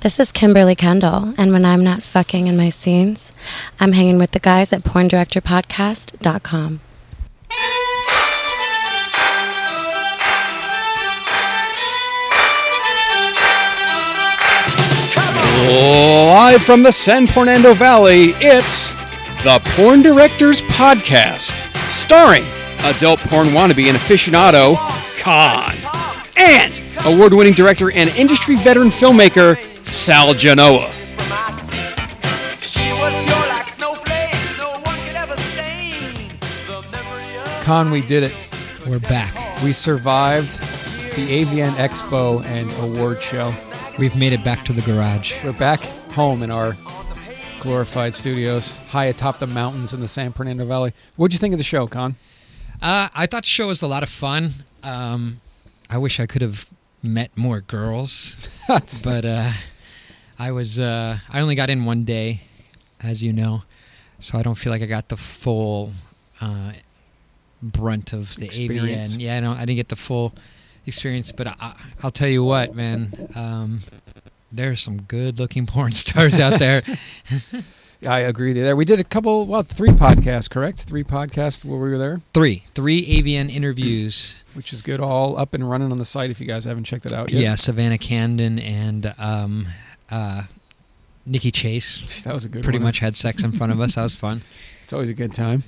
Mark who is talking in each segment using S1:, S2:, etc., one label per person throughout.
S1: This is Kimberly Kendall, and when I'm not fucking in my scenes, I'm hanging with the guys at PornDirectorPodcast.com.
S2: Live from the San Fernando Valley, it's the Porn Directors Podcast, starring adult porn wannabe and aficionado Khan and award winning director and industry veteran filmmaker Sal Genoa.
S3: Con, we did it. We're back. We survived the AVN Expo and award show.
S4: We've made it back to the garage.
S3: We're back home in our glorified studios, high atop the mountains in the San Fernando Valley. What'd you think of the show, Con?
S4: Uh, I thought the show was a lot of fun. Um, I wish I could have met more girls, but uh, I was uh, I only got in one day, as you know, so I don't feel like I got the full uh, brunt of the
S3: Experience.
S4: AVN. Yeah, I, don't, I didn't get the full experience, but I, I'll tell you what, man. Um, there are some good-looking porn stars out there.
S3: I agree with you there. We did a couple, well, three podcasts, correct? Three podcasts where we were there,
S4: three, three AVN interviews.
S3: which is good. All up and running on the site if you guys haven't checked it out yet.
S4: Yeah, Savannah Camden and um, uh, Nikki Chase
S3: That was a good
S4: pretty
S3: one.
S4: much had sex in front of us. That was fun.
S3: It's always a good time.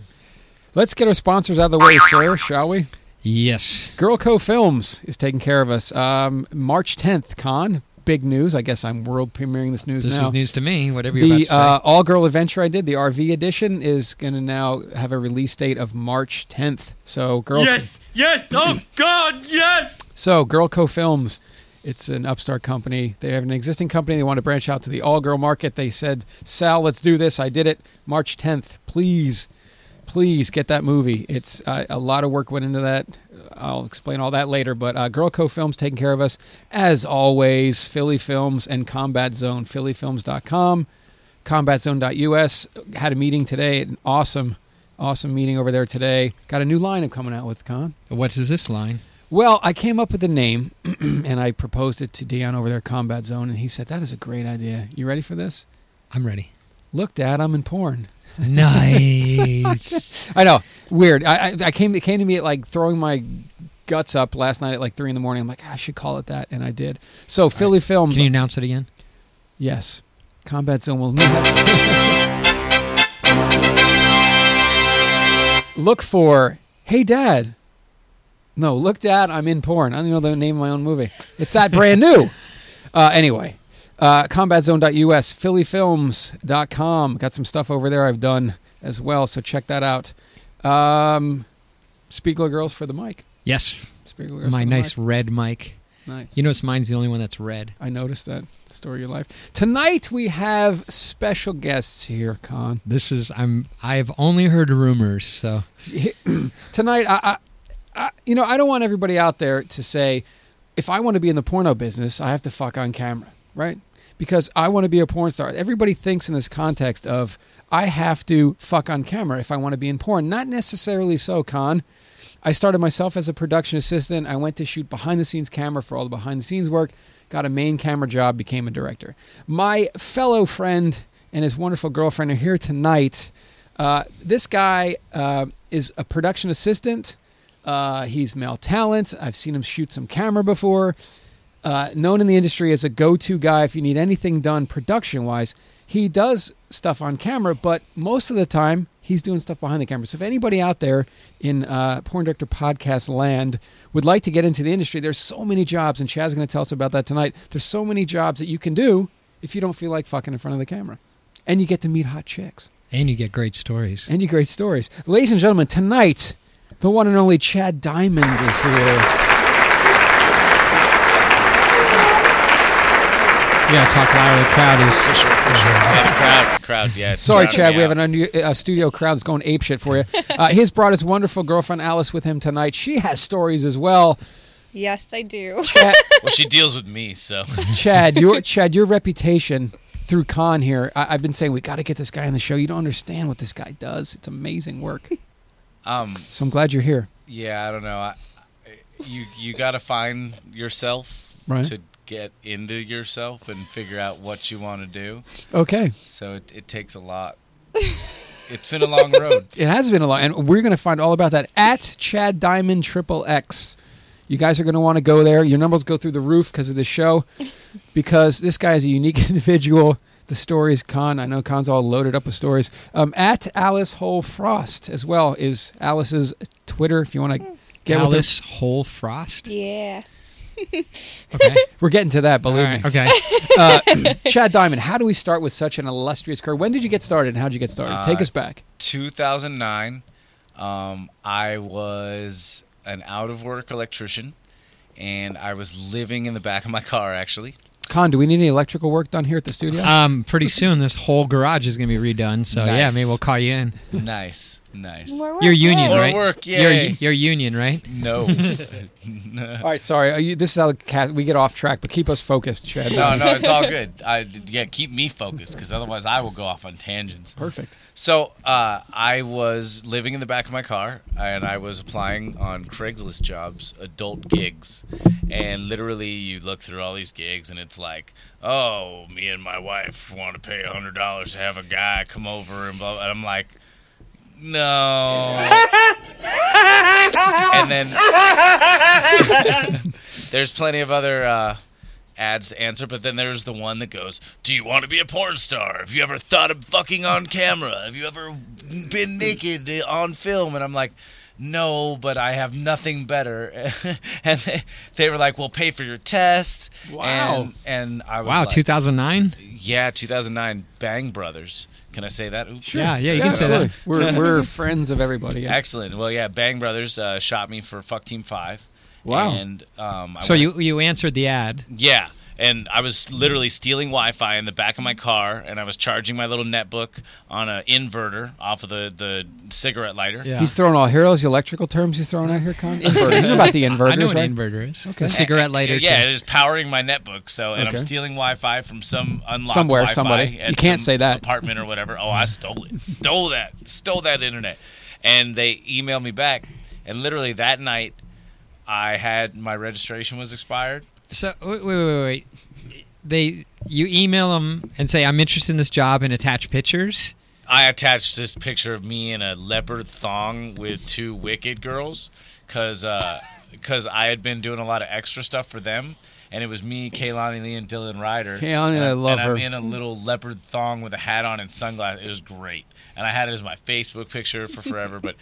S3: Let's get our sponsors out of the way, sir, shall we?
S4: Yes.
S3: Girl Co Films is taking care of us. Um, March 10th, con. Big news. I guess I'm world premiering this news
S4: This
S3: now.
S4: is news to me. Whatever you're
S3: The
S4: about
S3: uh, all girl adventure I did, the RV edition, is going to now have a release date of March 10th. So, Girl
S5: Yes, yes, oh God, yes!
S3: So, Girl Co Films, it's an upstart company. They have an existing company. They want to branch out to the all girl market. They said, Sal, let's do this. I did it. March 10th. Please, please get that movie. It's uh, a lot of work went into that. I'll explain all that later. But uh, Girl Co Films taking care of us. As always, Philly Films and Combat Zone, phillyfilms.com, combatzone.us. Had a meeting today, an awesome, awesome meeting over there today. Got a new line I'm coming out with, Con.
S4: say. What is this line?
S3: Well, I came up with the name and I proposed it to Dion over there at Combat Zone, and he said, That is a great idea. You ready for this?
S4: I'm ready.
S3: Look, Dad, I'm in porn.
S4: Nice.
S3: I know. Weird. I, I, I came, it came to me at like throwing my guts up last night at like three in the morning. I'm like, "Ah, I should call it that. And I did. So, Philly Films.
S4: Can you announce it again?
S3: yes. Combat Zone will know. Look for, Hey, Dad. No, look, Dad, I'm in porn. I don't even know the name of my own movie. It's that brand new. Uh, anyway, uh, combatzone.us, phillyfilms.com. Got some stuff over there I've done as well, so check that out. Um, Spiegler Girls for the mic.
S4: Yes.
S3: Spiegler Girls
S4: My
S3: for the
S4: nice
S3: mic.
S4: red mic.
S3: Nice.
S4: You notice mine's the only one that's red.
S3: I noticed that. Story of your life. Tonight we have special guests here, Con.
S4: This is I'm I've only heard rumors, so
S3: tonight I, I, I you know i don't want everybody out there to say if i want to be in the porno business i have to fuck on camera right because i want to be a porn star everybody thinks in this context of i have to fuck on camera if i want to be in porn not necessarily so con i started myself as a production assistant i went to shoot behind the scenes camera for all the behind the scenes work got a main camera job became a director my fellow friend and his wonderful girlfriend are here tonight uh, this guy uh, is a production assistant. Uh, he's male talent. I've seen him shoot some camera before. Uh, known in the industry as a go-to guy if you need anything done production-wise. He does stuff on camera, but most of the time he's doing stuff behind the camera. So if anybody out there in uh, porn director podcast land would like to get into the industry, there's so many jobs, and Chad's going to tell us about that tonight. There's so many jobs that you can do if you don't feel like fucking in front of the camera, and you get to meet hot chicks.
S4: and you get great stories.
S3: And you great stories. Ladies and gentlemen, tonight, the one and only Chad Diamond is here.
S4: Yeah, talk loud to the crowd is
S6: Yeah, crowd, crowd, yes.
S3: Sorry,
S6: Crowd,
S3: Chad, we
S6: yeah.
S3: have an under, uh, studio crowd that's going apeshit for you. Uh, he's brought his wonderful girlfriend Alice with him tonight. She has stories as well.
S7: Yes, I do.
S3: Chad,
S6: Well, she deals with me, so
S3: Chad, your Chad, your reputation through con here. I, I've been saying we got to get this guy on the show. You don't understand what this guy does. It's amazing work.
S6: um,
S3: So I'm glad you're here.
S6: yeah, I don't know. I, you you got to find yourself
S3: Right.
S6: to get into yourself and figure out what you want to do.
S3: Okay.
S6: So it, it takes a lot. It's been a long road.
S3: It has been a lot, and we're going to find all about that at Chad Diamond Triple X. You guys are going to want to go there. Your numbers go through the roof because of this show, because this guy is a unique individual. The story is Con. I know Con's all loaded up with stories. Um, at Alice Hole Frost as well is Alice's Twitter. If you want to get with us,
S4: Alice Whole Frost.
S7: Yeah.
S4: Okay.
S3: we're getting to that.
S4: All
S3: Believe
S4: right.
S3: me.
S4: Okay.
S3: Chad Diamond, how do we start with such an illustrious career? When did you get started? and How did you get started? Take
S4: Uh,
S3: us back.
S6: 2009, um, I was an out of work electrician and I was living in the back of my car actually.
S3: Con, do we need any electrical work done here at the studio?
S4: Um, pretty soon, this whole garage is going to be redone. So yeah,
S6: Nice.
S4: maybe we'll call you in.
S6: Nice, nice.
S7: More work,
S4: Your union,
S7: yay.
S6: More
S4: right?
S6: work,
S4: Your
S6: yay.
S4: your union, right?
S6: No,
S3: All right, sorry. Are you, this is how the cat, we get off track, but keep us focused, Chad.
S6: no, no, it's all good. I, yeah, keep me focused because otherwise I will go off on tangents.
S3: Perfect.
S6: So uh, I was living in the back of my car, and I was applying on Craigslist jobs, adult gigs, and literally you look through all these gigs, and it's like, oh, me and my wife want to pay hundred dollars to have a guy come over, and blah. And I'm like, no. and then there's plenty of other. Uh, ads to answer, but then there's the one that goes, Do you want to be a porn star? Have you ever thought of fucking on camera? Have you ever been naked on film? And I'm like, no, but I have nothing better. and they, they were like, "Well, pay for your test."
S3: Wow.
S6: And, and I was
S4: Wow,
S6: like,
S4: 2009.
S6: yeah, 2009 Bang Brothers. Can I say that? Oops.
S4: Yeah, yeah, you can say
S3: absolutely.
S4: that.
S3: We're, we're friends of everybody. yeah.
S6: Excellent. Well, yeah, Bang Brothers uh, shot me for Fuck Team Five.
S3: Wow.
S6: And um, I
S4: So
S6: went-
S4: you you answered the ad.
S6: Yeah. And I was literally stealing Wi-Fi in the back of my car, and I was charging my little netbook on an inverter off of the, the cigarette lighter.
S4: Yeah.
S3: He's throwing all here are those electrical terms he's throwing out here, Con. Inverter. You know about the inverters,
S4: I know what
S3: right?
S4: an inverter is. Okay. cigarette lighter.
S6: Yeah,
S4: too.
S6: it is powering my netbook. So, and
S3: Okay.
S6: I'm stealing Wi-Fi from some unlocked
S3: Somewhere,
S6: Wi-Fi
S3: somebody.
S6: at
S3: You can't
S6: some
S3: say that.
S6: apartment or whatever. Oh, I stole it. Stole that. Stole that internet. And they emailed me back, and literally that night, I had my registration was expired.
S4: So wait, wait, wait, wait. They you email them and say I'm interested in this job and attach pictures.
S6: I attached this picture of me in a leopard thong with two wicked girls because I had been doing a lot of extra stuff for them. And it was me, Kaylani Lee, and Dylan Ryder.
S3: Kehlani,
S6: and
S3: I
S6: I'm-
S3: love
S6: and
S3: her.
S6: I'm in a little leopard thong with a hat on and sunglasses. It was great. And I had it as my Facebook picture for forever. but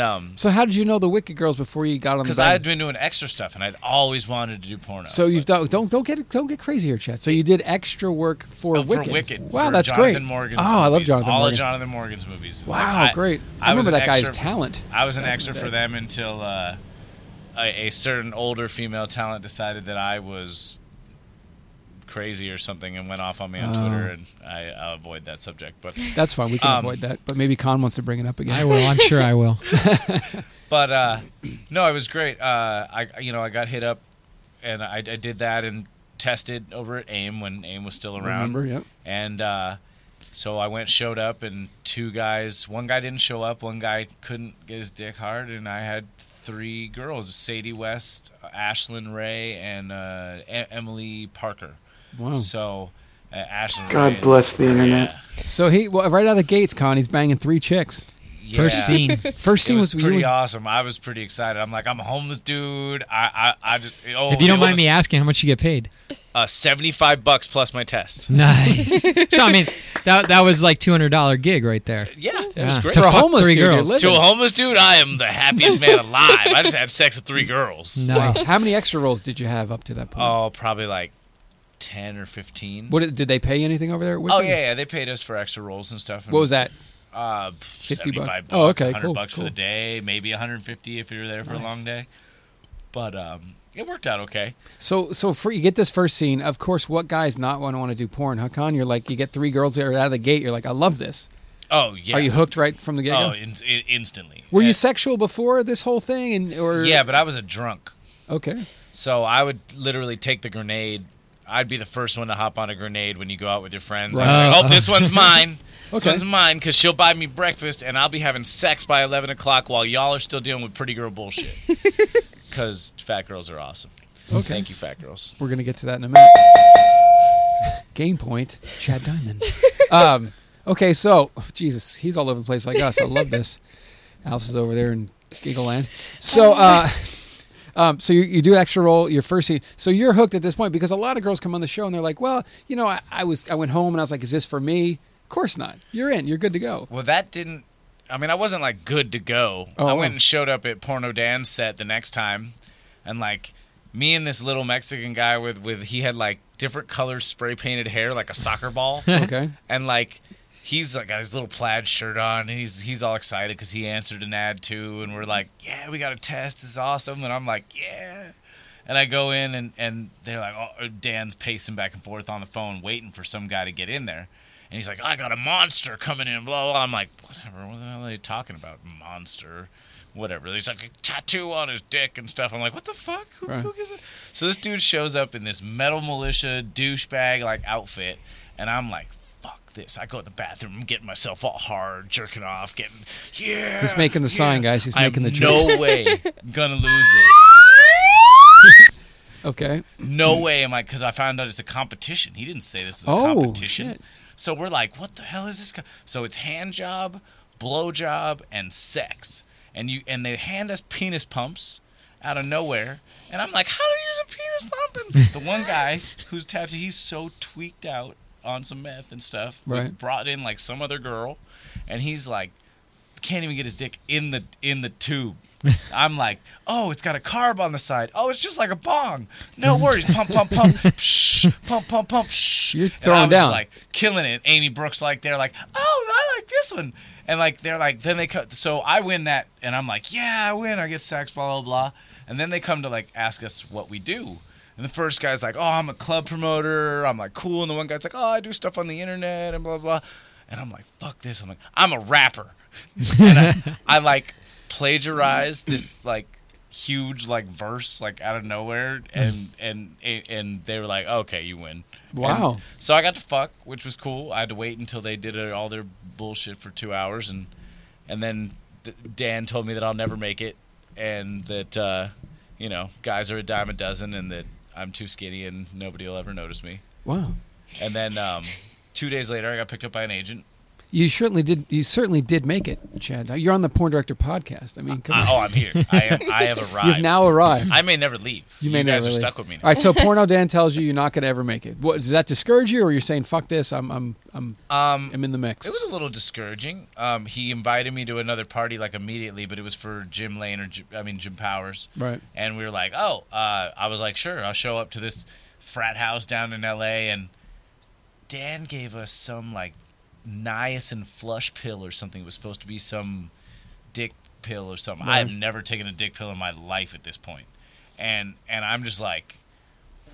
S6: um,
S3: So, how did you know the Wicked Girls before you got on the
S6: because I
S3: band?
S6: had been doing extra stuff, and I'd always wanted to do porno.
S3: so
S6: but-
S3: you've done don't don't get don't get crazy here, Chad. So you did extra work for
S6: Oh,
S3: Wicked.
S6: For Wicked.
S3: Wow,
S6: for
S3: that's
S6: Jonathan
S3: great.
S6: Morgan's
S3: oh, I love
S6: movies,
S3: Jonathan
S6: All
S3: Morgan.
S6: of Jonathan Morgan's movies. Like,
S3: Wow, great. I
S6: was
S3: remember
S6: an
S3: that guy's
S6: extra-
S3: talent
S6: I was an
S3: back in
S6: extra
S3: the
S6: for
S3: day.
S6: them until uh, a, a certain older female talent decided that I was crazy or something and went off on me on Twitter, and I I'll avoid that subject. But
S3: That's fine. We can
S6: Um,
S3: avoid that, but maybe Con wants to bring it up again.
S4: I will. I'm sure I will.
S6: but uh, no, it was great. Uh, I you know I got hit up, and I, I did that and tested over at AIM when AIM was still around.
S3: remember. Yep.
S6: And uh, so I went, showed up, and two guys. One guy didn't show up. One guy couldn't get his dick hard, and I had three girls: Sadie West, Ashlyn Ray, and uh, e- Emily Parker.
S3: Wow.
S6: So uh, Ashlyn. Ray,
S8: God bless the internet.
S6: Yeah,
S3: So he well, right out of the gates, Con, he's banging three chicks.
S6: yeah.
S4: First scene.
S3: First
S6: It
S3: scene was,
S6: was
S3: you
S6: pretty
S3: and-
S6: awesome. I was pretty excited. I'm like, I'm a homeless dude. I, I, I just. Oh,
S4: If you
S6: it
S4: don't mind
S6: was,
S4: me asking, how much you get paid?
S6: uh, seventy-five bucks plus my test.
S4: Nice. so I mean, that that was like two hundred dollar gig right there.
S6: Yeah, it was
S4: Yeah.
S6: great.
S4: To
S3: For a
S4: fuck
S3: homeless
S4: three
S3: dude, you're
S4: girls.
S3: lit.
S6: To a homeless dude, I am the happiest man alive. I just had sex with three girls.
S3: Wow.
S4: Nice.
S3: How many extra roles did you have up to that point?
S6: Oh, probably like ten or fifteen.
S3: What did they pay anything over there? at
S6: Oh
S3: Wicked?
S6: yeah, yeah. They paid us for extra rolls and stuff. And,
S3: What was that?
S6: Uh,
S3: 50
S6: fifty
S3: bucks?
S6: bucks.
S3: Oh, okay,
S6: 100
S3: cool,
S6: Bucks
S3: cool.
S6: for the day, maybe one hundred and fifty if you were there for a long day. But um, it worked out okay.
S3: So so for you get this first scene. Of course, what guys not want to want to do porn? Huh, Con? You're like you get three girls there out of the gate. You're like, I love this.
S6: Oh yeah.
S3: Are you hooked right from the get go?
S6: Oh, in, in, instantly.
S3: Were you
S6: And-
S3: sexual before this whole thing? And or
S6: Yeah, but I was a drunk.
S3: okay.
S6: So I would literally take the grenade. I'd be the first one to hop on a grenade when you go out with your friends. I'd be like, oh, this one's mine. This
S3: Okay.
S6: one's mine because she'll buy me breakfast and I'll be having sex by 11 o'clock while y'all are still dealing with pretty girl bullshit. Because fat girls are awesome.
S3: Okay.
S6: Thank you, fat girls.
S3: We're going to get to that in a minute. Game point, Chad Diamond. um, okay, so Jesus, he's all over the place like us. I love this. Alice is over there in Giggle Land. So, uh, um, so you, you do extra roll your first scene. So you're hooked at this point because a lot of girls come on the show and they're like, "Well, you know, I, I was I went home and I was like, is this for me? Of course not. You're in. You're good to go.
S6: Well, that didn't. I mean, I wasn't like good to go. I
S3: Oh.
S6: went and showed up at Porno Dan's set the next time, and like me and this little Mexican guy with with he had like different colors spray painted hair like a soccer ball,
S3: Okay.
S6: and like he's like got his little plaid shirt on, and he's he's all excited because he answered an ad too, and we're like, yeah, we got a test, it's awesome, and I'm like, yeah. And I go in and, and they're like, oh, Dan's pacing back and forth on the phone, waiting for some guy to get in there. And he's like, I got a monster coming in, blah, blah. I'm like, whatever, what the hell are they talking about? Monster, whatever. There's like a tattoo on his dick and stuff. I'm like, what the fuck? Who,
S3: Right.
S6: who gives a-" So this dude shows up in this metal militia douchebag like outfit. And I'm like, fuck this. I go to the bathroom, I'm getting myself all hard, jerking off, getting, yeah.
S3: He's making the sign, guys. He's making the
S6: I'm
S3: choice.
S6: no way gonna lose this.
S3: Okay.
S6: No way am I, because I found out it's a competition. He didn't say this is a
S3: Oh,
S6: competition.
S3: shit.
S6: So we're like, what the hell is this? Co-? So it's hand job, blow job, and sex. And you and they hand us penis pumps out of nowhere. And I'm like, how do you use a penis pump? And the one guy who's tattooed, he's so tweaked out on some meth and stuff. We
S3: Right.
S6: brought in like some other girl, and he's like, can't even get his dick in the in the tube. I'm like, oh, it's got a carb on the side. Oh, it's just like a bong. No worries. Pump, pump, pump, psh, pump, pump, pump. Psh.
S3: You're
S6: and I
S3: throwing
S6: was
S3: down.
S6: like killing it. Amy Brooks, like they're like, oh, I like this one, and like they're like, then they cut. So I win that, and I'm like, yeah, I win. I get sex, blah blah blah. And then they come to like ask us what we do. And the first guy's like, oh, I'm a club promoter. I'm like cool. And the one guy's like, oh, I do stuff on the internet and blah blah. And I'm like, fuck this. I'm like, I'm a rapper. I like plagiarized this like huge like verse like out of nowhere and and and they were like okay you win
S3: Wow.
S6: And so i got to fuck which was cool i had to wait until they did uh, all their bullshit for two hours and and then th- dan told me that i'll never make it and that uh you know guys are a dime a dozen and that i'm too skinny and nobody will ever notice me
S3: Wow.
S6: and then um two days later i got picked up by an agent
S3: You certainly did. You certainly did make it, Chad. You're on the Porn Director podcast. I mean, come
S6: I-
S3: on.
S6: oh i'm here i am i have arrived
S3: You've now arrived.
S6: I may never leave.
S3: you may
S6: guys
S3: never
S6: are
S3: leave.
S6: stuck with me. Now.
S3: All right, so Porno Dan tells you you're not going to ever make it. What, does that discourage you, or you're saying "fuck this"? I'm, I'm, I'm,
S6: Um,
S3: I'm in the mix.
S6: it was a little discouraging. Um, he invited me to another party like immediately, but it was for Jim Lane or Jim, I mean Jim Powers.
S3: Right.
S6: And we were like, oh, uh, I was like, sure, I'll show up to this frat house down in L.A. And Dan gave us some like niacin flush pill or something. It was supposed to be some dick pill or something. I have never taken a dick pill in my life at this point, and and I'm just like.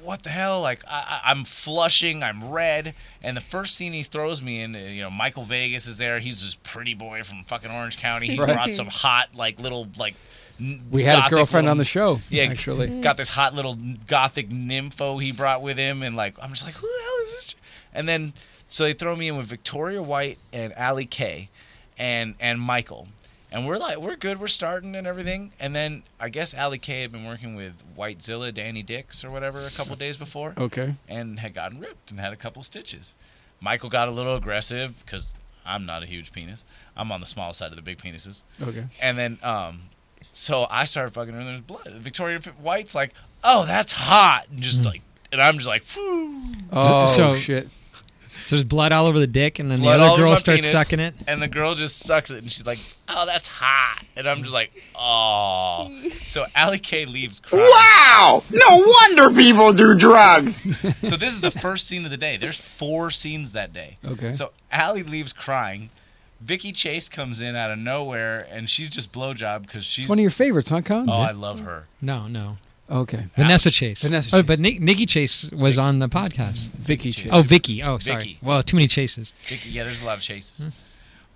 S6: what the hell? Like I, I, I'm flushing, I'm red, and the first scene he throws me in, uh, you know, Michael Vegas is there. He's this pretty boy from fucking Orange County. He
S3: Right.
S6: brought some hot, like little, like n-
S3: we had his
S6: gothic
S3: girlfriend
S6: little-
S3: on the show.
S6: Yeah,
S3: actually.
S6: got this hot little gothic nympho he brought with him, and like I'm just like, who the hell is this? And then so they throw me in with Victoria White and Ali Kay, and and Michael, and we're like we're good, we're starting and everything. And then I guess Ali Kay had been working with White Zilla, Danny Dix or whatever a couple days before,
S3: Okay.
S6: and had gotten ripped and had a couple stitches. Michael got a little aggressive because I'm not a huge penis. I'm on the small side of the big penises.
S3: Okay.
S6: And then, um, so I started fucking her, and there's blood. Victoria White's like, "Oh, that's hot," and
S4: Mm.
S6: just like, and I'm just like, "Phew."
S3: Oh
S4: so-
S3: shit.
S4: So there's blood all over the dick, and then
S6: Blood
S4: the
S6: all
S4: other
S6: over
S4: girl
S6: my
S4: starts
S6: penis.
S4: sucking it.
S6: and the girl just sucks it, and she's like, "Oh, that's hot," and I'm just like, "Oh." So Allie K leaves crying.
S8: Wow! No wonder people do drugs!
S6: So this is the first scene of the day. There's four scenes that day.
S3: Okay.
S6: So Allie leaves crying. Vicky Chase comes in out of nowhere, and she's just blowjob because she's.
S3: It's one of your favorites, huh, Con?
S6: oh, I love her.
S4: No, no.
S3: okay.
S4: Vanessa Chase.
S3: Vanessa
S4: Oh,
S3: Chase.
S4: but Nick, Nikki Chase was on the podcast.
S3: Vicky Chase.
S4: Oh, Vicky. Oh, sorry.
S6: Vicky.
S4: Well, too many chases.
S6: Vicky, yeah, there's a lot of
S4: Hmm.
S6: chases.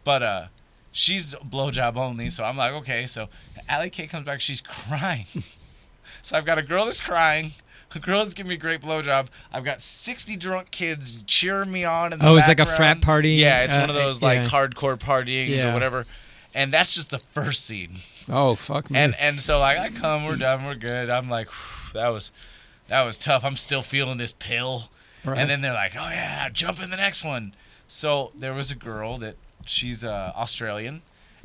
S6: But uh she's blowjob only, so I'm like, okay, so Allie K comes back, she's crying. so I've got a girl that's crying. A girl that's giving me a great blowjob. I've got sixty drunk kids cheering me on. In the
S4: Oh, it's like a
S6: background.
S4: frat party,
S6: Yeah, it's
S4: uh,
S6: one of those like
S4: yeah.
S6: hardcore partyings
S4: Yeah.
S6: or whatever. And that's just the first scene.
S3: Oh fuck me.
S6: And and so like I come, we're done, we're good. I'm like, "Whew, that was that was tough. I'm still feeling this pill.
S3: Right.
S6: And then they're like, oh yeah, jump in the next one. So there was a girl that she's uh, Australian,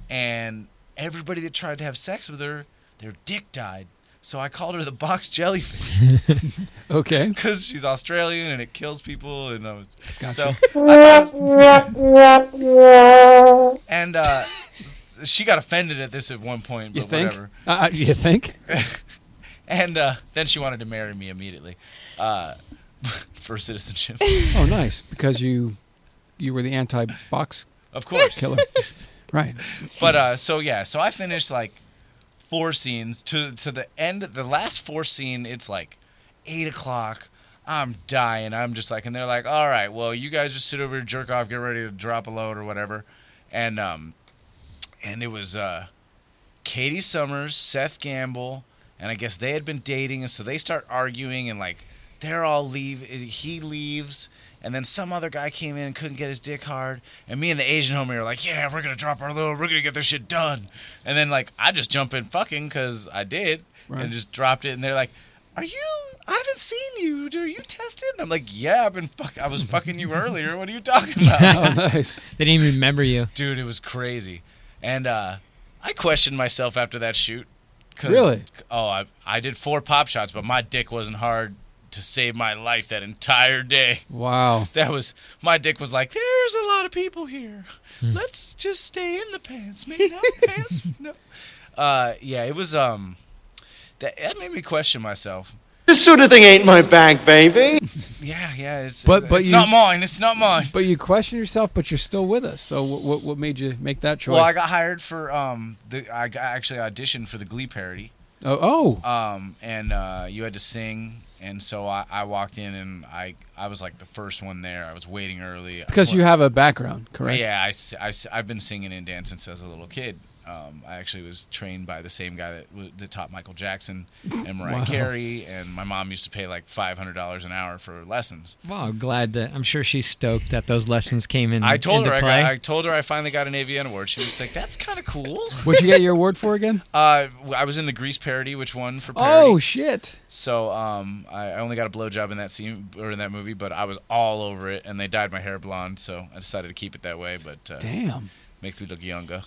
S6: and everybody that tried to have sex with her, their dick died. So I called her the box jellyfish
S3: Okay.
S6: because she's Australian and it kills people. And I was, so, I thought- and uh, s- she got offended at this at one point. But
S3: You think?
S6: whatever.
S3: Uh, uh, you think?
S6: And uh, then she wanted to marry me immediately uh, for citizenship,
S3: Oh, nice. Because you you were the anti-box
S6: of course.
S3: killer. right.
S6: But uh, so yeah, so I finished like four scenes to to the end. The last four scene, it's like eight o'clock. I'm dying. I'm just like, and they're like, all right, well, you guys just sit over here, jerk off, get ready to drop a load or whatever, and um, and it was uh, Katie Summers, Seth Gamble, and I guess they had been dating, and so they start arguing, and like they're all leave. He leaves, and then some other guy came in and couldn't get his dick hard, and me and the Asian homie are like, "Yeah, we're gonna drop our load, we're gonna get this shit done," and then like I just jump in fucking because I did,
S3: Right.
S6: and just dropped it, and they're like, "Are you?" I haven't seen you. Are you tested? And I'm like, yeah, I've been fuck. I was fucking you earlier. What are you talking about?
S3: Oh, nice.
S4: They didn't even remember you.
S6: dude it was crazy and uh, i questioned myself after that shoot 'cause-
S3: Really?
S6: oh I, I did four pop shots but my dick wasn't hard to save my life that entire day
S3: Wow.
S6: that was my dick was like there's a lot of people here
S3: Hmm.
S6: let's just stay in the pants maybe not pants no uh, yeah it was um that, that made me question myself
S8: This sort of thing ain't my bag, baby.
S6: yeah yeah it's
S3: But- but
S6: it's
S3: you-
S6: not mine it's not mine
S3: But you question yourself, but you're still with us. So what what, what made you make that choice?
S6: well i got hired for um the i got- actually auditioned for the glee parody
S3: oh, oh,
S6: um, and uh, you had to sing. And so I, I walked in and I, I was like the first one there. I was waiting early.
S3: because you have a background, correct?
S6: Yeah, I, have been singing and dancing since I was a little kid. Um, I actually was trained by the same guy that, w- that taught Michael Jackson and Mariah
S3: Wow.
S6: Carey. And my mom used to pay like $500 an hour for lessons.
S4: Wow, glad that I'm sure she's stoked that those lessons came
S3: Mm,
S4: in.
S6: I told
S4: into
S6: her I,
S4: play.
S6: got, I told her I finally got an AVN award. She was like, "That's kind of cool."
S3: What'd you get your award for again?
S6: Uh, w- I was in the Grease parody, which won for parody.
S3: Oh shit!
S6: So um, I I only got a blowjob in that scene or in that movie, but I was all over it, and they dyed my hair blonde, so I decided to keep it that way. But uh,
S3: Damn.
S6: makes me look younger.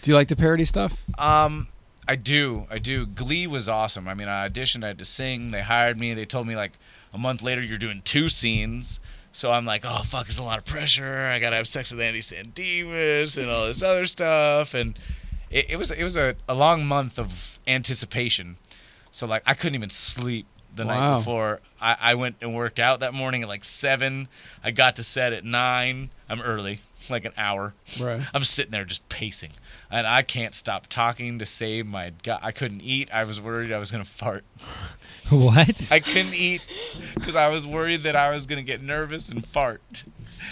S3: Do you like the parody stuff?
S6: Um, I do, I do. Glee was awesome. I mean, I auditioned, I had to sing. They hired me. They told me like a month later, you're doing two scenes. So I'm like, oh fuck, it's a lot of pressure. I gotta have sex with Andy Sandemus and all this other stuff, and it, it was it was a, a long month of anticipation. So like, I couldn't even sleep the
S3: Wow.
S6: night before. I, I went and worked out that morning at like seven. I got to set at nine. I'm early, like an hour.
S3: Right.
S6: I'm sitting there just pacing, and I can't stop talking to save my. God, I couldn't eat. I was worried I was gonna fart.
S4: what?
S6: I couldn't eat because I was worried that I was gonna get nervous and fart.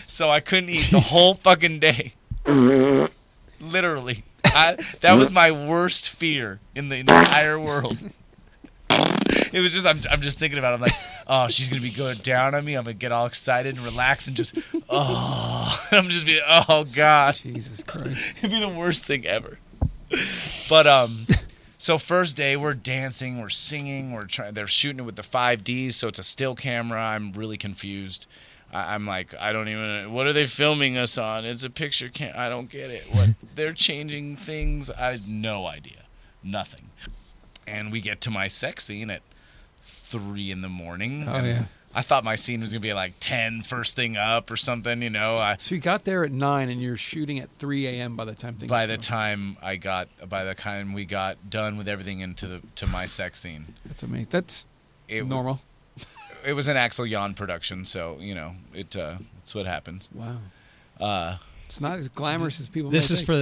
S6: So I couldn't eat the whole fucking day. Literally, I, that was my worst fear in the entire world. It was just I'm, I'm just thinking about. It. I'm like, oh, she's gonna be going down on me. I'm gonna get all excited and relax and just, oh, I'm just be, oh god.
S3: Jesus Christ!
S6: It'd be the worst thing ever. But um, so first day we're dancing, we're singing, we're trying. They're shooting it with the five Ds, so it's a still camera. I'm really confused. I- I'm like, I don't even. What are they filming us on? It's a picture cam. I don't get it. What they're changing things? I had no idea. Nothing. And we get to my sex scene at three in the morning.
S3: Oh
S6: and
S3: yeah.
S6: I thought my scene was gonna be like 10, first thing up or something. You know, I
S3: So you got there at nine, and you're shooting at three a.m. by the time things.
S6: by the
S3: go.
S6: time I got by the time we got done with everything into the to my sex scene.
S3: That's amazing. That's
S6: It w-
S3: normal.
S6: it was an Axel Yon production, so you know, it uh it's what happens.
S3: Wow.
S6: Uh,
S3: it's not as glamorous as people.
S4: This
S3: may
S4: is
S3: think.
S4: for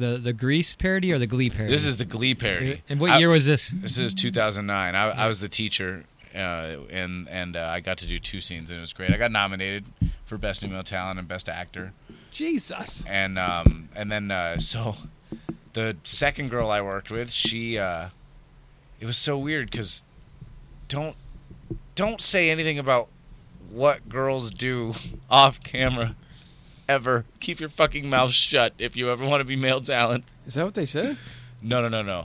S4: the, the the Grease parody or the Glee parody?
S6: This is the Glee parody.
S4: And what
S6: I-
S4: year was this?
S6: this is 2009. I, I was the teacher uh, and and uh, I got to do two scenes and it was great. I got nominated for best new male talent and best actor.
S3: Jesus.
S6: and um, and then uh, so the second girl I worked with, she uh, it was so weird because don't don't say anything about what girls do off camera ever. Keep your fucking mouth shut if you ever want to be male talent.
S3: Is that what they said?
S6: No, no, no, no.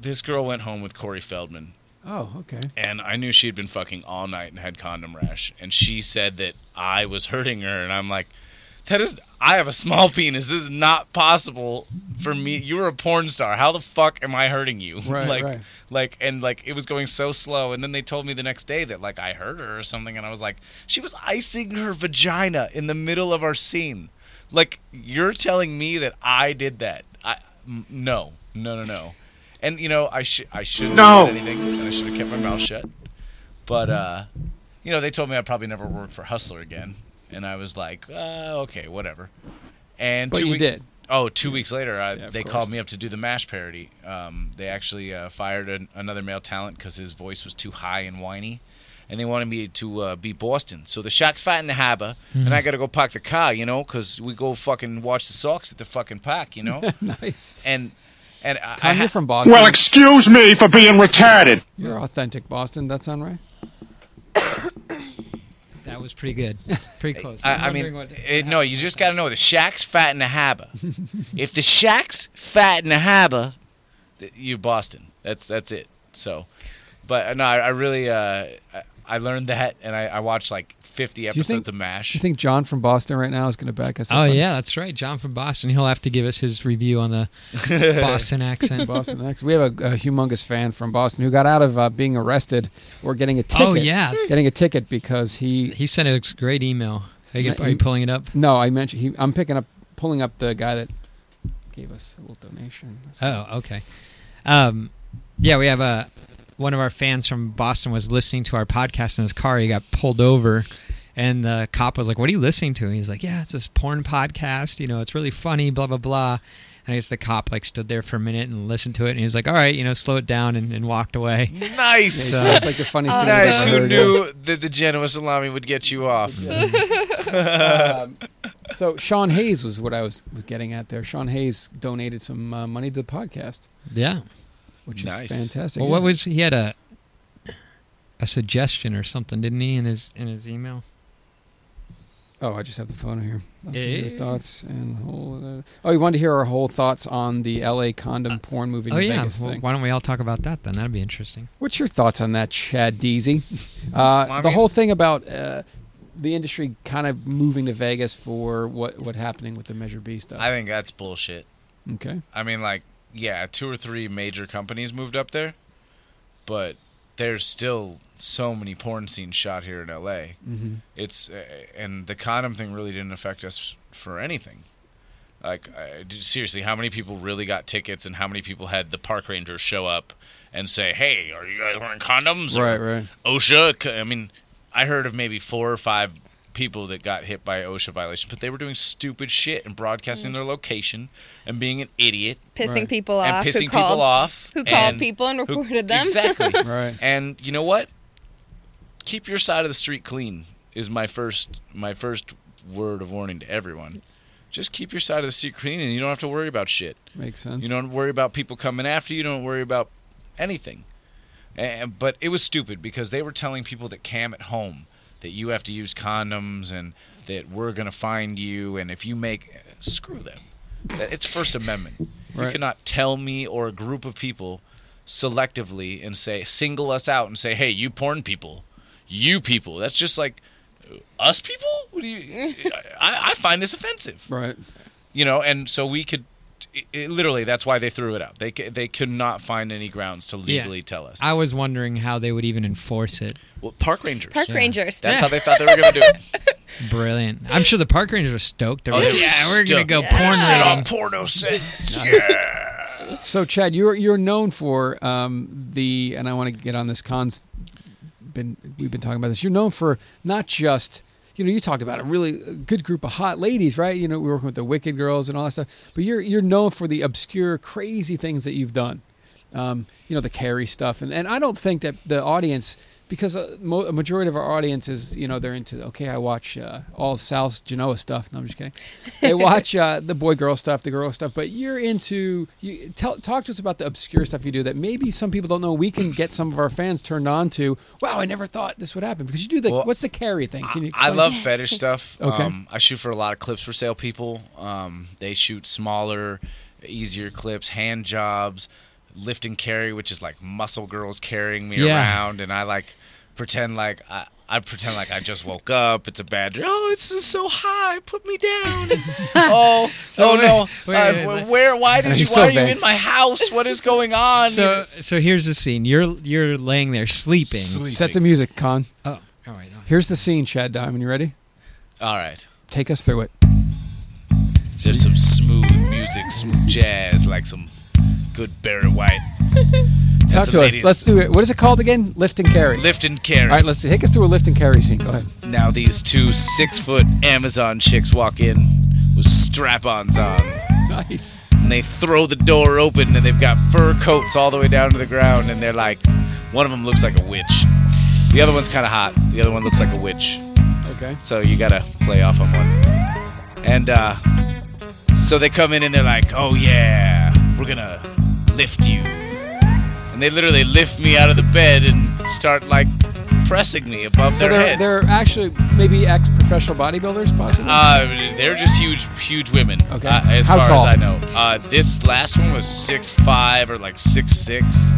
S6: This girl went home with Corey Feldman,
S3: Oh, okay.
S6: and I knew she had been fucking all night and had condom rash. And she said that I was hurting her, and I'm like, that is, I have a small penis. This is not possible for me. You were a porn star. How the fuck am I hurting you?
S3: Right,
S6: like,
S3: right.
S6: like, and like, it was going so slow. And then they told me the next day that like I hurt her or something, and I was like, she was icing her vagina in the middle of our scene. Like, you're telling me that I did that? I m- no, no, no, no. And you know, I should I shouldn't
S8: No.
S6: have said anything, and I should have kept my mouth shut. But uh, you know, they told me I'd probably never work for Hustler again, and I was like, uh, okay, whatever. And
S3: But
S6: two
S3: you
S6: week-
S3: did.
S6: Oh, two weeks later, I,
S3: of
S6: they
S3: course.
S6: called me up to do the Mash parody. Um, they actually uh, fired an, another male talent because his voice was too high and whiny, and they wanted me to uh, be Boston. So the Sharks fight in the harbor, and
S3: Mm.
S6: I got to go park the car, you know, because we go fucking watch the Sox at the fucking park, you know.
S3: Nice.
S6: and and I, I
S3: I'm
S6: ha-
S3: here from Boston.
S8: excuse me for being retarded.
S3: You're authentic Boston. That sound right?
S4: That was pretty good. Pretty close. I'm
S6: I, I mean,
S4: wondering what-
S6: eh, no, you just got to know the shack's fat in the harbor. if the shack's fat in the harbor, th- you're Boston. That's that's it. So, but uh, no, I, I really uh, I, I learned that, and I, I watched like 50
S3: Do you
S6: episodes
S3: think-
S6: of
S3: Do you
S6: Mash.
S3: think John from Boston right now is going to back us up?
S4: Oh
S3: on
S4: yeah, that's right. John from Boston. He'll have to give us his review on the Boston accent.
S3: Boston next. We have a, a humongous fan from Boston who got out of uh, being arrested or getting a ticket.
S4: Oh, yeah.
S3: getting a ticket because he.
S4: He sent us a great email. Are you, are you pulling it up?
S3: No, I mentioned he. I'm picking up, pulling up the guy that gave us a little donation.
S4: Oh, okay. Um, yeah, we have a one of our fans from Boston was listening to our podcast in his car. He got pulled over, and the cop was like, "What are you listening to?" And he's like, "Yeah, it's this porn podcast. You know, it's really funny. Blah blah blah." And I guess the cop like stood there for a minute and listened to it, and he was like, "All right, you know, slow it down," and, and walked away.
S6: Nice.
S4: uh,
S3: So it's like the funniest thing I've
S6: Nice.
S3: ever
S6: Who
S3: heard.
S6: knew that the Genoa salami would get you off?
S3: Um, So Sean Hayes was what I was, was getting at there. Sean Hayes donated some uh, money to the podcast,
S4: Yeah.
S3: which
S6: Nice.
S3: is fantastic.
S4: Well, what was he had a a suggestion or something, didn't he, in his in his email?
S3: Oh, I just have the phone here. Thoughts and
S4: Eh?
S3: your thoughts and whole. Uh, oh, you wanted to hear our whole thoughts on the L.A. condom
S6: Uh,
S3: porn movie in
S4: oh yeah.
S3: Vegas
S4: Well,
S3: thing.
S4: why don't we all talk about that then? That'd be interesting.
S3: What's your thoughts on that, Chad Deasy? Uh,
S6: I
S3: the
S6: mean-
S3: whole thing about uh, the industry kind of moving to Vegas for what what happening with the Measure B stuff.
S6: I think that's bullshit.
S3: okay,
S6: I mean, like, yeah, two or three major companies moved up there, but there's still so many porn scenes shot here in LA. Mm-hmm. It's uh, and the condom thing really didn't affect us for anything. Like, uh, d- seriously, how many people really got tickets, and how many people had the park rangers show up and say, "Hey, are you guys wearing condoms?" or
S3: right, right.
S6: OSHA. c- I mean, I heard of maybe four or five people that got hit by OSHA violations, but they were doing stupid shit and
S3: Mm.
S6: broadcasting their location and being an idiot
S7: Pissing
S3: Right.
S7: people
S6: and
S7: off.
S6: pissing
S7: who
S6: people
S7: called,
S6: off.
S7: Who called
S6: and
S7: people and
S6: who-
S7: reported them.
S6: Exactly.
S3: Right.
S6: And you know what? Keep your side of the street clean is my first my first word of warning to everyone. Just keep your side of the street clean and you don't have to worry about shit.
S3: Makes sense.
S6: You don't worry about people coming after you. Don't worry about anything. And, but it was stupid because they were telling people that cam at home that you have to use condoms and that we're going to find you. And if you make, screw them. It's First Amendment. You
S3: Right.
S6: cannot tell me or a group of people selectively and say, single us out and say, hey, you porn people, you people. That's just like, us people? What do you? I, I find this offensive
S3: right.
S6: you know, and so we could. It, it- literally, that's why they threw it out. They c- they could not find any grounds to legally tell us.
S4: I was wondering how they would even enforce it.
S6: well, park rangers.
S7: Park Rangers.
S6: that's how they thought they were going to do it.
S4: Brilliant. I'm sure the park rangers are stoked. They're
S6: Oh,
S4: like,
S6: they were
S4: yeah, we're going to
S6: stoked.
S4: go
S6: Sit
S4: porn
S6: on
S4: rating.
S6: porno set.
S3: So, Chad, you're you're known for um, the, and I want to get on this cons. Been we've been talking about this. You're known for not just you know you talked about a really uh, good group of hot ladies, right? You know, we're working with the Wicked Girls and all that stuff. But you're you're known for the obscure, crazy things that you've done. Um, you know, the carry stuff, and and I don't think that the audience. Because a, mo- a majority of our audience is, you know, they're into okay. I watch uh, all Sal's Genoa stuff. No, I'm just kidding. They watch uh, the boy girl stuff, the girl stuff. But you're into you tell talk to us about the obscure stuff you do that maybe some people don't know. We can get some of our fans turned on to. Wow, I never thought this would happen because you do the
S6: Well,
S3: what's the carry thing? Can you?
S6: I
S3: Explain?
S6: love fetish stuff.
S3: Okay.
S6: Um, I shoot for a lot of clips for sale people. Um, they shoot smaller, easier clips, hand jobs, lift and carry, which is like muscle girls carrying me
S4: Yeah.
S6: around, and I like pretend like I. I pretend like I just woke up. It's a bad dream. Oh, it's just so high. Put me down. oh,
S4: So
S6: oh
S4: wait,
S6: no.
S4: wait,
S6: Uh,
S4: wait,
S6: wh-
S4: wait.
S6: where? Why did you?
S3: He's so
S6: why are you
S3: vague.
S6: in my house? What is going on?
S4: So so here's the scene. You're you're laying there sleeping.
S3: Set the music, Con.
S4: oh, all right. all right.
S3: Here's the scene, Chad Diamond. You ready?
S6: All right.
S3: Take us through it.
S6: There's some smooth music, smooth jazz, like some good Barry White.
S3: Talk
S6: the
S3: to us.
S6: ladies.
S3: Let's do it. What is it called again? Lift and carry.
S6: Lift and carry.
S3: All right, let's take us through a lift and carry scene. Go ahead.
S6: Now these two six foot Amazon chicks walk in with strap ons on.
S3: Nice.
S6: And they throw the door open and they've got fur coats all the way down to the ground. And they're like, one of them looks like a witch. The other one's kind of hot. The other one looks like a witch.
S3: Okay.
S6: So you gotta play off on one. And uh, so they come in and they're like, "Oh yeah, we're gonna lift you." And they literally lift me out of the bed and start like pressing me above
S3: So
S6: their
S3: they're
S6: head.
S3: they're actually maybe ex professional bodybuilders, possibly.
S6: uh, they're just huge, huge women.
S3: Okay.
S6: Uh, as
S3: How
S6: far
S3: tall?
S6: as I know, uh, this last one was six five or like six six.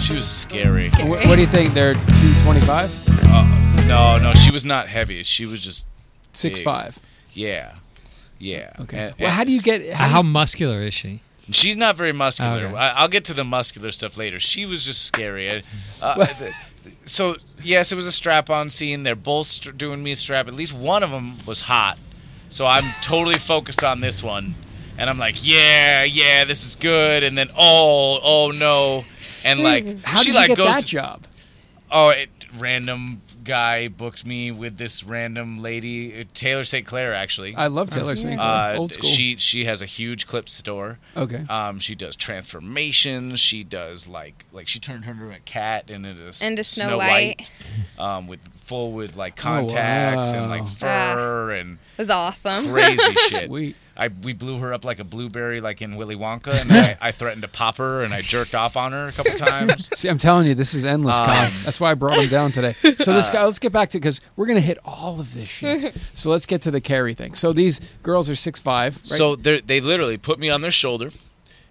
S6: She was scary.
S3: Wh- what, do you think? They're two twenty five,
S6: Uh, no, no, she was not heavy. She was just
S3: six five.
S6: yeah, yeah.
S3: Okay.
S6: And-
S3: well, how do you
S6: and-
S3: get? How,
S4: How muscular is she?
S6: She's not very muscular.
S4: Okay.
S6: I, I'll get to the muscular stuff later. She was just scary. I- Uh, th- so yes, it was a strap-on scene. They're both str doing me a strap. At least one of them was hot. So I'm totally focused on this one, and I'm like, yeah, yeah, this is good. And then oh, oh no, and like
S3: Hmm. how
S6: she
S3: did
S6: like
S3: you get
S6: goes
S3: that
S6: to-
S3: job?
S6: oh, it, random guy booked me with this random lady, uh, Taylor St. Clair actually.
S3: I love Taylor St.
S6: Uh,
S3: Old school. Oh,
S6: She she has a huge clip store.
S3: okay.
S6: Um, she does transformations. She does like like she turned her into a cat and into s-
S7: And a Snow White.
S6: um, with full with like
S4: Oh,
S6: contacts and like
S3: wow.
S7: Ah.
S6: fur and
S7: It was awesome.
S6: crazy shit.
S3: Sweet.
S6: I we blew her up like a blueberry, like in Willy Wonka, and I, I threatened to pop her and I jerked off on her a couple times.
S3: See, I'm telling you, this is endless,
S6: Um,
S3: Kyle. That's why I brought him down today. So this
S6: Uh,
S3: guy, let's get back to because we're gonna hit all of this shit. so let's get to the carry thing. So these girls are six five. Right?
S6: So they they literally put me on their shoulder,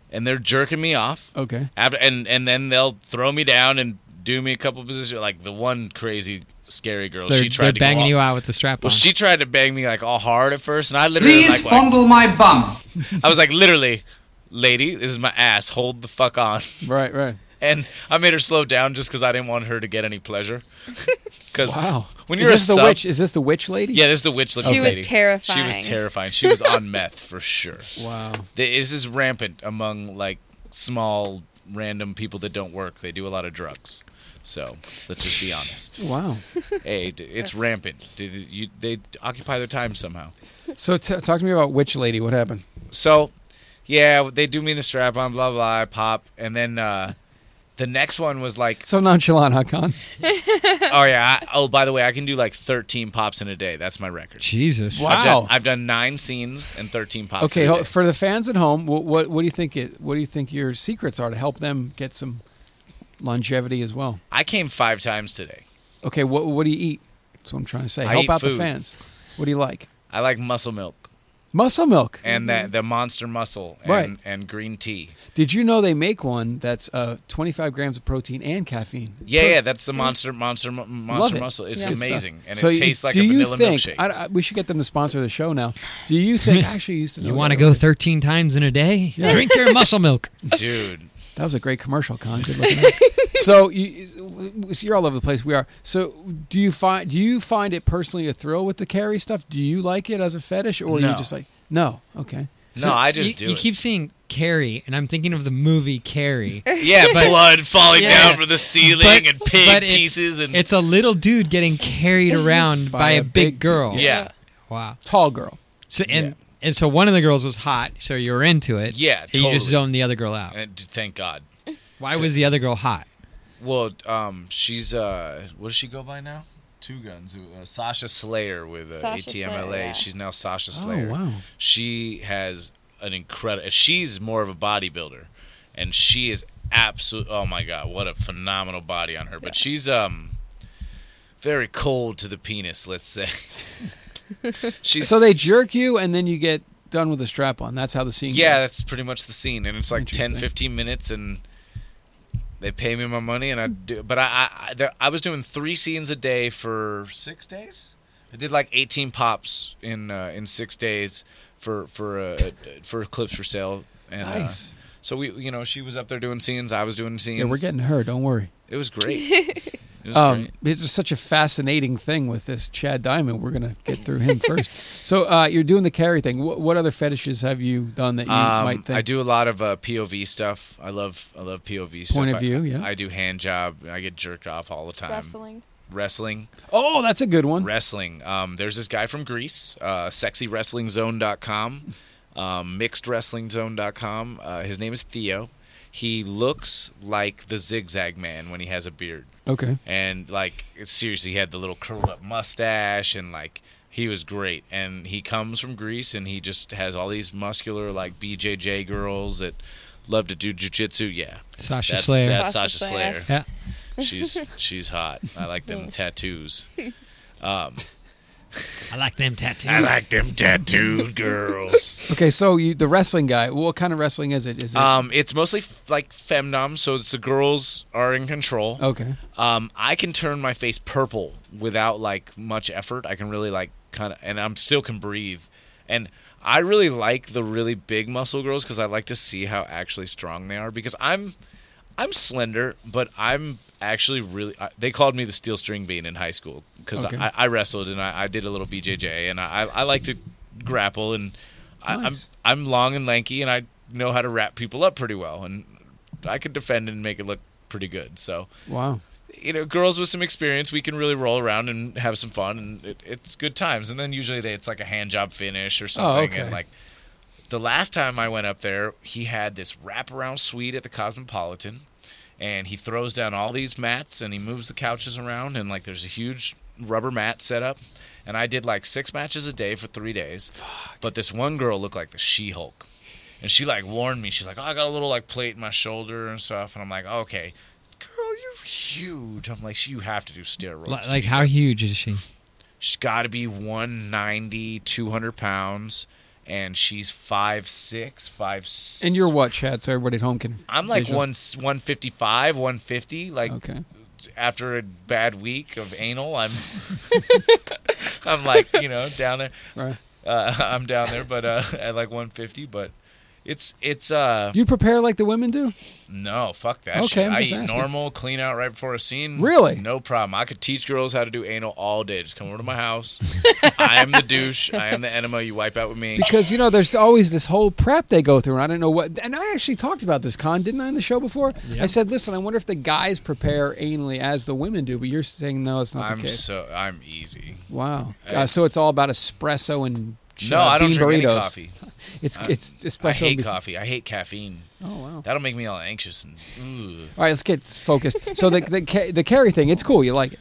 S6: and they're jerking me off.
S4: Oh.
S3: okay.
S6: After, and and then they'll throw me down and do me a couple positions. Like the one crazy scary girl,
S4: They're,
S6: she tried
S4: they're
S6: to go
S4: banging
S6: all-
S4: you out with the strap on.
S6: Well, she tried to bang me like all hard at first, and I literally like, like-
S9: my bum.
S6: I was like literally, lady, this is my ass. Hold the fuck on.
S3: Right. Right.
S6: And I made her slow down just because I didn't want her to get any pleasure. Because
S3: Wow.
S6: when
S3: is
S6: you're
S3: this
S6: a
S3: the
S6: sub-
S3: witch? Is this the witch lady?
S6: yeah, this is the witch looking
S7: She was
S6: lady. She was
S7: terrifying.
S6: terrifying. She was on meth for sure.
S3: Wow.
S6: This is rampant among like small random people that don't work. They do a lot of drugs. So let's just be honest.
S3: Wow.
S6: hey, d- it's rampant. D- you- They occupy their time somehow.
S3: So t- talk to me about witch lady. What happened?
S6: so yeah, they do me in the strap on, blah blah, I pop, and then uh the next one was like,
S3: So nonchalant, huh, Con?
S6: oh yeah, I, oh by the way, I can do like 13 pops in a day. That's my record.
S4: Jesus.
S3: Wow.
S6: I've done, I've done nine scenes and 13 pops.
S3: Okay,
S6: in a
S3: ho-
S6: day.
S3: for the fans at home, what, what what do you think it? What do you think your secrets are to help them get some longevity as well?
S6: I came five times today.
S3: Okay, what what do you eat? That's what I'm trying to say.
S6: I
S3: help
S6: eat
S3: out the
S6: food.
S3: fans. What do you like?
S6: I like muscle milk
S3: Muscle milk.
S6: and that the monster muscle and,
S3: Mm-hmm. Right.
S6: and green tea.
S3: Did you know they make one that's uh, 25 grams of protein and caffeine?
S6: Yeah, yeah, that's the monster monster Mu- monster
S3: it.
S6: muscle. It's
S3: Good stuff.
S6: amazing and
S3: So
S6: it
S3: you-
S6: tastes like
S3: do
S6: a
S3: you
S6: vanilla
S3: think,
S6: milkshake.
S3: I, I- we should get them to sponsor the show now. Do you think? actually, I used to know
S4: You want to
S3: that
S4: go
S3: already.
S4: 13 times in a day? Drink your muscle milk.
S6: Dude,
S3: That was a great commercial, Con. Good looking. out. so you, so you're all over the place. We are. So do you find do you find it personally a thrill with the carry stuff? Do you like it as a fetish, or are you
S6: No.
S3: just like no? Okay.
S6: no, I just
S4: you,
S6: do
S4: you
S6: it.
S4: keep saying Carrie, and I'm thinking of the movie Carrie.
S6: Yeah, blood falling
S4: Yeah.
S6: down from the ceiling and pig
S4: but it's-
S6: pieces and
S4: it's a little dude getting carried around by, a, big,
S3: dude.
S4: girl.
S6: yeah,
S4: Wow.
S3: Tall girl.
S4: So and and so one of the girls was hot, so you were into it.
S6: Yeah,
S4: and You just
S6: totally.
S4: zoned the other girl out.
S6: And d- thank God.
S4: Why was the other girl hot?
S6: Well, um, she's uh, what does she go by now? Two guns. Uh, Sasha Slayer with uh,
S7: Sasha
S6: ATMLA.
S7: Slayer, yeah.
S6: She's now Sasha Slayer.
S3: wow.
S6: She has an incredible. She's more of a bodybuilder, and she is absolute. Oh my God, what a phenomenal body on her. But she's um, very cold to the penis. Let's say. she's
S3: So they jerk you, and then you get done with the strap on. That's how the scene.
S6: Yeah,
S3: goes.
S6: that's pretty much the scene. And it's like 10,
S3: Interesting.
S6: 15 minutes, and They pay me my money, and I do. But I, I, I, there, I was doing three scenes a day for six days. I did like 18 pops in uh, in six days for for uh, for clips for sale. And, uh,
S3: Nice.
S6: so we, you know, she was up there doing scenes. I was doing scenes.
S3: Yeah, we're getting her. Don't worry.
S6: It was great. It was
S3: Um,
S6: great.
S3: this is such a fascinating thing with this Chad Diamond. We're gonna get through him first. So uh, you're doing the carry thing. What, what other fetishes have you done that you
S6: Um,
S3: might think?
S6: I do a lot of uh, POV stuff. I love I love POV stuff.
S3: Point of
S6: I-
S3: view, yeah.
S6: I do hand job. I get jerked off all the time.
S7: Wrestling.
S6: Wrestling.
S3: Oh, that's a good one.
S6: Wrestling. Um, there's this guy from Greece, uh, sexywrestlingzone.com, um, mixedwrestlingzone.com. Uh, his name is Theo. He looks like the Zigzag Man when he has a beard.
S3: Okay.
S6: And like it- seriously, he had the little curled up mustache, and like he was great. And he comes from Greece, and he just has all these muscular like BJJ girls that love to do jujitsu. Yeah,
S4: Sasha
S6: that's,
S4: Slayer.
S6: That's Sasha
S7: Sasha
S6: Slayer.
S7: Slayer.
S4: yeah.
S6: She's she's hot. I like them tattoos.
S4: I like them tattoos.
S6: I like them tattooed girls.
S3: Okay. So you, the wrestling guy. What kind of wrestling is it? Is it
S6: Um, it's mostly f- like femdom, so it's the girls are in control.
S3: okay?
S6: Um, I can turn my face purple without like much effort. I can really like kind of, and I'm still can breathe. And I really like the really big muscle girls because I like to see how actually strong they are. Because I'm, I'm slender, but I'm actually really. I, they called me the steel string bean in high school because
S3: Okay.
S6: I, I wrestled and I, I did a little BJJ and I, I like to grapple and I,
S3: Nice.
S6: I'm I'm long and lanky and I know how to wrap people up pretty well and I could defend and make it look pretty good. So
S3: Wow.
S6: you know, girls with some experience, we can really roll around and have some fun, and it, it's good times. And then usually they, it's like a hand job finish or something.
S3: okay.
S6: And like the last time I went up there, he had this wraparound suite at the Cosmopolitan, and he throws down all these mats and he moves the couches around, and like there's a huge rubber mat set up. And I did like six matches a day for three days. But this one girl looked like the She Hulk. And she like warned me. She's like, "Oh, I got a little like plate in my shoulder and stuff." And I'm like, "Okay, girl, you're huge." I'm like, "You have to do steroids.
S4: Li- like how huge is she?
S6: she's got to be 190, 200 pounds, and she's five six, five six.
S3: And you're what, Chad? So everybody at home can.
S6: I'm like
S3: visual-
S6: one 155, 150. Like
S3: Okay.
S6: after a bad week of anal, I'm I'm like you know down there.
S3: Right.
S6: Uh, I'm down there, but uh, at like 150, but. It's it's uh
S3: You prepare like the women do.
S6: No, fuck that.
S3: Okay,
S6: shit.
S3: I'm
S6: i
S3: just
S6: eat
S3: asking.
S6: normal, clean out right before a scene.
S3: Really?
S6: No problem. I could teach girls how to do anal all day. Just come over to my house. I am the douche. I am the enema. You wipe out with me.
S3: Because you know, there's always this whole prep they go through, and I don't know what. And I actually talked about this con, didn't I, in the show before? I said, listen, I wonder if the guys prepare anally as the women do, but you're saying no, it's not
S6: I'm
S3: the case.
S6: so I'm easy.
S3: wow. Uh, so it's all about espresso and
S6: No, I don't
S3: bean
S6: drink any
S3: burritos.
S6: coffee.
S3: It's it's
S6: I
S3: espresso. and
S6: hate
S3: bean-
S6: coffee. I hate caffeine.
S3: Oh wow.
S6: That'll make me all anxious and ooh.
S3: All right, let's get focused. So the the, ca- the carry thing, it's cool. You like it?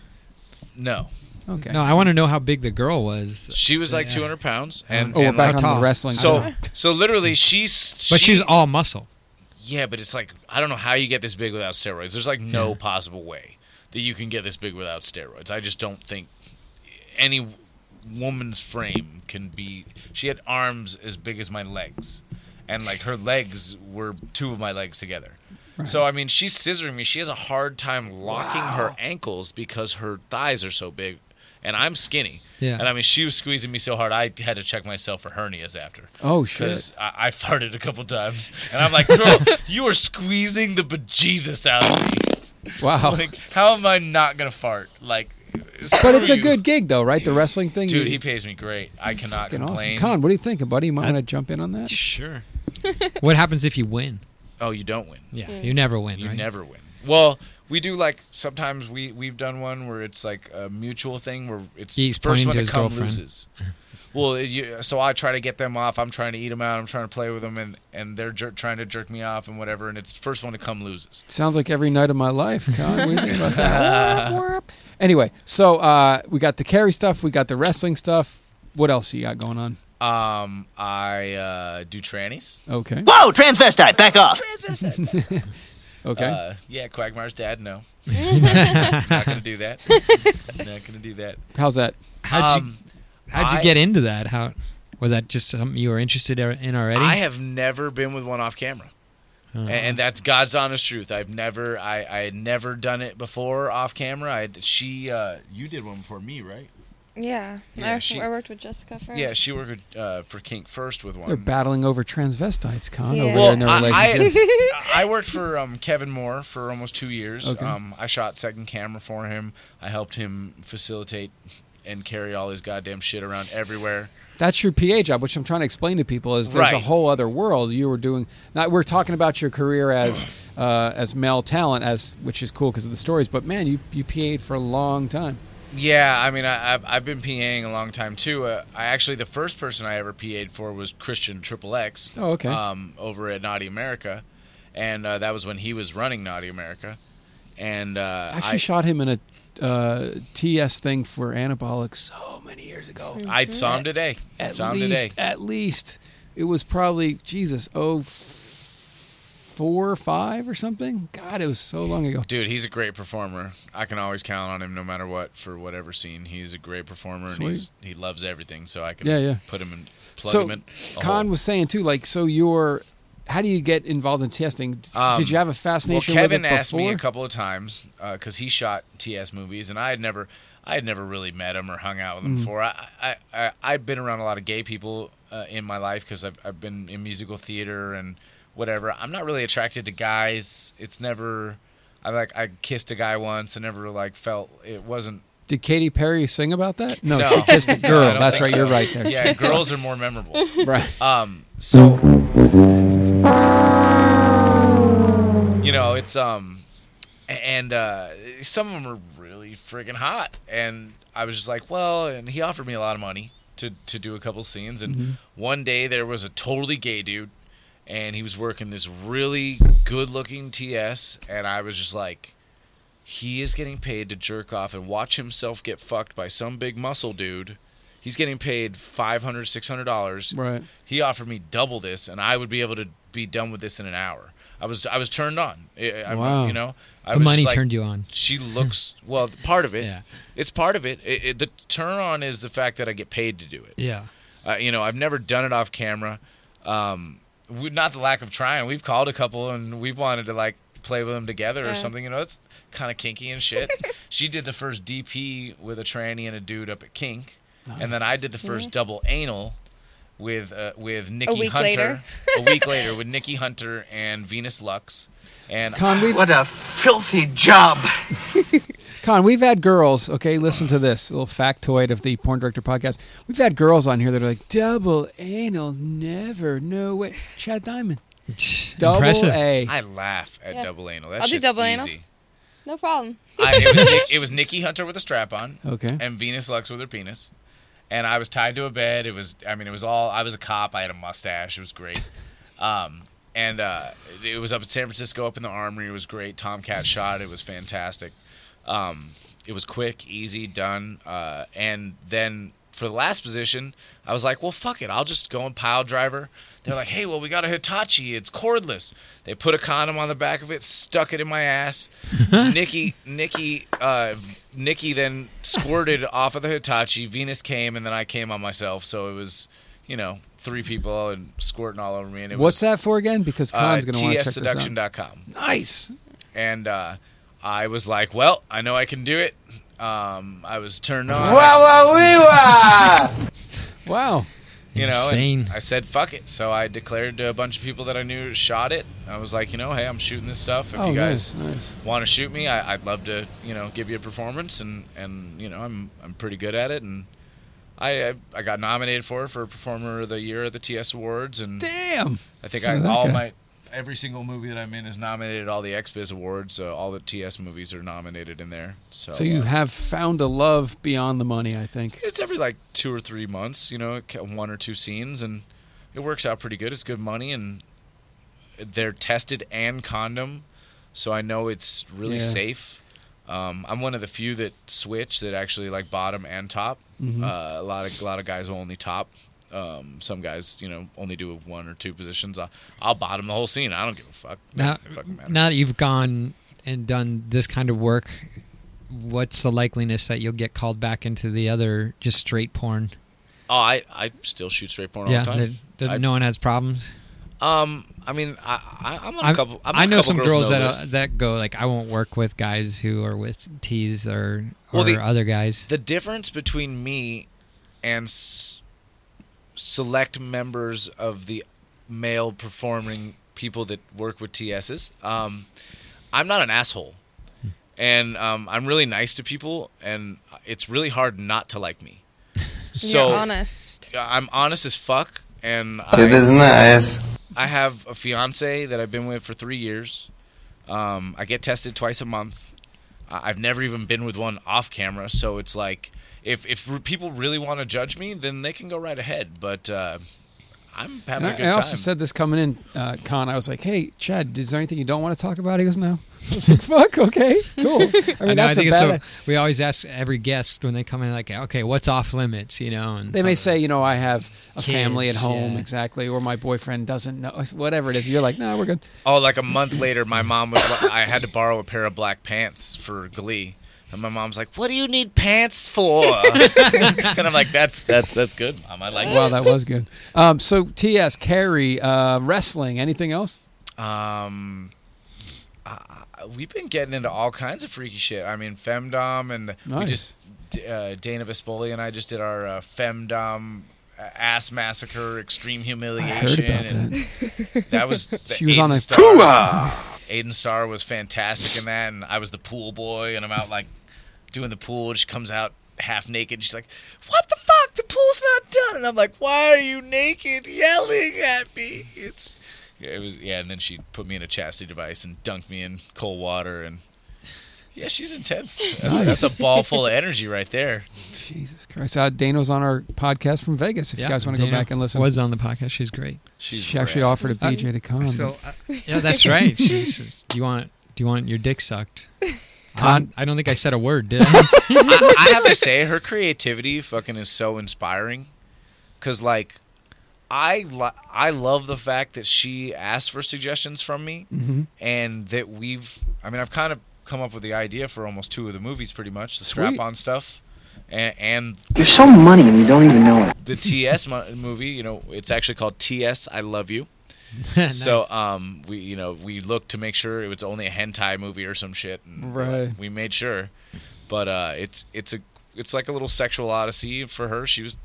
S6: No,
S3: Okay.
S4: No, I want to know how big the girl was.
S6: she was like 200 pounds, and
S3: oh, we're
S6: and,
S3: back
S6: like,
S3: on
S4: tall?
S3: the wrestling.
S6: so
S3: side.
S6: so literally she's
S4: But
S6: she-
S4: she's all muscle.
S6: Yeah, but it's like I don't know how you get this big without steroids. There's like no possible way that you can get this big without steroids. I just don't think any woman's frame can be. She had arms as big as my legs, and like her legs were two of my legs together. So I mean, she's scissoring me. She has a hard time locking her ankles because her thighs are so big, and I'm skinny.
S4: Yeah.
S6: And I mean, she was squeezing me so hard, I had to check myself for hernias after.
S3: Oh, shit.
S6: Because I, I farted a couple times, and I'm like, "Girl, you are squeezing the bejesus out of me.
S3: wow.
S6: Like, how am I not gonna fart? Like,
S3: but it's a
S6: you.
S3: good gig though, right? The wrestling thing.
S6: dude.
S3: you-
S6: He pays me great. I cannot
S3: fucking awesome.
S6: complain.
S3: Con, what do you thinking, buddy? You might want to jump in on that.
S4: Sure. what happens if you win?
S6: Oh, you don't win.
S4: Yeah, you never win,
S6: You
S4: right?
S6: never win. Well, we do like sometimes we we've done one where it's like a mutual thing where it's
S4: He's
S6: first
S4: pointing
S6: one
S4: to
S6: to
S4: his
S6: come
S4: girlfriend.
S6: loses. Well, you, so I try to get them off. I'm trying to eat them out. I'm trying to play with them, and and they're jer- trying to jerk me off and whatever. And it's first one to come loses.
S3: Sounds like every night of my life, Con. What do you think about that? Warp, warp. Anyway, so uh, we got the carry stuff, we got the wrestling stuff. What else you got going on?
S6: Um, I uh, do trannies.
S3: Okay.
S8: Whoa, transvestite, back off.
S3: Okay.
S6: Uh, yeah, Quagmire's dad. No, not gonna do that. not gonna do that.
S3: How's that?
S4: How'd you,
S6: Um,
S4: how'd you
S6: I-
S4: get into that? How was that just something you were interested in already?
S6: I have never been with one off camera. And, and that's God's honest truth. I've never, I, I had never done it before off camera. I, she, uh, you did one before me, right?
S7: Yeah.
S6: Yeah,
S7: I,
S6: she-
S7: I worked with Jessica first.
S6: Yeah, she worked with, uh, for Kink first with one.
S3: They're battling over transvestites, Con,
S7: Yeah.
S3: over there
S6: um, well,
S3: in their
S6: I,
S3: relationship.
S6: I, I worked for um, Kevin Moore for almost two years.
S3: Okay.
S6: Um, I shot second camera for him. I helped him facilitate and carry all his goddamn shit around everywhere.
S3: That's your PA job, which I'm trying to explain to people is there's a
S6: Right.
S3: whole other world you were doing. Now we're talking about your career as uh, as male talent, as which is cool because of the stories. But man, you you PA'd for a long time.
S6: Yeah, I mean, I, I've, I've been PAing a long time too. Uh, I actually the first person I ever PA'd for was Christian Triple X.
S3: Oh, okay.
S6: Um, over at Naughty America, and uh, that was when he was running Naughty America, and uh,
S3: I actually
S6: I,
S3: shot him in a uh, TS thing for anabolic so many years ago.
S6: I saw him today.
S3: At
S6: saw him
S3: least,
S6: today.
S3: at least it was probably Jesus oh f- four or five or something. God, it was so long ago.
S6: Dude, he's a great performer. I can always count on him no matter what for whatever scene. He's a great performer
S3: Sweet.
S6: and he's he loves everything, so I can
S3: Yeah, yeah.
S6: put him in plug him in. a
S3: Khan
S6: hole.
S3: was saying too, like, so you're, how do you get involved in testing? D-
S6: Um,
S3: Did you have a
S6: Well,
S3: fascination
S6: Kevin
S3: with it
S6: asked
S3: before?
S6: me a couple of times because he shot TS movies, and I had never, I had never really met him or hung out
S3: Mm.
S6: with him before. I, I, I, I'd been around a lot of gay people uh, in my life because I've, I've been in musical theater and whatever. I'm not really attracted to guys. It's never, I like, I kissed a guy once. I never like felt it wasn't.
S3: Did Katy Perry sing about that? No,
S6: No.
S3: she kissed a
S6: No, I
S3: girl.
S6: don't
S3: That's right.
S6: think so.
S3: You're right there.
S6: Yeah, girls are more memorable.
S3: Right.
S6: Um, so you know, it's um, a- and uh, some of them are really friggin' hot, and I was just like, well, and he offered me a lot of money to to do a couple scenes, and one day there was a totally gay dude, and he was working this really good looking TS, and I was just like. He is getting paid to jerk off and watch himself get fucked by some big muscle dude. He's getting paid $500, $600
S3: Right.
S6: he offered me double this and I would be able to be done with this in an hour. I was I was turned on. I- I,
S3: Wow.
S6: You know, I
S4: The
S6: was
S4: money
S6: just like,
S4: turned you on.
S6: She looks well. Part of it,
S4: Yeah.
S6: it's part of it. It- it- The turn on is the fact that I get paid to do it.
S4: Yeah.
S6: Uh, you know, I've never done it off camera. Um, we, not the lack of trying. We've called a couple and we've wanted to like play with them together
S7: Yeah.
S6: or something. You know, it's kind of kinky and shit. she did the first DP with a tranny and a dude up at Kink, and then I did the first double anal with uh, with Nikki
S7: week
S6: Hunter.
S7: later.
S6: a week later with Nikki Hunter and Venus Lux. And
S3: Con, we've,
S9: What a filthy job.
S3: Con, we've had girls. Okay, listen to this little factoid of the Porn Director podcast. We've had girls on here that are like double anal, never, no way. Chad Diamond, double
S4: Impressive.
S3: A.
S6: I laugh at
S7: Yeah.
S6: double anal. That
S7: I'll do
S6: shit's
S7: double
S6: easy.
S7: anal. No problem.
S6: I, it, was Nick, it was Nikki Hunter with a strap on.
S3: Okay.
S6: And Venus Lux with her penis. And I was tied to a bed. It was, I mean, it was all, I was a cop. I had a mustache. It was great. Um, and uh, it was up in San Francisco, up in the armory. It was great. Tomcat shot. It was fantastic. Um, it was quick, easy, done. Uh, and then for the last position, I was like, well, fuck it. I'll just go and pile driver. They're like, hey, well, we got a Hitachi. It's cordless. They put a condom on the back of it, stuck it in my ass. Nikki, Nikki, uh, Nikki then squirted off of the Hitachi. Venus came, and then I came on myself. So it was, you know, three people and squirting all over me. And it
S3: What's
S6: was,
S3: that for again? Because
S6: Uh,
S3: Con's going to want to check this out.
S6: tseduction.com
S3: Nice.
S6: and uh, I was like, "Well, I know I can do it." Um, I was turned on,
S9: Wah wah wee wah!
S3: Wow.
S6: you know. and
S4: Insane.
S6: I said, "Fuck it!" So I declared to a bunch of people that I knew shot it. I was like, "You know, hey, I'm shooting this stuff. If
S3: oh,
S6: you guys
S3: nice, nice.
S6: want to shoot me, I, I'd love to, you know, give you a performance." And and you know, I'm I'm pretty good at it, and I I, I got nominated for it for Performer of the Year at the TS Awards, and
S3: Damn.
S6: I think
S3: Son
S6: I,
S3: of that
S6: all
S3: guy.
S6: my every single movie that I'm in is nominated at all the XBiz Awards. So all the TS movies are nominated in there. So,
S3: So you
S6: uh,
S3: have found a love beyond the money, I think.
S6: it's every like two or three months, you know, ca- one or two scenes, and it works out pretty good. It's good money, and they're tested and condom, so I know it's really
S3: Yeah.
S6: safe. Um, I'm one of the few that switch that actually like bottom and top.
S4: Mm-hmm.
S6: Uh, a lot of a lot of guys will only top. Um, some guys, you know, only do one or two positions. I'll, I'll bottom the whole scene. I don't give a fuck.
S4: Now,
S6: Doesn't fucking matter.
S4: now that you've gone and done this kind of work, what's the likeliness that you'll get called back into the other just straight porn?
S6: oh, I, I still shoot straight porn all
S4: yeah,
S6: the time.
S4: that- that
S6: I-
S4: no one has problems.
S6: Um, I mean, I, I, I'm on a
S4: I'm-
S6: couple. I'm on
S4: I
S6: a
S4: know
S6: couple
S4: some girls, that
S6: noticed.
S4: uh, that go like, I won't work with guys who are with T's or or
S6: Well, the-
S4: other guys.
S6: the difference between me and s- select members of the male performing people that work with TSs, um, I'm not an asshole, and um, I'm really nice to people, and it's really hard not to like me. So
S7: You're honest.
S6: I'm honest as fuck, and
S9: It
S6: I-
S9: is nice.
S6: I have a fiance that I've been with for three years. Um, I get tested twice a month. I- I've never even been with one off camera, so it's like if if r- people really want to judge me, then they can go right ahead. But uh, I'm
S3: And
S6: having a
S3: I,
S6: good
S3: I
S6: time.
S3: also said this coming in, uh, Con. I was like, "Hey, Chad, is there anything you don't want to talk about?" He goes, "No." I was like, "Fuck, okay, cool." I mean,
S4: I know, I
S3: that's a
S4: think it's
S3: bad.
S4: so. We always ask every guest when they come in, like, okay, what's off limits, you know? And
S3: They may
S4: some-
S3: say, you know, I have a family at
S4: Kids,
S3: home,
S4: yeah.
S3: exactly, or my boyfriend doesn't know, whatever it is. You're like, no, we're good.
S6: Oh, like a month later, my mom was. like- I had to borrow a pair of black pants for Glee, and my mom's like, "What do you need pants for?" and I'm like, "That's that's that's good, mom. I like
S3: Wow, that was good. Um, so, T.S., Carrie, uh, wrestling, anything else?
S6: Um, uh, we've been getting into all kinds of freaky shit. I mean, femdom and we
S3: Nice.
S6: just D- uh, Dana Vespoli and I just did our uh, femdom uh, ass massacre, extreme humiliation.
S3: about
S6: and that. was the
S3: She was on
S6: Aiden
S3: a-
S6: Starr. Aiden Starr was fantastic in that, and I was the pool boy, and I'm out like doing the pool. And she comes out half naked. and she's like, "What the fuck? The pool's not done." And I'm like, "Why are you naked, yelling at me?" It's yeah, it was yeah. And then she put me in a chastity device and dunked me in cold water, and yeah, she's intense. That's, that's a ball full of energy right there.
S3: Jesus Christ. Uh, Dano's on our podcast from Vegas, if
S4: Yeah,
S3: you guys want to go
S4: Dana
S3: back and listen.
S4: Was on the podcast. She's great.
S6: She's
S3: she actually
S6: rad.
S3: offered a BJ to come.
S4: So, uh, yeah, that's right. She says, do you want do you want your dick sucked? I
S3: Con-
S4: don't, I don't think I said a word, did I?
S6: I, I have to say, her creativity fucking is so inspiring. Cause like, I lo- I love the fact that she asked for suggestions from me, and that we've. I mean, I've kind of come up with the idea for almost two of the movies, pretty much the
S3: Sweet.
S6: strap on stuff, and, and
S9: You're so money and you don't even know it.
S6: the TS mo- movie. You know, it's actually called TS. I love you. So um, we you know we looked to make sure it was only a hentai movie or some shit. And uh,
S3: Right.
S6: We made sure, but uh, it's it's a it's like a little sexual odyssey for her. She was,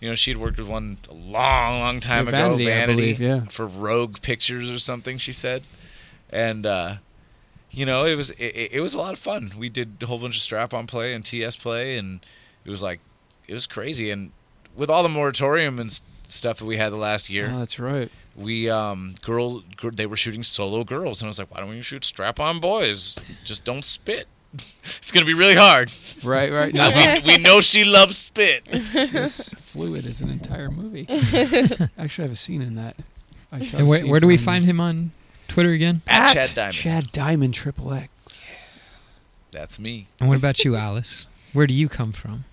S6: you know, she had worked with one a long long time
S3: Yeah,
S6: ago,
S3: Vanity, I believe, yeah.
S6: for Rogue Pictures or something. She said, and uh, you know it was it- it, it was a lot of fun. We did a whole bunch of strap on play and TS play, and it was like it was crazy. And with all the moratorium and s- stuff that we had the last year
S3: oh, that's right.
S6: we um girl, gir- they were shooting solo girls and i was like why don't you shoot strap on boys just don't spit it's gonna be really hard
S3: Right, right. No,
S6: we, we know she loves spit
S3: this fluid is an entire movie. Actually, I have a scene in that. I shall
S4: and where,
S3: see
S4: where do
S3: if
S4: we
S3: I'm-
S4: find him on Twitter again?
S3: At
S6: chad diamond
S3: Chad Diamond Triple X.
S6: that's me
S4: And what about you, Alice? Where do you come from?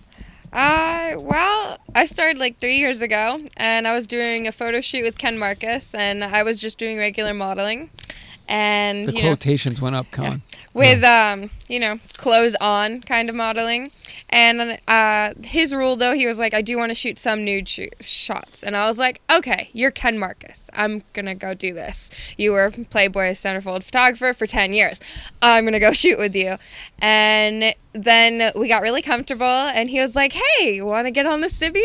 S7: Uh, well, I started like three years ago, and I was doing a photo shoot with Ken Marcus, and I was just doing regular modeling, and
S3: The
S7: you know,
S3: quotations went up, Con.
S7: with um, you know, clothes on kind of modeling. And uh, his rule though, he was like, I do want to shoot some nude sh- shots, and I was like, okay, you're Ken Marcus, I'm gonna go do this. You were Playboy's centerfold photographer for ten years, I'm gonna go shoot with you. And then we got really comfortable, and he was like, hey, you want to get on the Sibian?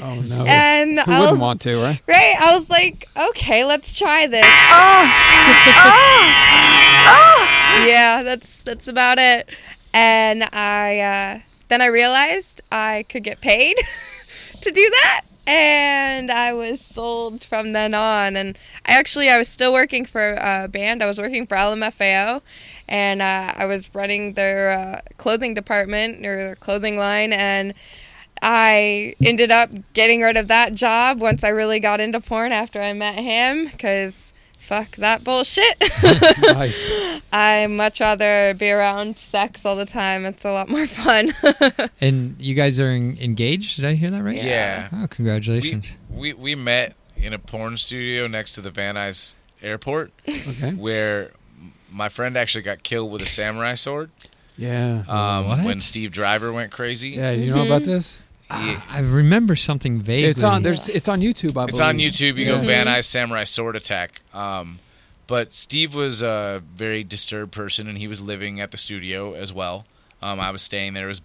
S3: Oh, no.
S7: And
S3: Who
S7: I
S3: wouldn't
S7: was-
S3: want to, right?
S7: Right? I was like, okay, let's try this. yeah, that's that's about it. And I uh, then I realized I could get paid to do that, and I was sold from then on. And I actually I was still working for a band. I was working for LMFAO, and uh, I was running their uh, clothing department or their clothing line, and. I ended up getting rid of that job once I really got into porn after I met him because fuck that bullshit.
S3: Nice.
S7: I much rather be around sex all the time. It's a lot more fun.
S4: And you guys are en- engaged? Did I hear that right?
S6: Yeah.
S4: Oh,
S6: we,
S4: congratulations.
S6: we we met in a porn studio next to the van nuys airport
S3: Okay.
S6: where my friend actually got killed with a samurai sword
S3: Yeah.
S6: um,
S4: What?
S6: when steve driver went crazy
S3: yeah, you know about this?
S6: He-
S4: Ah, I remember something vaguely.
S3: It's on. There's. It's on YouTube. I believe
S6: it's on YouTube. You go
S3: Yeah. Mm-hmm.
S6: Van Eye Samurai Sword Attack. Um, but Steve was a very disturbed person, and he was living at the studio as well. Um, I was staying there. It was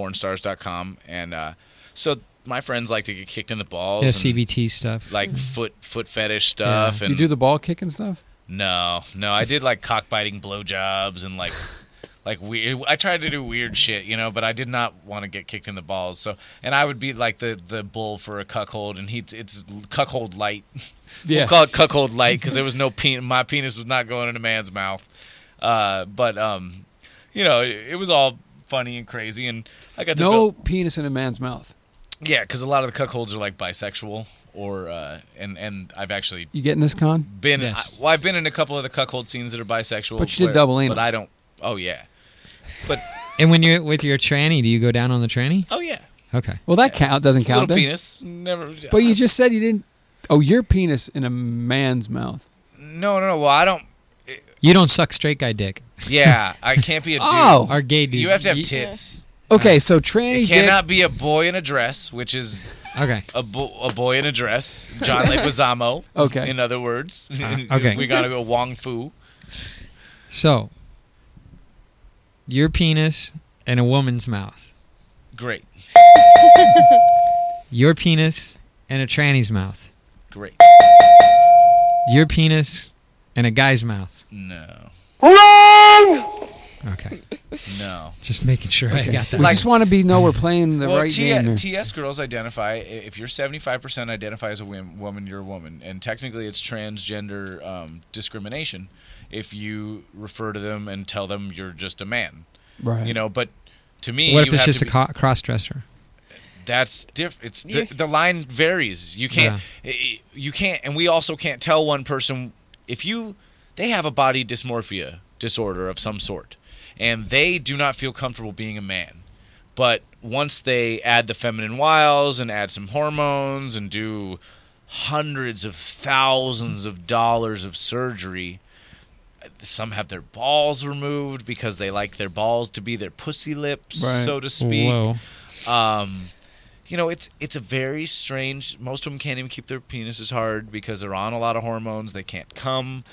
S6: ballbustingpornstars.com, and uh, so my friends like to get kicked in the balls,
S4: yeah,
S6: and,
S4: CVT stuff.
S6: like foot foot fetish stuff, and
S3: Mm-hmm. You do the ball kick and stuff.
S6: no, no, I did like cockbiting blowjobs and like like weird. I tried to do weird shit, you know, but I did not want to get kicked in the balls. So, and I would be like the the bull for a cuckold, and he it's cuckold light.
S3: Yeah.
S6: we'll call it cuckold light because there was no penis. My penis was not going in a man's mouth. Uh, but um, you know, it, it was all funny and crazy, and I got to
S3: No
S6: go-
S3: penis in a man's mouth.
S6: yeah, because a lot of the cuckolds are like bisexual or uh, and and I've actually
S3: You getting this con?
S6: been
S4: Yes.
S6: I, well i've been in a couple of the cuckold scenes that are bisexual
S3: But you did double anal.
S6: but i don't oh yeah but
S4: And when you're with your tranny, do you go down on the tranny?
S6: oh yeah
S4: Okay.
S3: Well, that count doesn't
S6: little
S3: count. Then.
S6: penis never
S3: But you just said you didn't. Oh, your penis in a man's mouth.
S6: no no no well i don't
S4: You don't suck straight guy dick.
S6: yeah i can't be a dude
S3: Oh.
S4: Or gay dude.
S6: you have to have tits
S3: Okay, so tranny
S6: it
S3: dick.
S6: cannot be a boy in a dress which is
S4: Okay.
S6: a, bo- a boy in a dress john leguizamo
S3: Okay. Ah,
S6: in other words
S4: okay.
S6: we gotta go wong fu
S4: So, your penis in a woman's mouth.
S6: great
S4: Your penis in a tranny's mouth.
S6: great
S4: Your penis in a guy's mouth.
S6: no
S4: Okay.
S6: no
S4: Just making sure I got that.
S3: We just want to be know we're playing the right
S6: T-
S3: game. here.
S6: TS girls identify if you're 75% identify as a wom- woman, you're a woman, and technically it's transgender um, discrimination if you refer to them and tell them you're just a man.
S3: right.
S6: You know, but to me,
S4: What if
S6: you
S4: it's
S6: have
S4: just
S6: to
S4: a
S6: be-
S4: co- cross dresser?
S6: that's different. It's the, the line varies. You can't. i- You can't, and we also can't tell one person if you they have a body dysmorphia disorder of some sort, and they do not feel comfortable being a man. But once they add the feminine wiles and add some hormones and do hundreds of thousands of dollars of surgery, some have their balls removed because they like their balls to be their pussy lips,
S3: Right.
S6: so to speak
S4: Whoa.
S6: um, you know, it's it's a very strange. Most of them can't even keep their penises hard because they're on a lot of hormones. They can't come.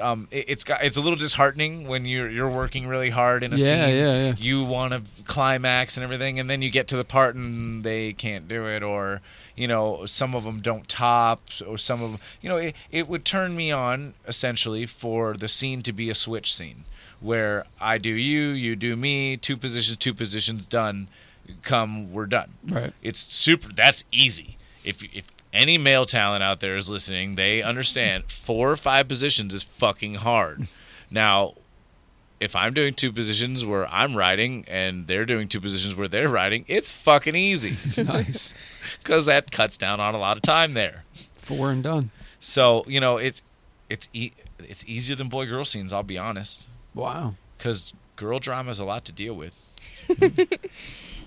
S6: Um, it, it's got it's a little disheartening when you're you're working really hard in a
S3: Yeah,
S6: scene.
S3: yeah, yeah.
S6: You want to climax and everything, and then you get to the part and they can't do it, or you know, some of them don't top, or some of them, you know, it, it would turn me on essentially for the scene to be a switch scene where I do you, you do me, two positions, two positions done. Come, we're done.
S3: Right.
S6: It's super. That's easy. If if any male talent out there is listening, they understand four or five positions is fucking hard. Now, if I'm doing two positions where I'm riding and they're doing two positions where they're riding, it's fucking easy
S3: nice.
S6: because that cuts down on a lot of time there.
S3: Four and done.
S6: So you know it's it's e- it's easier than boy girl scenes. I'll be honest,
S3: Wow.
S6: because girl drama is a lot to deal with.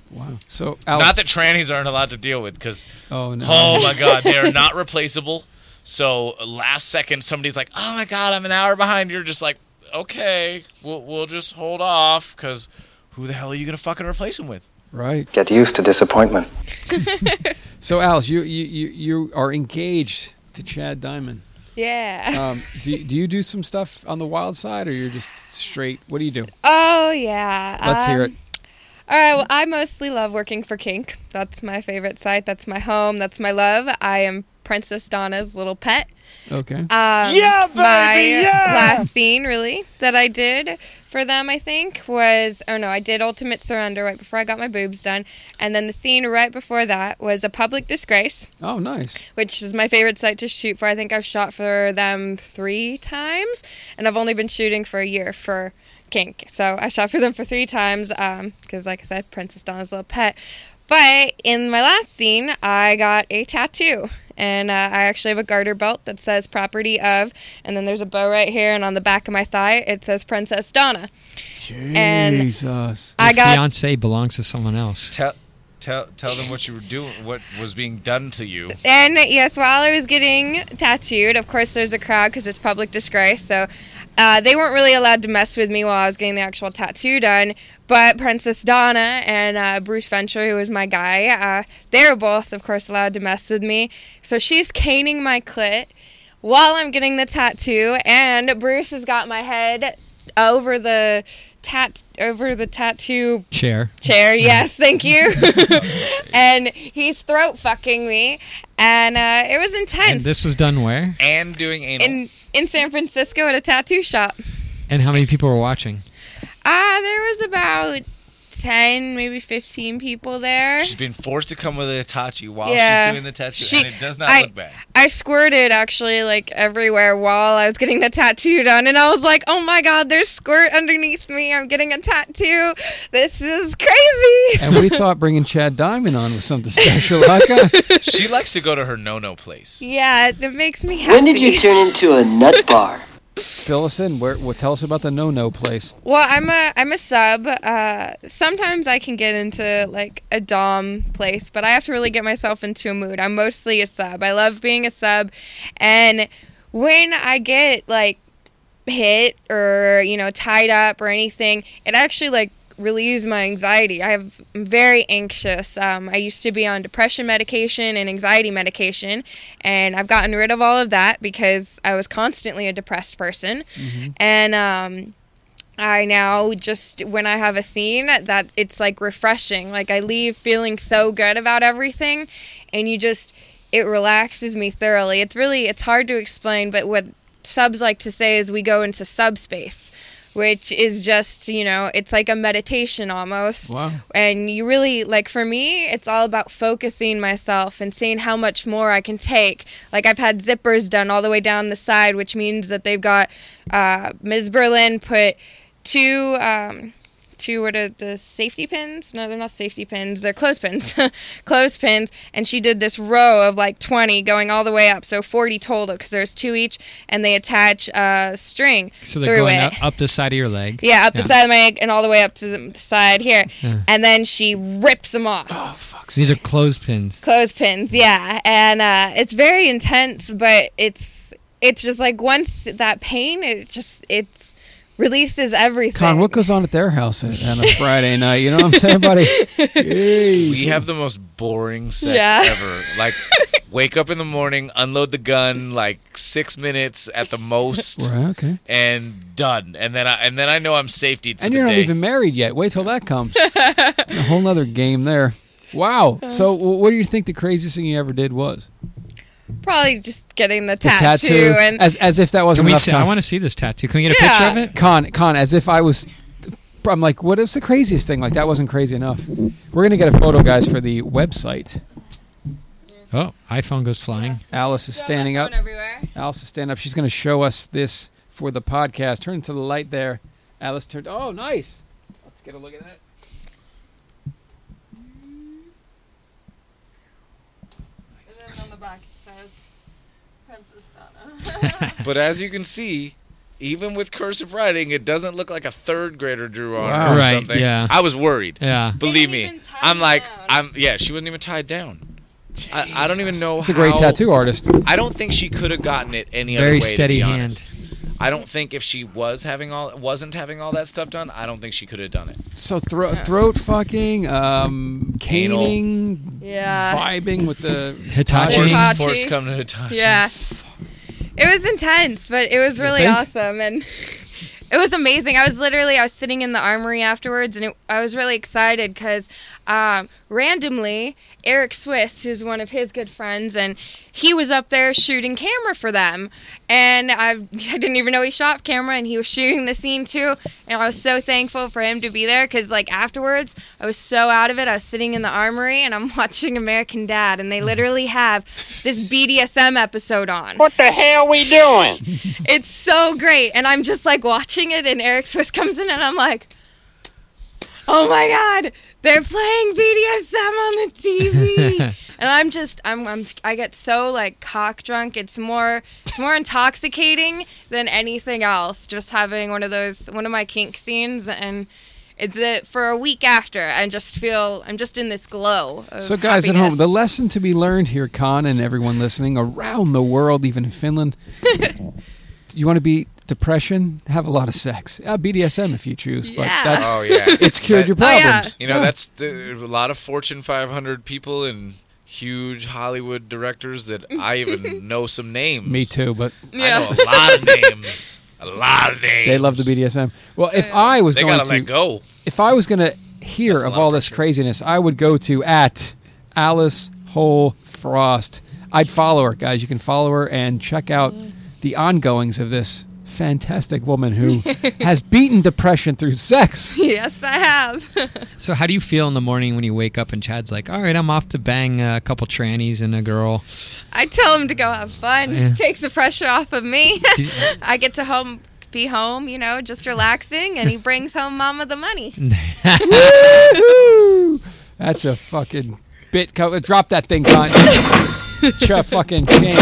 S3: Wow. So Alice,
S6: Not that trannies aren't a lot to deal with, because
S3: Oh no.
S6: Oh my god, they are not replaceable. So last second, somebody's like, "Oh my god, I'm an hour behind." You're just like, "Okay, we'll we'll just hold off because who the hell are you gonna fucking replace him with?"
S3: Right.
S9: Get used to disappointment.
S3: So Alice, you you you, you are engaged to Chad Diamond.
S7: Yeah.
S3: Um, do do you do some stuff on the wild side, or you're just straight? What do you do?
S7: oh yeah.
S3: Let's hear it.
S7: Um, All right. Well, I mostly love working for Kink. That's my favorite site. That's my home. That's my love. I am Princess Donna's little pet.
S3: Okay.
S7: Um, yeah, baby, my last scene, really, that I did for them, I think, was oh no, I did Ultimate Surrender right before I got my boobs done, and then the scene right before that was a public disgrace
S3: oh, nice.
S7: which is my favorite site to shoot for. I think I've shot for them three times, and I've only been shooting for a year for Kink. So I shot for them for three times because, like I said, Princess Donna's little pet. But in my last scene, I got a tattoo. And uh, I actually have a garter belt that says property of, and then there's a bow right here, and on the back of my thigh, it says Princess Donna. And-
S3: Jesus.
S7: I got
S4: Fiance belongs to someone else.
S6: Tell tell tell them what you were doing, what was being done to you.
S7: And yes, while I was getting tattooed, of course, there's a crowd because it's public disgrace. So Uh, they weren't really allowed to mess with me while I was getting the actual tattoo done, but Princess Donna and uh, Bruce Venture, who was my guy, uh, they were both, of course, allowed to mess with me. So she's caning my clit while I'm getting the tattoo, and Bruce has got my head over the tat over the tattoo
S4: Chair.
S7: chair. Yes, thank you. and he's throat fucking me, and uh, it was intense.
S4: And this was done where?
S6: and doing anal.
S7: in in San Francisco at a tattoo shop.
S4: And how many people were watching?
S7: Ah, there was about ten, maybe fifteen people there.
S6: she's been forced to come with a Itachi while
S7: Yeah.
S6: she's doing the tattoo,
S7: She-
S6: and it does not
S7: I-
S6: look bad.
S7: I squirted actually like everywhere while I was getting the tattoo done, and I was like, "Oh my god, there's squirt underneath me! I'm getting a tattoo. This is crazy."
S3: And we thought bringing Chad Diamond on was something special. Like, uh,
S6: She likes to go to her no-no place.
S7: yeah, it, it makes me happy.
S9: When did you turn into a nut bar?
S3: fill us in. Where, well, tell us about the no no place.
S7: Well, I'm a I'm a sub. Uh, sometimes I can get into like a dom place, but I have to really get myself into a mood. I'm mostly a sub. I love being a sub, and when I get like hit or you know tied up or anything, it actually like relieves my anxiety. I have, I'm very anxious. Um, I used to be on depression medication and anxiety medication, and I've gotten rid of all of that because I was constantly a depressed person, and um. I now just when I have a scene that it's like refreshing. Like I leave feeling so good about everything and you just it relaxes me thoroughly. It's really it's hard to explain, but what subs like to say is we go into subspace, which is just, you know, it's like a meditation almost.
S3: Wow.
S7: And you really like for me, it's all about focusing myself and seeing how much more I can take. Like I've had zippers done all the way down the side, which means that they've got uh, Ms. Berlin put two um, two what are the safety pins? No, they're not safety pins. They're clothespins, clothespins. And she did this row of like twenty going all the way up, so forty total because there's two each, and they attach uh, string
S4: So they're
S7: through
S4: going
S7: it.
S4: up, up the side of your leg.
S7: Yeah, up the side of my neck and all the way up to the side here. And then she rips them off.
S4: These are clothespins.
S7: Clothespins, yeah. And uh, it's very intense, but it's it's just like once that pain, it just it's releases everything.
S3: Con, what goes on at their house on on a Friday night? You know what I'm saying, buddy? Jeez.
S6: We have the most boring sex
S7: Yeah.
S6: ever. Like, wake up in the morning, unload the gun, like six minutes at the most,
S3: Right, okay.
S6: and done. And then I and then I know I'm safety. For
S3: And
S6: the
S3: you're not
S6: day.
S3: even married yet. Wait till that comes. a whole nother game there. Wow.
S6: Uh.
S3: So, wh- what do you think the craziest thing you ever did was?
S7: Probably just getting the
S3: The
S7: tattoo, and
S3: as as if that
S4: Can
S3: wasn't
S4: we
S3: enough.
S4: see,
S3: Con.
S4: I want to see this tattoo. Can we get a
S7: Yeah.
S4: picture of it?
S3: Con, Con, as if I was. I'm like, what is the craziest thing? Like that wasn't crazy enough. We're gonna get a photo, guys, for the website.
S4: Oh, iPhone goes flying.
S3: Alice is standing up.
S7: everywhere.
S3: Alice is standing up. She's gonna show us this for the podcast. Turn to the light there. Alice turned. Oh, nice. Let's get a look at that.
S7: And then on the back it says Princess Donna.
S6: But as you can see, even with cursive writing, it doesn't look like a third grader drew on
S3: Wow.
S6: her or
S4: Right,
S6: something.
S4: yeah.
S6: I was worried.
S4: Yeah.
S6: Believe
S7: They didn't
S6: me,
S7: even tie
S6: I'm
S7: it
S6: like,
S7: down.
S6: I'm yeah. She wasn't even tied down. I, I don't even know.
S3: It's a great
S6: how-
S3: tattoo artist.
S6: I don't think she could have gotten it any other way.
S4: Very
S6: to
S4: steady
S6: be
S4: hand.
S6: honest. I don't think if she was having all wasn't having all that stuff done, I don't think she could have done it.
S3: So thro- throat fucking, um,
S6: Anal.
S3: caning,
S7: Yeah.
S3: vibing with the
S4: Hitachi. Actually-
S6: Forced,
S7: Uh, Hitachi.
S6: forced come to Hitachi.
S7: Yeah. It was intense, but it was really
S4: think?
S7: awesome and it was amazing. I was literally I was sitting in the armory afterwards and it, I was really excited cuz um, randomly Eric Swiss, who's one of his good friends and he was up there shooting camera for them and I, I didn't even know he shot camera and he was shooting the scene too and I was so thankful for him to be there cuz like afterwards I was so out of it. I was sitting in the armory and I'm watching American Dad and they literally have this BDSM episode on. It's so great. And I'm just like watching it, and Eric Swiss comes in, and I'm like, oh my God, they're playing BDSM on the TV. and I'm just, I'm, I'm, I get so like cock drunk. It's more, it's more intoxicating than anything else. Just having one of those, one of my kink scenes. And it's the, for a week after, I just feel, I'm just in this glow. Of
S3: So, guys at
S7: happiness.
S3: home, the lesson to be learned here, Con, and everyone listening around the world, even in Finland, you want to be depression, have a lot of sex. Uh, BDSM if you choose, but
S7: Yeah.
S3: that's
S6: Oh yeah.
S3: it's cured your
S6: That-
S7: Oh, yeah.
S3: problems.
S6: You know,
S3: Yeah.
S6: that's the, a lot of Fortune 500 people and huge Hollywood directors that I even know some names.
S3: me too, but
S6: I know a lot of names. A lot of names.
S3: they love the BDSM. Well, if I was
S6: They
S3: going
S6: gotta
S3: to
S6: let go.
S3: if I was going to hear
S6: That's a
S3: of
S6: lot
S3: all
S6: of
S3: this
S6: pressure.
S3: craziness, I would go to at Alice Hole Frost. I'd follow her, guys. You can follow her and check out the ongoings of this fantastic woman who has beaten depression through sex.
S7: yes, I have.
S4: So how do you feel in the morning when you wake up and Chad's like, "All right, I'm off to bang a couple trannies and a girl."
S7: I tell him to go have fun.
S4: Yeah.
S7: Takes the pressure off of me.
S4: Did-
S7: I get to home, be home, you know, just relaxing, and he brings home Mama the money.
S3: Woo! That's a fucking bit. Co- drop that thing, Con. Ch- fucking chain.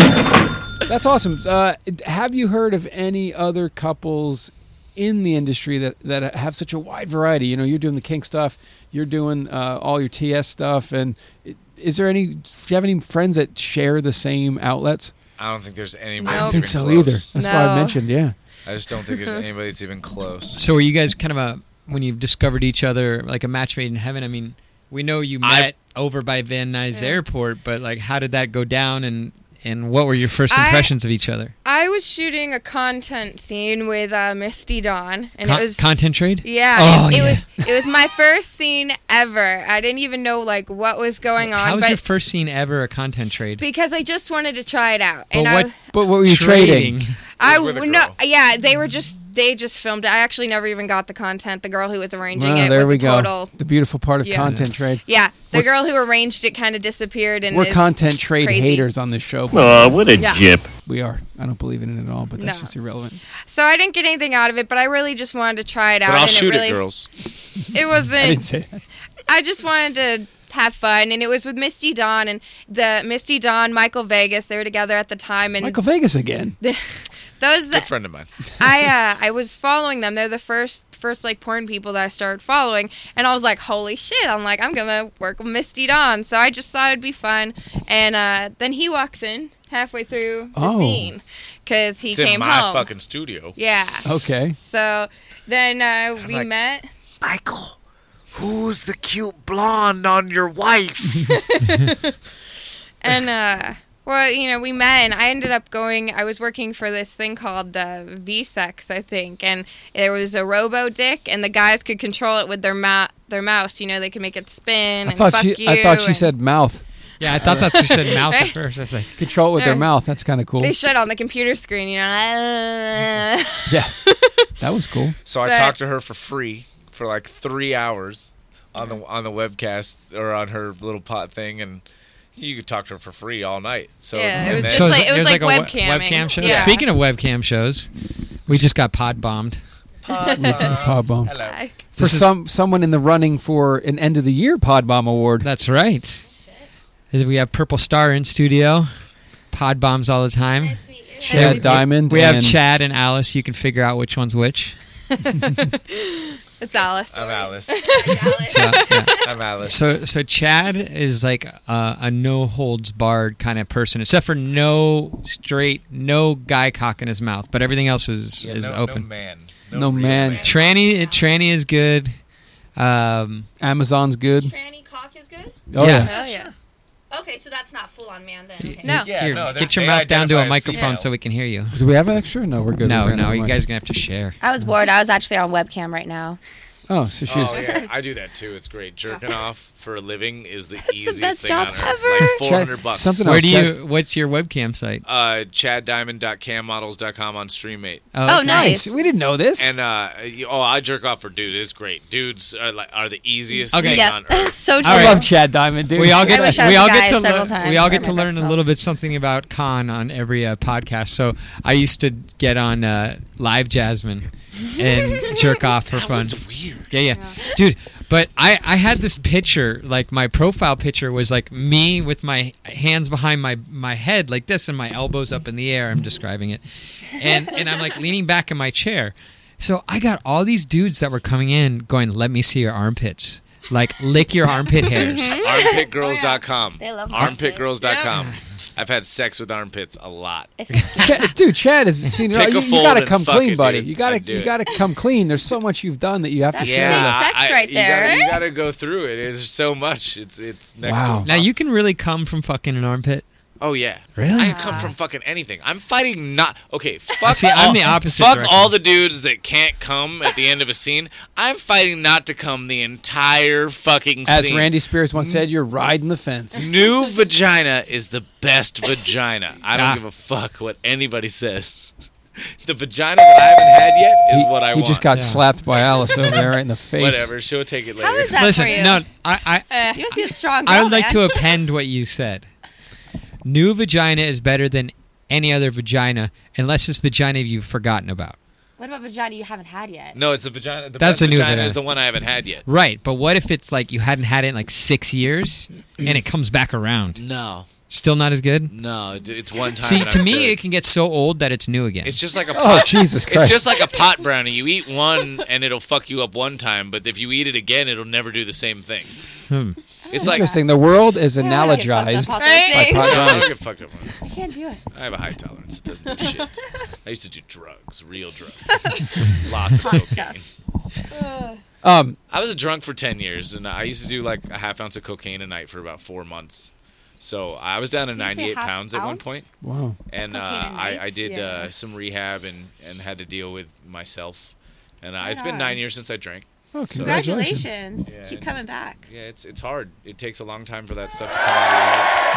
S3: That's awesome. Uh, have you heard of any other couples in the industry that, that have such a wide variety? You know, you're doing the kink stuff, you're doing uh, all your TS stuff, and i- is there any? Do you have any friends that share the same outlets?
S6: I don't think there's anybody.
S3: I
S7: No.
S3: don't
S6: that's
S3: think
S6: even
S3: so
S6: close.
S3: either. That's why I
S7: No.
S3: mentioned, yeah.
S6: I just don't think there's anybody that's even close.
S4: So are you guys kind of a when you've discovered each other like a match made in heaven? I mean, we know you
S6: I-
S4: met over by Van Nuys
S7: Yeah.
S4: Airport, but like, how did that go down? And and what were your first
S7: I-
S4: impressions of each other?
S7: I was shooting a content scene with uh, Misty Dawn, and
S4: Con-
S7: it was
S4: content trade?
S7: yeah,
S4: Oh,
S7: it, it
S4: yeah.
S7: was it was my first scene ever. I didn't even know like what was going on,
S4: How was
S7: but
S4: your first scene ever a content trade?
S7: because I just wanted to try it out,
S4: But
S7: and
S4: what?
S7: I
S3: But what were you trading?
S7: I
S6: With a
S7: no,
S6: girl.
S7: yeah, they were just they just filmed. it. I actually never even got the content. The girl who was arranging
S3: Wow,
S7: it
S3: there
S7: was
S3: we
S7: a
S3: go.
S7: total.
S3: The beautiful part of
S7: Yeah.
S3: content trade.
S7: Yeah, the
S3: We're-
S7: girl who arranged it kind of disappeared, and
S3: We're
S7: is-
S3: content trade
S7: crazy.
S3: haters on this show. but
S8: Oh, what a
S7: Yeah.
S8: jip.
S3: We are. I don't believe in it at all, but that's
S7: No.
S3: just irrelevant.
S7: So I didn't get anything out of it, but I really just wanted to try it out.
S6: But I'll
S7: and
S6: shoot
S7: it really,
S6: it, girls.
S7: It wasn't.
S3: I didn't say that.
S7: I just wanted to have fun, and it was with Misty Dawn and the Misty Dawn, Michael Vegas. They were together at the time, and
S3: Michael Vegas again.
S7: those
S6: Good friend of mine.
S7: I uh, I was following them. They're the first first like porn people that I started following, and I was like, holy shit! I'm like, I'm gonna work with Misty Dawn. So I just thought it'd be fun, and uh, then he walks in halfway through the
S3: Oh.
S7: scene because he
S6: It's
S7: came
S6: in my
S7: home.
S6: fucking studio.
S7: yeah.
S3: Okay.
S7: So then uh, we
S6: like-
S7: met.
S10: Michael, who's the cute blonde on your wife?
S7: and uh well you know we met and i ended up going i was working for this thing called uh, v-sex i think and there was a robo dick and the guys could control it with their mouth their mouse you know they could make it spin
S3: I
S7: and
S3: thought
S7: fuck
S3: she.
S7: you
S3: I thought she
S7: and-
S3: said mouth.
S4: Yeah, I thought that's what you said mouth at first. I was like,
S3: Control it with their
S7: Uh,
S3: mouth. That's kind of cool.
S7: they shut on the computer screen you know
S3: Yeah. that was cool.
S6: So I
S7: But-
S6: talked to her for free for like three hours on the on the webcast or on her little pot thing, and you could talk to her for free all night. So
S7: Yeah, it was
S6: and
S7: just
S6: then-
S7: like- it was
S4: there's
S7: like
S4: a we-
S7: webcamming.
S4: webcam show.
S7: Yeah.
S4: Speaking of webcam shows, we just got pod bombed.
S3: Pod bomb.
S6: Hello.
S7: I-
S3: For some someone in the running for an end of the year pod bomb award.
S4: That's right. We have Purple Star in studio. Pod bombs all the time.
S3: They had Diamond.
S4: We have
S3: and-
S4: Chad and Alice. You can figure out which one's which.
S7: it's alice
S6: I'm Alice.
S4: So, yeah.
S6: I'm Alice.
S4: so, so Chad is like a, a no holds barred kind of person, except for no straight, no guy cock in his mouth, but everything else is
S6: Yeah,
S4: is
S6: no,
S4: open.
S6: No man.
S3: No
S6: real
S3: man.
S4: Tranny, tranny is good. Um,
S3: Amazon's good.
S11: Tranny cock is good?
S3: Oh
S4: Yeah.
S3: yeah.
S7: oh yeah
S11: Okay, so that's not full on man then.
S7: no
S6: Yeah,
S4: here,
S6: no, they're-
S4: get your
S6: they
S4: mouth down to
S6: identify
S4: a
S6: as
S4: microphone
S6: female.
S4: so we can hear you.
S3: Do we have an extra? No, we're good.
S4: No,
S3: We ran
S4: no,
S3: out of
S4: you
S3: mics.
S4: guys are gonna have to share.
S11: I was bored. I was actually on webcam right now.
S3: Oh, so she was.
S6: Oh yeah, I do that too. It's great. Jerking off for a living is the easiest
S7: best
S6: thing
S7: job
S6: on earth.
S7: ever.
S6: Like
S7: Chad,
S6: 400 bucks.
S3: something
S4: Where
S3: else.
S4: do
S3: Chad-
S4: you? What's your webcam site?
S6: Uh, ChadDiamond.cammodels.com on StreamMate.
S7: oh
S4: okay.
S7: nice
S3: We didn't know this.
S6: And uh, you- oh, I jerk off for dude. It's great. Dudes are like are the easiest
S4: Okay.
S6: thing
S11: Yeah,
S6: on earth.
S11: so true.
S4: All
S3: I
S4: right.
S3: love Chad Diamond, dude.
S4: we all
S11: I
S4: get
S11: wish I
S4: we
S11: was
S4: all
S11: a
S4: get
S11: guy
S4: to
S11: several
S4: learn
S11: times
S4: we all get
S11: by
S4: to learn a
S11: myself.
S4: little bit something about Khan on every uh, podcast. So I used to get on uh, live Jasmine and jerk off for fun.
S6: weird.
S4: Yeah, yeah, dude. But I I had this picture like my profile picture was like me with my hands behind my my head like this and my elbows up in the air. I'm describing it, and and I'm like leaning back in my chair. So I got all these dudes that were coming in going, "Let me see your armpits." Like lick your armpit hairs.
S6: Armpitgirls.com.
S11: They love that.
S6: Armpitgirls.com. I've had sex with armpits a lot.
S3: Chad, dude, Chad has seen it. all.
S6: Pick a
S3: Oh, You, you
S6: fold
S3: gotta
S6: and
S3: come
S6: fuck
S3: clean,
S6: it,
S3: buddy.
S6: dude.
S3: You gotta
S6: I'd do
S3: you
S6: it.
S3: gotta come clean. There's so much you've done that you have to show us.
S6: I-
S11: sex right
S6: you gotta-
S11: there.
S6: You gotta go through it. There's so much. It's it's next to
S4: wow.
S6: impossible.
S4: Now you can really come from fucking an armpit.
S6: Oh yeah.
S4: Really?
S6: I can come from fucking anything. I'm fighting not okay, fuck
S4: See, I'm
S6: all,
S4: the opposite
S6: Fuck
S4: direction.
S6: all the dudes that can't come at the end of a scene. I'm fighting not to come the entire fucking
S3: As
S6: scene.
S3: Randy Spears once said, you're riding the fence.
S6: New vagina is the best vagina. I don't
S3: Ah.
S6: give a fuck what anybody says. The vagina that I haven't had yet is what I
S3: he
S6: want.
S3: just got slapped by Alice over there right in the face.
S6: Whatever, she'll take it later.
S11: How is that
S4: Listen,
S11: for you?
S4: no, I, I,
S11: you must be a strong.
S4: I
S11: girl,
S4: would like to
S11: man.
S4: append what you said. New vagina is better than any other vagina, unless it's vagina you've forgotten about.
S11: What about vagina you haven't had yet?
S6: No, it's the vagina. The
S4: That's a
S6: best
S4: new
S6: vagina,
S4: vagina.
S6: is the one I haven't had yet.
S4: Right, but what if it's like you hadn't had it in like six years, and it comes back around?
S6: No,
S4: Still not as good.
S6: no, d- it's one time.
S4: See,
S6: and
S4: to
S6: I'm
S4: me,
S6: good.
S4: it can get so old that it's new again.
S6: It's just like a
S3: Oh,
S6: pot.
S3: Jesus Christ.
S6: It's just like a pot brownie. You eat one and it'll fuck you up one time, but if you eat it again, it'll never do the same thing.
S4: Hmm.
S6: It's like
S3: Interesting. the world is
S11: Yeah, I don't get fucked up off
S3: analogized.
S7: Right?
S11: those
S6: No,
S11: things.
S6: I don't
S3: Podcast.
S6: get fucked up on it.
S11: I can't do it.
S6: I have a high tolerance. It doesn't do shit. I used to do drugs, real drugs, lots of cocaine.
S3: Um,
S6: I was a drunk for ten years, and I used to do like a half ounce of cocaine a night for about four months. So I was down to
S11: Did you say
S6: ninety eight
S11: half
S6: pounds at one
S11: ounce?
S6: point,
S3: wow.
S6: and uh,
S11: Cocaine a
S6: I,
S11: night?
S6: I did
S11: Yeah.
S6: uh, some rehab and and had to deal with myself. And uh, it's been
S11: on.
S6: nine years since I drank.
S3: Oh, congratulations.
S11: Congratulations.
S6: Yeah,
S11: Keep
S6: I
S11: coming back.
S6: Yeah, it's it's hard. It takes a long time for that stuff to come out.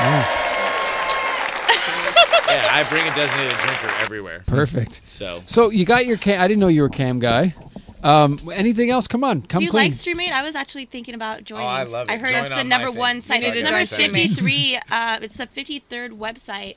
S3: Nice.
S6: of your head. Yeah, I bring a designated drinker everywhere.
S3: Perfect.
S6: So
S3: So you got your cam. I didn't know you were cam guy. Um, anything else? Come on, come
S11: Do you
S3: clean.
S11: like streaming? I was actually thinking about joining.
S6: Oh, I love it.
S11: I heard
S6: Join
S11: it's
S6: on
S11: the
S6: my
S11: number
S6: thing.
S11: one site.
S6: You need
S11: It's
S6: to
S11: number
S6: join streaming.
S11: fifty-three. Uh, it's the fifty-third website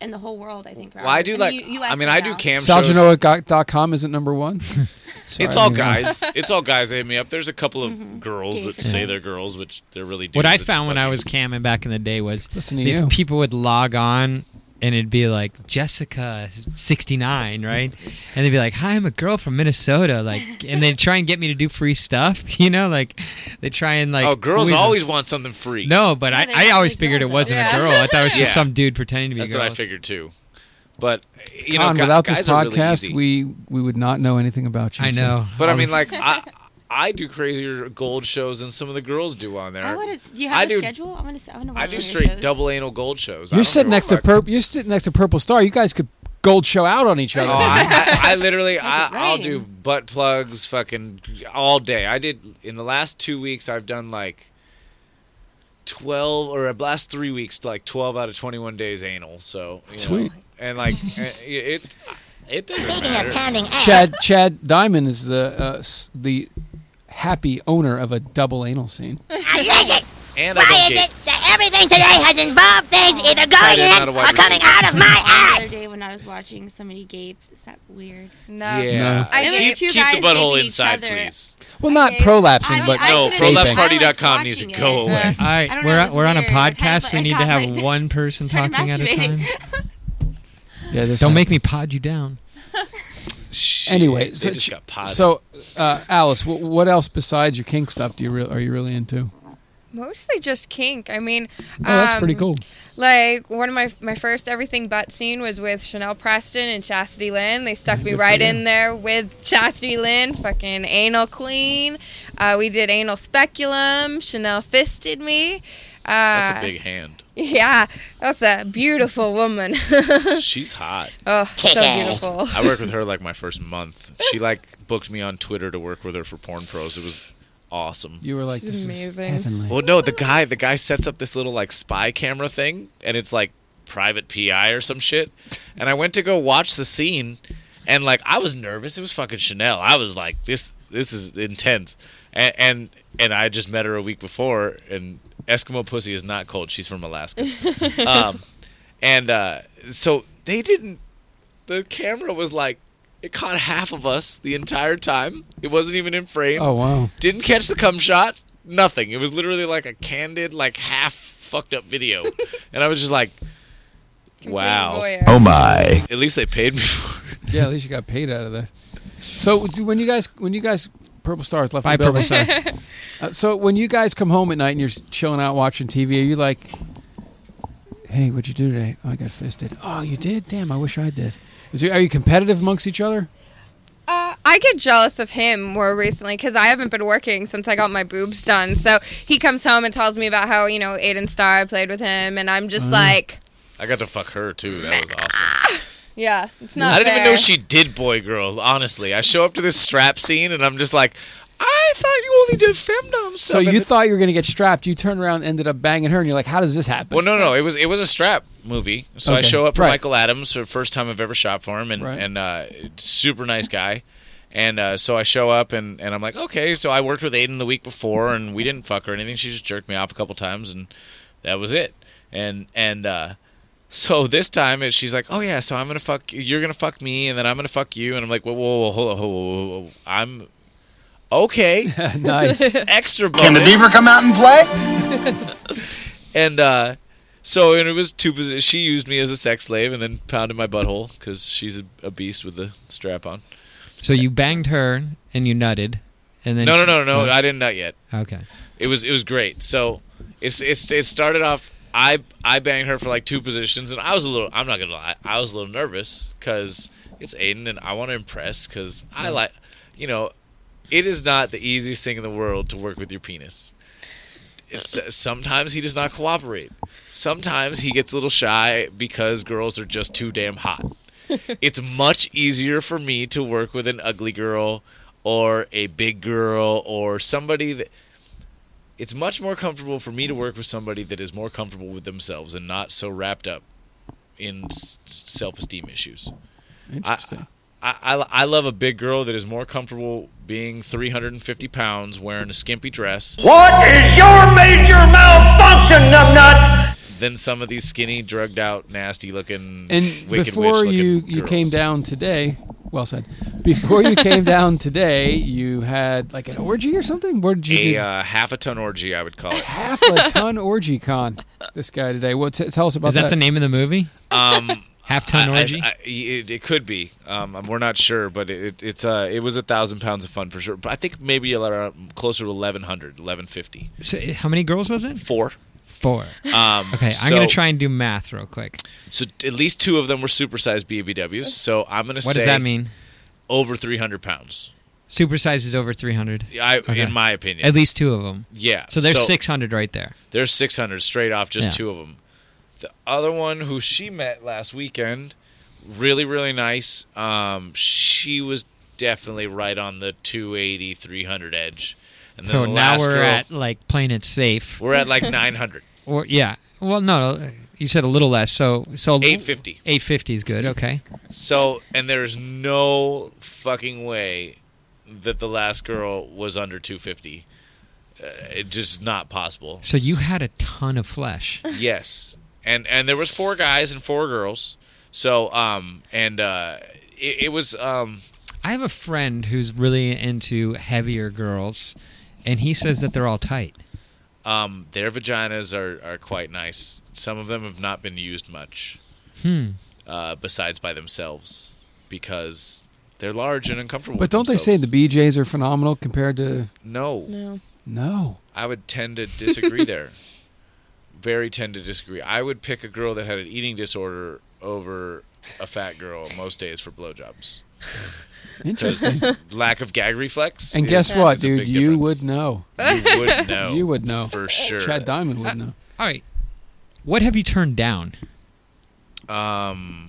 S11: in the whole world. I think.
S6: Well, I do
S11: mean,
S6: like.
S11: U-
S6: I
S11: US
S6: mean, I
S11: right
S6: do
S11: now.
S6: cam shows.
S3: Salgenoa.com isn't number one. Sorry,
S6: It's all
S3: I didn't know.
S6: guys. It's all guys that hit me up. There's a couple of girls
S11: Mm-hmm. Gay
S6: that
S11: for
S6: say they're girls, which they're really. Dudes.
S4: What I
S6: It's
S4: found when
S6: funny.
S4: I was camming back in the day was
S3: Listen to
S4: these
S3: you.
S4: people would log on and it'd be like Jessica 69, right? And they'd be like, "Hi, I'm a girl from Minnesota." Like and they'd try and get me to do free stuff, you know, like they try and like
S6: oh, girls
S4: weasel-
S6: always want something free.
S4: No, but
S11: Yeah,
S4: I,
S11: they
S4: I
S11: want
S4: always
S11: big
S4: figured it
S11: girls out
S4: wasn't a
S11: there.
S4: girl. I thought it was just
S6: Yeah.
S4: some dude pretending to be
S6: that's
S4: a girl.
S6: what I figured too. But you
S3: Con,
S6: know, gu-
S3: without
S6: guys
S3: this
S6: are really
S3: podcast,
S6: easy.
S3: we we would not know anything about you.
S4: I
S3: so-
S4: know.
S6: But I mean,
S4: was-
S6: like I, I do crazier gold shows than some of the girls do on there.
S11: I want to. Oh, Do you
S6: I
S11: have a
S6: do-
S11: schedule? I want to. I want to.
S6: I do straight double anal gold shows. I
S3: You're
S6: don't
S3: sitting
S6: give a
S3: next to
S6: fuck.
S3: purple. You're sitting next to Purple Star. You guys could gold show out on each other.
S6: Oh, I, I, I literally, I,
S11: That's
S6: I'll
S11: great.
S6: do butt plugs, fucking all day. I did in the last two weeks. I've done like twelve, or the last three weeks, like twelve out of twenty-one days anal. So you know.
S3: Sweet.
S6: and like it, it, it doesn't matter.
S3: Chad Chad Diamond is the uh, s- the happy owner of a double anal scene.
S6: And I don't get
S12: everything today has involved things either
S6: tied in, not a wide receiver.
S12: out of my
S6: ah!
S11: The other day when I was watching somebody gape, is that weird?
S7: No.
S6: Yeah,
S7: I
S11: It was
S6: keep,
S11: two
S6: keep the
S11: guys
S6: butthole
S11: gaping each
S6: inside,
S11: other.
S6: please.
S3: Well, not
S11: Okay.
S3: prolapsing,
S11: I-
S3: but
S11: I
S6: No,
S11: couldn't
S3: gaping.
S11: even- I liked
S6: prolapsepparty.com needs to
S11: watching
S6: go
S11: it.
S6: away.
S4: all right,
S11: I don't know,
S4: we're
S11: it
S4: on-
S11: was
S4: we're on a
S11: weird. I kinda
S4: podcast. we
S11: like-
S4: need to
S11: I
S4: have
S11: like-
S4: one person
S11: started
S4: talking at a time.
S11: masturbating.
S3: yeah, this
S4: Don't
S3: happened.
S4: make me pod you down.
S6: Shit,
S3: Anyway,
S6: they
S3: so,
S6: just
S3: sh-
S6: got potted.
S3: so uh, Alice, wh- what else besides your kink stuff do you re- are you really into?
S7: Mostly just kink. I mean, oh,
S3: Oh, that's
S11: Um,
S3: pretty cool.
S7: Like one of my my first everything butt scene was with Chanel Preston and Chastity Lynn. They stuck me
S3: Good for
S7: right
S3: you.
S7: in there with Chastity Lynn, fucking anal queen. Uh, we did anal speculum. Chanel fisted me. Uh,
S6: that's a big hand.
S7: yeah, that's a beautiful woman.
S6: She's hot.
S7: oh, so beautiful.
S6: I worked with her like my first month. She like booked me on Twitter to work with her for Porn Pros. It was awesome.
S3: You were like, this
S7: She's amazing.
S3: is heavenly.
S6: Well, no, the guy the guy sets up this little like spy camera thing, and it's like private PI or some shit. And I went to go watch the scene, and like I was nervous. It was fucking Chanel. I was like, this this is intense. And and, and I just met her a week before, and Eskimo pussy is not cold. She's from Alaska. um, and uh, so they didn't. The camera was like. It caught half of us the entire time. It wasn't even in frame.
S3: Oh wow,
S6: Didn't catch the cum shot. Nothing. It was literally like a candid, like half fucked up video, and I was just like, "Wow."
S7: Complete
S3: Oh,
S7: voyeur.
S6: my! At least they paid me. For it.
S3: yeah. At least you got paid out of that. So do- when you guys when you guys Purple Stars left
S4: Bye,
S3: the building,
S4: Purple Star.
S3: Uh, so when you guys come home at night and you're s- chilling out watching TV, are you like, Hey, what'd you do today? Oh, I got fisted. Oh, you did? Damn, I wish I did. Is there, are you competitive amongst each other?
S7: Uh, I get jealous of him more recently because I haven't been working since I got my boobs done. So he comes home and tells me about how, you know, Aiden Starr played with him. And I'm just
S6: Mm.
S7: like,
S6: I got to fuck her too. That was awesome.
S7: yeah, it's not
S6: I didn't even know
S7: fair.
S6: she did boy girl. Honestly, I show up to this strap scene and I'm just like, I thought you only did femdom
S3: So
S6: stuff.
S3: you thought you were going to get strapped. You turned around, and ended up banging her, and you're like, "How does this happen?"
S6: Well, no, no, it was it was a strap movie. So I
S3: Okay,
S6: show up for
S3: right.
S6: Michael Adams for the first time I've ever shot for him, and
S3: Right.
S6: and uh, super nice guy. And uh, so I show up, and, and I'm like, okay. So I worked with Aiden the week before, and we didn't fuck or anything. She just jerked me off a couple times, and that was it. And and uh, so this time, it, she's like, oh yeah, so I'm gonna fuck you're gonna fuck me, and then I'm gonna fuck you, and I'm like, whoa, whoa, whoa, hold on, whoa, whoa, whoa, whoa. I'm okay,
S3: Nice.
S6: extra bonus.
S8: Can the beaver come out and play?
S6: And uh, so, and it was two positions. She used me as a sex slave and then pounded my butthole because she's a, a beast with the strap on.
S4: So you banged her and you nutted, and then
S6: No, no,
S4: she-
S6: no, no, I didn't nut yet.
S4: Okay.
S6: It was it was great. So it's it's it started off. I I banged her for like two positions, and I was a little. I'm not gonna lie. I was a little nervous because it's Aiden, and I want to impress because I like, you know, it is not the easiest thing in the world to work with your penis. It's, uh, sometimes he does not cooperate. Sometimes he gets a little shy because girls are just too damn hot. it's much easier for me to work with an ugly girl or a big girl or somebody that it's much more comfortable for me to work with somebody that is more comfortable with themselves and not so wrapped up in s- self-esteem issues.
S3: Interesting.
S6: I, I, I love a big girl that is more comfortable being 350 pounds, wearing a skimpy dress,
S5: What is your major malfunction, numbnuts?
S6: than some of these skinny, drugged out, nasty looking,
S3: And
S6: wicked
S3: before
S6: witch
S3: you you came down today, well said. Before you came down today, you had like an orgy or something. Where did you
S6: a
S3: do?
S6: uh, half a ton orgy, I would call it.
S3: half a ton orgy con. This guy today. What? T- tell us about
S4: Is that, the name of the movie?
S6: Um,
S4: Half ton
S6: I- I-
S4: orgy.
S6: I- it, it could be. Um, we're not sure, but it, it's uh, it was a thousand pounds of fun for sure. But I think maybe a lot uh, closer to 1100, 1150.
S4: so, how many girls was it?
S6: Four.
S4: Four.
S6: Um,
S4: okay, I'm
S6: so-
S4: gonna try and do math real quick.
S6: So at least two of them were supersized BBWs. So I'm gonna say
S4: What does that mean?
S6: Over 300 pounds.
S4: Supersize is over 300.
S6: I- in my opinion.
S4: At least two of them.
S6: Yeah,
S4: So there's
S6: so-
S4: 600 right there.
S6: There's 600 straight off, just
S4: Yeah.
S6: two of them. The other one who she met last weekend, really, really nice. Um, she was definitely right on the 280, 300 edge. And then
S4: So
S6: the
S4: now
S6: last
S4: we're
S6: girl,
S4: at like playing it safe.
S6: we're at like 900.
S4: Or yeah. Well, no, no, you said a little less. So so
S6: 850.
S4: 850 is good. Okay.
S6: So, and there's no fucking way that the last girl was under 250. Uh, it's just not possible.
S4: So you had a ton of flesh.
S6: yes and and there was four guys and four girls so um and uh it, it was um
S4: I have a friend who's really into heavier girls, and he says that they're all tight.
S6: um their vaginas are are quite nice some of them have not been used much
S4: Hmm.
S6: uh besides by themselves because they're large and uncomfortable
S3: But don't they say the BJ's are phenomenal compared to?
S6: no no
S3: No.
S6: i would tend to disagree there very tend to disagree i would pick a girl that had an eating disorder over a fat girl most days for blowjobs because
S3: Interesting.
S6: lack of gag reflex
S3: And
S6: is-
S3: guess what,
S6: is a
S3: dude?
S6: big
S3: You
S6: difference.
S3: would know.
S6: You would know.
S3: You would know
S6: for sure.
S3: Chad Diamond would know.
S4: All right. What have you turned down?
S6: Um,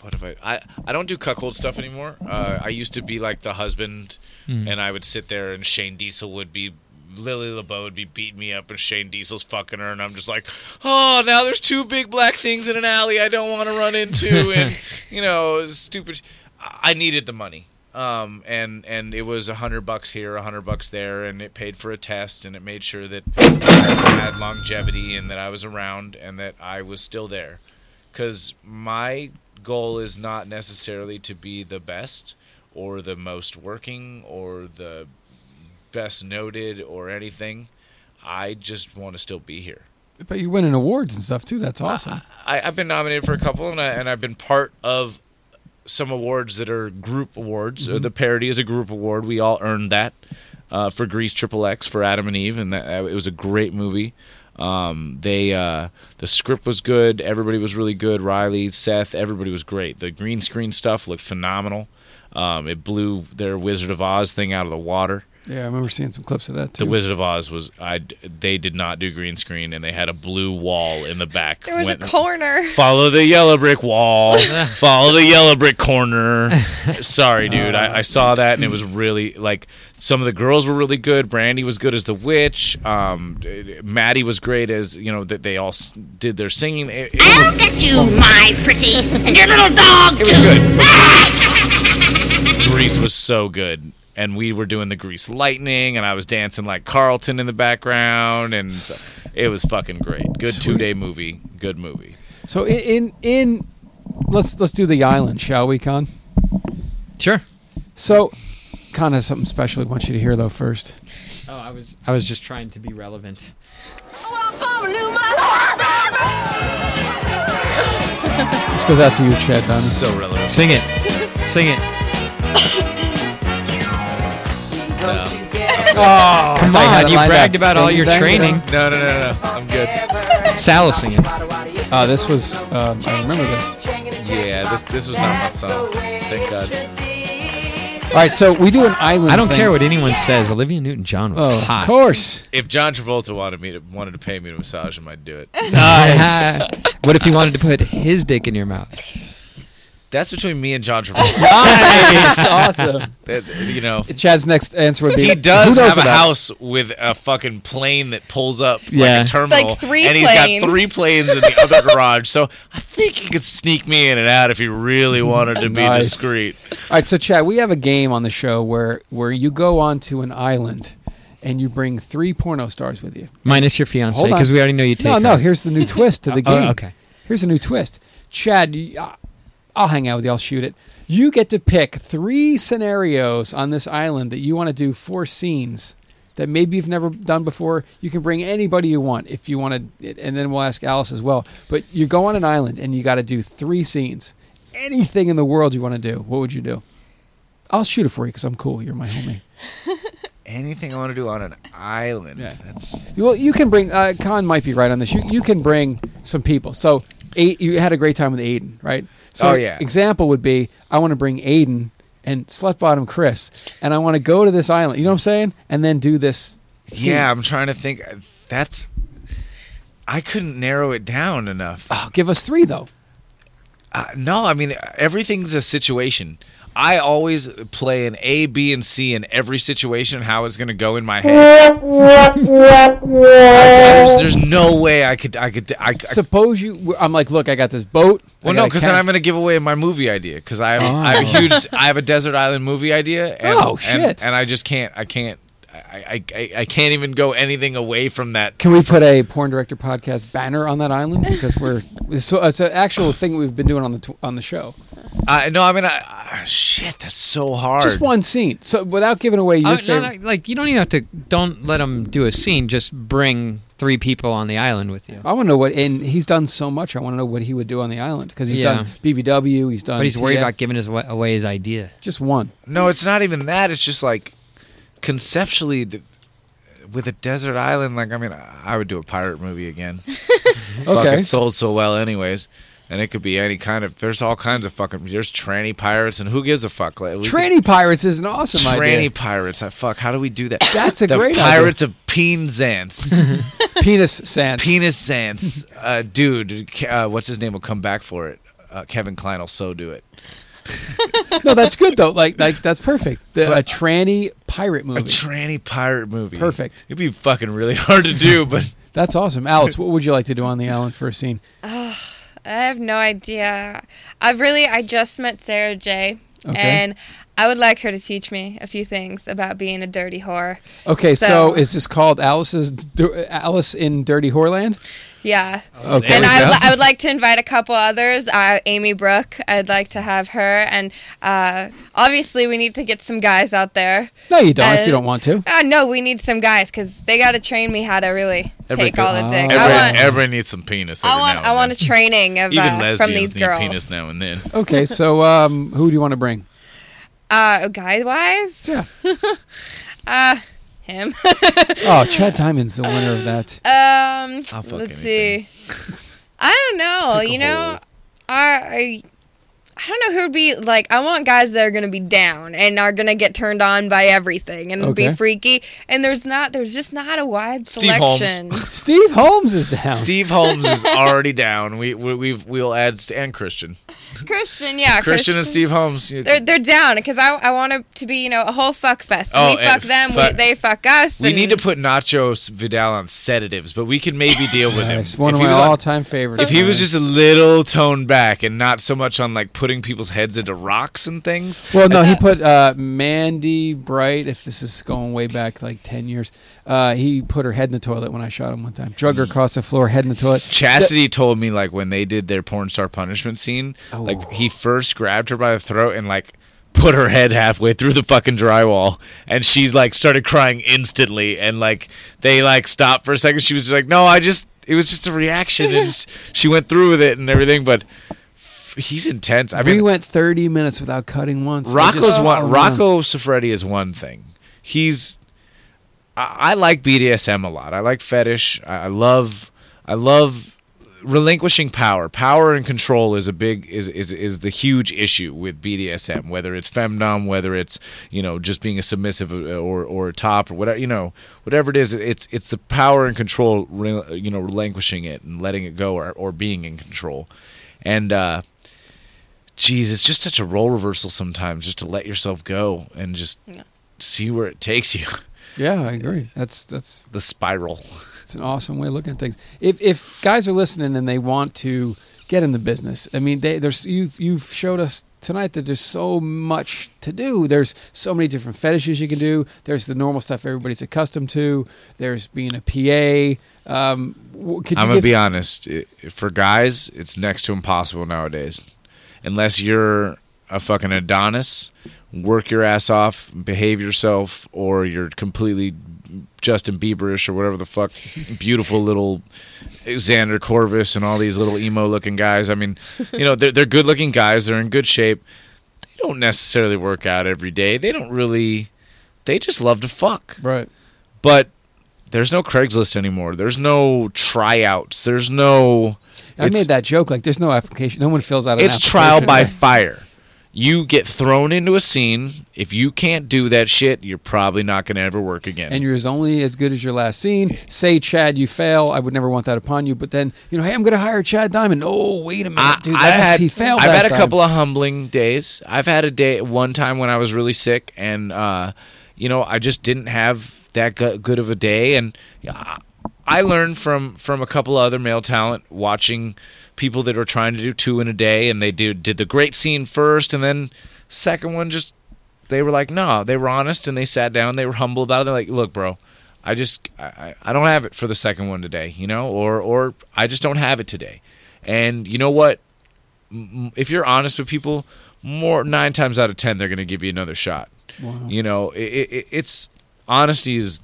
S6: what have I? I I don't do cuckold stuff anymore. Uh, I used to be like the husband,
S4: Hmm.
S6: and I would sit there, and Shane Diesel would be. Lily LeBeau would be beating me up, and Shane Diesel's fucking her, and I'm just like, oh, now there's two big black things in an alley I don't want to run into, and you know, stupid. I I needed the money, um, and and it was a hundred bucks here, a hundred bucks there, and it paid for a test, and it made sure that I had longevity, and that I was around, and that I was still there, because my goal is not necessarily to be the best or the most working or the best noted or anything. I just want to still be here.
S3: But you're winning awards and stuff too.
S6: Ah.
S3: That's awesome.
S6: I, I've been nominated for a couple, and, I, and I've been part of some awards that are group awards. Uh,
S3: Mhm.
S6: The parody is a group award. We all earned that uh, for Grease Triple X for Adam and Eve, and that, uh, it was a great movie. Um, they uh, the script was good. Everybody was really good. Riley, Seth, everybody was great. The green screen stuff looked phenomenal. Um, it blew their Wizard of Oz thing out of the water.
S3: Yeah, I remember seeing some clips of that too.
S6: The Wizard of Oz was I. They did not do green screen, and they had a blue wall in the back.
S7: There was
S6: Went-
S7: a corner.
S6: Follow the yellow brick wall. Follow the yellow brick corner. Sorry, dude. I, I saw that and it was really like some of the girls were really good. Brandy was good as the witch. Um, Maddie was great as you know that they all s- did their singing. It- it-
S12: I'll get you, my pretty, and your little dog
S6: It was good. But Grease, Grease was so good. And we were doing the Grease Lightning, and I was dancing like Carlton in the background, and it was fucking great. Good two day movie. Good movie.
S3: So in, in in let's let's do the island, shall we, Con?
S4: Sure.
S3: So, Con has something special I want you to hear though first.
S4: Oh, I was I was just trying to be relevant.
S3: This goes out to you, Chad. Diamond.
S6: So relevant.
S4: Sing it. Sing it.
S6: No.
S4: Oh, Come on, you bragged about all your training.
S6: No, no, no, no. I'm good.
S4: Sal is singing.
S3: Uh, this was um, I remember this.
S6: Yeah, this this was not my song. Thank God.
S3: All right, so we do an island.
S4: I don't
S3: thing.
S4: care what anyone says. Olivia Newton-John was
S3: Oh,
S4: hot.
S3: of course.
S6: If John Travolta wanted me to wanted to pay me to massage him, I'd do it.
S4: Nice. what if he wanted to put his dick in your mouth?
S6: That's between me and John Travolta.
S3: Nice, awesome.
S6: That- you know,
S3: Chad's next answer would be
S6: he does
S3: Who knows
S6: have a
S3: about?
S6: house with a fucking plane that pulls up like
S4: Yeah.
S6: a terminal,
S7: Like three
S6: and he's
S7: planes.
S6: got three planes in the other garage. So I think he could sneak me in and out if he really wanted to be
S3: Nice.
S6: discreet.
S3: All right, so Chad, we have a game on the show where where you go onto an island and you bring three porno stars with you.
S4: Minus your fiance,
S3: Hold on.
S4: because we already know you take.
S3: no, no.
S4: her.
S3: Here's the new twist to the
S4: Oh,
S3: game.
S4: okay.
S3: Here's a new twist. Chad, you- I- I'll hang out with you. I'll shoot it. You get to pick three scenarios on this island that you want to do four scenes that maybe you've never done before. You can bring anybody you want if you want to, and then we'll ask Alice as well. But you go on an island and you got to do three scenes. Anything in the world you want to do, what would you do? I'll shoot it for you because I'm cool. You're my homie.
S6: Anything I want to do on an island.
S3: Yeah.
S6: That's
S3: Well, you can bring uh, Khan might be right on this. You, you can bring some people. So, A you had a great time with Aiden, right? So,
S6: Oh, yeah.
S3: Example would be I want to bring Aiden and slut bottom Chris, and I want to go to this island. You know what I'm saying? And then do this. scene.
S6: Yeah, I'm trying to think. That's I couldn't narrow it down enough.
S3: Oh, give us three though.
S6: Uh, no, I mean everything's a situation. I always play an A, B, and C in every situation and how it's going to go in my head. there's, there's no way I could I could I, I
S3: Suppose you. I'm like, look, I got this boat. I
S6: well, no,
S3: got a
S6: because then
S3: cat."
S6: I'm going to give away my movie idea because I have, I have a huge I have a desert island movie idea. And,
S3: Oh,
S6: and-
S3: shit.
S6: And, I just can't I can't I, I- I I can't even go anything away from that.
S3: Can we put a porn director podcast banner on that island because we're so it's an actual thing we've been doing on the tw- on the show.
S6: Uh, no, I mean I, uh, shit. That's so hard.
S3: Just one scene, so without giving away your
S4: Uh, no,
S3: favorite.
S4: no, like you don't even have to. Don't let them do a scene. Just bring three people on the island with you.
S3: I want to know what, and he's done so much. I want to know what he would do on the island because he's
S4: Yeah.
S3: done BBW. He's done.
S4: But he's worried
S3: TS.
S4: about giving his, wa- away his idea.
S3: just one.
S6: No, it's not even that. It's just like conceptually, d- with a desert island. Like, I mean, I I would do a pirate movie again. Fuck,
S3: Okay.
S6: it sold so well, anyways. And it could be any kind of. There's all kinds of fucking. There's tranny pirates, and who gives a fuck? Like, we could-
S3: Tranny pirates is an awesome
S6: tranny
S3: idea.
S6: pirates. I fuck. How do we do that?
S3: That's a
S6: the
S3: great idea.
S6: pirates of Penzance.
S3: Penis sands.
S6: penis Sans. Uh, dude, Ke- uh, what's his name will come back for it. Uh, Kevin Klein will so do it.
S3: no, that's good though. Like, like that's perfect. The, a tranny pirate movie.
S6: A tranny pirate movie.
S3: Perfect.
S6: It'd be fucking really hard to do, but
S3: that's awesome, Alice. What would you like to do on the island for a scene?
S7: I have no idea. I've really, I just met Sarah J.
S3: Okay.
S7: And I would like her to teach me a few things about being a dirty whore.
S3: Okay, so,
S7: So-
S3: is this called Alice's Dir- Alice in Dirty Whoreland?
S7: Yeah.
S3: Okay,
S7: and I, I would like to invite a couple others. Uh, Amy Brooke, I'd like to have her. And uh, obviously, we need to get some guys out there.
S3: no, you don't. if you
S7: Uh,
S3: don't want to,
S7: Uh, no, we need some guys because they got to train me how to really
S6: Every
S7: take all the
S3: girl-
S7: dick.
S3: every-
S7: I want,
S6: everyone needs some penis. Every
S7: I
S6: now
S7: want,
S6: and
S7: I want a
S6: then.
S7: training of
S6: Even
S7: uh,
S6: lesbians
S7: from these
S6: need
S7: girls.
S6: penis now and then.
S3: okay. So, um, who do you want to bring?
S7: Uh, guy wise,
S3: Yeah.
S7: uh, him.
S3: Oh, Chad Diamond's the winner of that.
S7: Um,
S3: I'll fuck
S7: let's see. I don't know. you know, I, I I don't know who would be like. I want guys that are gonna be down and are gonna get turned on by everything and
S3: Okay.
S7: be freaky. And there's not. There's just not a wide
S6: Steve Holmes.
S7: selection.
S3: Steve Holmes is down.
S6: Steve Holmes is already down. We we we've, we'll add St- and Christian.
S7: Uh, Christian, yeah,
S6: Christian and Steve Holmes. you-
S7: They're, they're down because I, I want it to be you know a whole fuck fest.
S6: Oh,
S7: we
S6: and
S7: fuck them,
S6: fuck-
S7: we, they fuck us.
S6: we
S7: and-
S6: need to put Nacho S- Vidal on sedatives, but we can maybe deal with him.
S3: It's one of
S6: If he
S3: my
S6: was on-
S3: all-time favorites.
S6: If he was
S3: man.
S6: just a little toned back and not so much on like putting people's heads into rocks and things.
S3: Well, no, he put uh, Mandy Bright. If this is going way back like ten years, uh, he put her head in the toilet when I shot him one time. Drug her across the floor, head in the toilet.
S6: Chastity told me like when they did their porn star punishment scene, like he first grabbed her by the throat and like put her head halfway through the fucking drywall and she like started crying instantly and like they like stopped for a second she was like no i just it was just a reaction and sh- she went through with it and everything but f- he's intense i mean
S3: we went thirty minutes without cutting once. We just Oh,
S6: Rocco's one.
S3: followed him.
S6: Rocco Siffredi is one thing. He's. I, I like BDSM a lot. I like fetish. I, I love. I love relinquishing power. Power and control is a big is is is the huge issue with BDSM. Whether it's femdom, whether it's you know just being a submissive uh, or or a top or whatever you know whatever it is, it's it's the power and control. re- You know, relinquishing it and letting it go, or or being in control, and. uh Jeez, it's just such a role reversal sometimes, just to let yourself go and just see where it takes you.
S3: Yeah, I agree. That's that's
S6: the spiral.
S3: It's an awesome way of looking at things. If if guys are listening and they want to get in the business, I mean, they, there's you've you've showed us tonight that there's so much to do. There's so many different fetishes you can do. There's the normal stuff everybody's accustomed to. There's being a PA. Um, w- could you
S6: I'm gonna
S3: give-
S6: be honest. It, for guys, it's next to impossible nowadays, unless you're a fucking Adonis, work your ass off, behave yourself, or you're completely Justin Bieberish or whatever the fuck, beautiful little Xander Corvus and all these little emo-looking guys. I mean, you know, they're they're good-looking guys. They're in good shape. They don't necessarily work out every day. They don't really. They just love to fuck.
S3: Right.
S6: But there's no Craigslist anymore. There's no tryouts. There's no.
S3: I made that joke. Like, there's no application. No one fills out. An
S6: It's trial
S3: application,
S6: by
S3: right?
S6: fire. You get thrown into a scene. If you can't do that shit, you're probably not going to ever work again.
S3: and you're as only as good as your last scene. Say, Chad, you fail. I would never want that upon you. But then, you know, hey, I'm going to hire Chad Diamond. Oh, wait a minute, dude.
S6: I've
S3: last-
S6: had,
S3: he failed.
S6: I've
S3: last
S6: had a
S3: time.
S6: couple of humbling days. I've had a day one time when I was really sick, and uh, you know, I just didn't have that go- good of a day. And uh, I learned from from a couple of other male talent watching people that were trying to do two in a day, and they did did the great scene first, and then second one just they were like, no, they were honest and they sat down. They were humble about it. They're like, look, bro, I just I, I- I don't have it for the second one today, you know, or or I just don't have it today. And you know what? M- m- If you're honest with people, more nine times out of ten, they're going to give you another shot.
S3: Wow.
S6: You know, i it, it's honesty is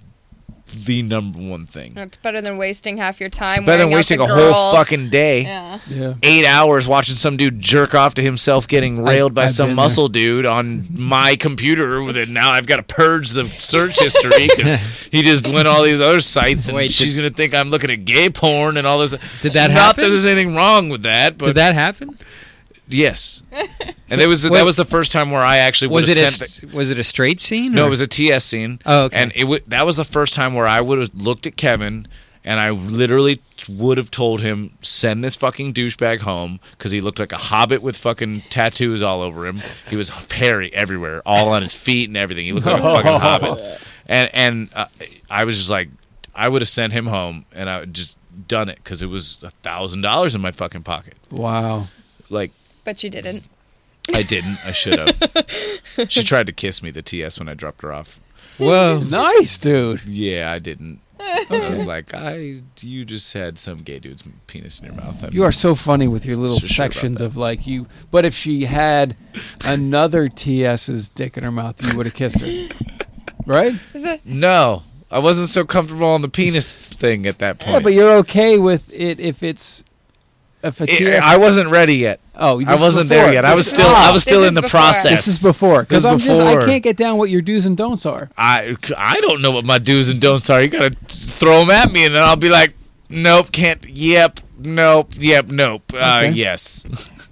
S6: the number one thing.
S7: It's better than wasting half your time.
S6: Better than
S7: wearing out
S6: wasting
S7: the
S6: a
S7: girl.
S6: whole fucking day.
S7: Yeah.
S3: Yeah.
S6: Eight hours watching some dude jerk off to himself getting railed by
S3: I've
S6: some
S3: been there.
S6: muscle dude on my computer that now I've got to purge the search history because he just went all these other sites and
S4: Wait,
S6: she's going to think I'm looking at gay porn and all this.
S4: Did that
S6: Not
S4: happen?
S6: that there's anything wrong with that, but.
S4: Did that happen?
S6: Yes. And it was that
S4: Wait.
S6: was the first time where I actually
S4: Was
S6: would've
S4: it a
S6: sent
S4: s- was it a straight scene?
S6: no,
S4: or-
S6: it was a TS scene.
S4: Oh, okay.
S6: And it w- that was the first time where I would have looked at Kevin and I literally would have told him send this fucking douchebag home because he looked like a hobbit with fucking tattoos all over him. He was hairy everywhere, all on his feet and everything. He looked like a fucking hobbit. And and uh, I was just like, I would have sent him home and I would just done it because it was a thousand dollars in my fucking pocket.
S3: Wow.
S6: Like
S7: But you didn't.
S6: I didn't. I should have. she tried to kiss me the TS when I dropped her off.
S3: Whoa. nice, dude.
S6: Yeah, I didn't. I was like, I you just had some gay dude's penis in your mouth. I
S3: You are so funny with your little
S6: So sure about
S3: sections of like you. But if she had another TS's dick in her mouth, you would have kissed her, right?
S6: No, I wasn't so comfortable on the penis thing at that point.
S3: Yeah, but you're okay with it if it's a
S6: It-
S3: fatigue.
S6: I wasn't ready yet.
S3: Oh, this
S6: I
S3: is
S6: wasn't
S3: before.
S6: there yet. I
S3: This
S6: was
S3: is-
S6: still. I was
S3: This
S6: still
S7: is
S6: in the
S7: before.
S6: process.
S3: This is before because
S6: This
S3: I'm
S6: is
S3: just I
S6: before.
S3: can't get down what your do's and don'ts are.
S6: I I don't know what my do's and don'ts are. You gotta throw them at me, and then I'll be like, nope, can't. Yep, nope, yep, nope. Uh,
S3: Okay.
S6: Yes.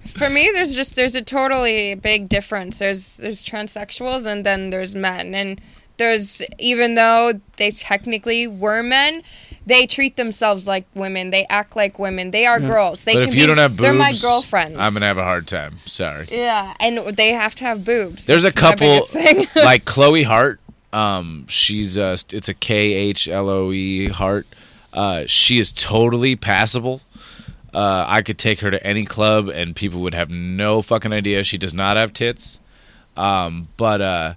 S7: For me, there's just there's a totally big difference. There's there's transsexuals and then there's men, and there's even though they technically were men, they treat themselves like women. They act like women. They are girls. They
S6: but
S7: can
S6: if you
S7: be,
S6: don't have boobs,
S7: they're my girlfriends.
S6: I'm gonna have a hard time. Sorry.
S7: Yeah, and they have to have boobs.
S6: There's a
S7: That's my
S6: couple
S7: biggest thing.
S6: like Chloe Hart. Um, she's uh, it's a K H L O E Hart. Uh, she is totally passable. Uh, I could take her to any club and people would have no fucking idea she does not have tits. Um, but uh,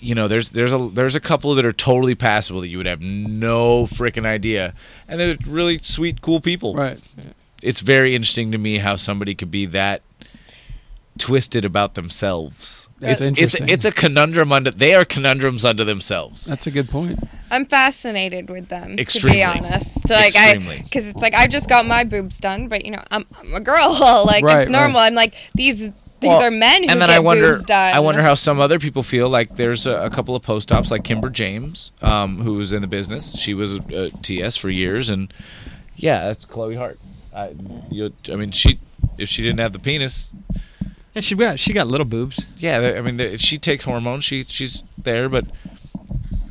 S6: you know, there's there's a there's a couple that are totally passable that you would have no freaking idea, and they're really sweet, cool people.
S3: Right.
S6: It's very interesting to me how somebody could be that twisted about themselves.
S3: That's
S6: it's,
S3: interesting.
S6: It's, it's a conundrum under. They are conundrums unto themselves.
S3: That's a good point.
S7: I'm fascinated with them.
S6: Extremely.
S7: To be honest, like
S6: Extremely.
S7: I, because it's like I just got my boobs done, but you know I'm, I'm a girl. like
S6: Right,
S7: it's normal.
S6: right.
S7: I'm like these these
S6: Well,
S7: are men who
S6: and then
S7: get
S6: I wonder,
S7: boobs done.
S6: I wonder how some other people feel. Like there's a, a couple of post ops, like Kimber James, um, who was in the business. She was a TS for years, and yeah, that's Chloe Hart. I, you, I mean, she if she didn't have the penis,
S4: Yeah, she got she got little boobs.
S6: yeah, I mean, the, she takes hormones. She she's there, but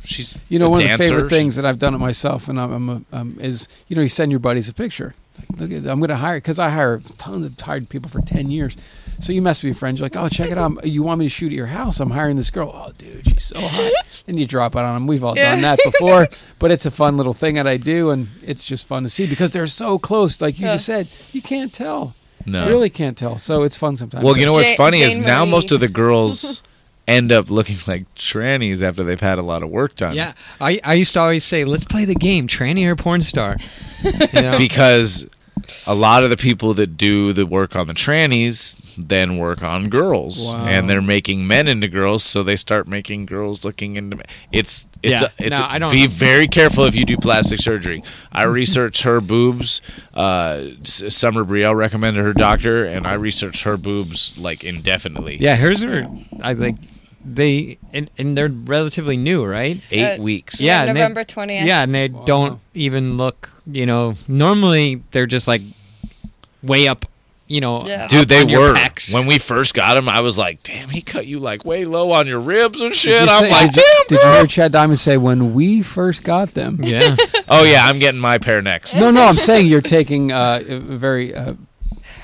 S6: she's
S3: You know,
S6: a
S3: one
S6: dancer.
S3: of the favorite things that I've done it myself, and I'm, I'm a, um, is you know, you send your buddies a picture. Like, look, at, I'm going to hire because I hire tons of hired people for ten years. So you mess with your friends, you're like, oh, check it out. You want me to shoot at your house? I'm hiring this girl. Oh, dude, she's so hot. and you drop it on them. We've all done
S13: Yeah.
S3: that before, but it's a fun little thing that I do, and it's just fun to see because they're so close. Like you just said, you can't tell.
S6: No.
S3: you really can't tell. So it's fun sometimes.
S6: Well, you know what's
S3: Ja-
S6: funny is
S3: Jane
S6: now
S3: Marie.
S6: most of the girls end up looking like trannies after they've had a lot of work done.
S4: Yeah, I, I used to always say, "Let's play the game, tranny or porn star." You know?
S6: Because a lot of the people that do the work on the trannies then work on girls,
S4: Wow.
S6: and they're making men into girls, so they start making girls looking into men. It's it's
S4: Yeah.
S6: a, it's
S4: No,
S6: a-
S4: I don't
S6: be
S4: know.
S6: very careful if you do plastic surgery. I researched her boobs. Uh, S- Summer Brielle recommended her doctor, and I researched her boobs like indefinitely.
S4: yeah, hers are. I like they and, and they're relatively new, right?
S6: Eight Uh, weeks.
S4: Yeah, and they-
S7: November 20th.
S4: Yeah, and they don't even look. You know, normally they're just like way up. You know,
S7: Yeah.
S6: Dude,
S4: up
S6: they
S4: on your
S6: were.
S4: pecs.
S6: When we first got him, I was like, damn, he cut you like way low on your ribs and shit.
S3: Did you
S6: I'm
S3: say-
S6: like,
S3: did you,
S6: damn,
S3: did you
S6: girl."
S3: hear Chad Diamond say when we first got them?
S4: Yeah.
S6: Oh, yeah, I'm getting my pair next.
S3: No, no, I'm saying you're taking uh, a very. Uh,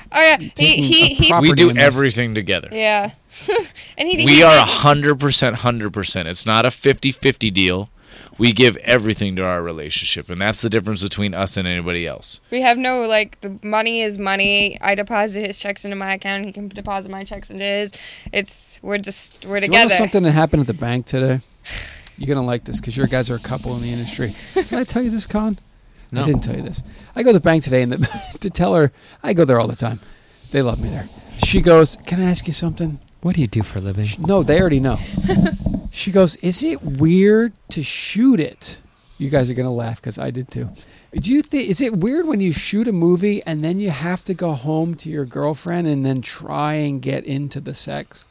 S7: Oh yeah, he he he.
S6: we do everything together.
S7: Yeah, and he.
S6: We
S7: he
S6: are
S7: did-
S6: 100%, 100%. It's not a 50 50 deal. We give everything to our relationship, and that's the difference between us and anybody else.
S7: We have no like the money is money. I deposit his checks into my account. He can deposit my checks into his. It's we're just we're
S3: Do you wanna know
S7: together.
S3: something that happened at the bank today? You're gonna like this because your guys are a couple in the industry. Did I tell you this, Con?
S4: No.
S3: I didn't tell you this. I go to the bank today, and the, to tell her, I go there all the time. They love me there. She goes, "Can I ask you something?"
S4: What do you do for a living?
S3: No, they already know. she goes, "Is it weird to shoot it?" You guys are gonna laugh because I did too. Do you think is it weird when you shoot a movie and then you have to go home to your girlfriend and then try and get into the sex?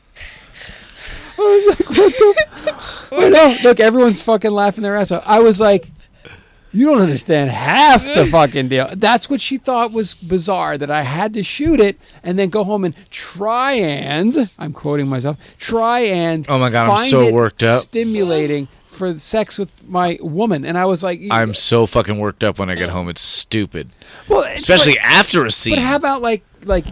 S3: I was like, "What the?" I know. Look, everyone's fucking laughing their ass off. I was like. You don't understand half the fucking deal. That's what she thought was bizarre that I had to shoot it and then go home and try and I'm quoting myself try and
S6: Oh my God, I'm
S3: find
S6: so
S3: it
S6: worked up.
S3: stimulating for sex with my woman and I was like
S6: I'm so fucking worked up when I get home. It's stupid.
S3: Well, it's
S6: Especially
S3: like-
S6: after a scene.
S3: But how about like like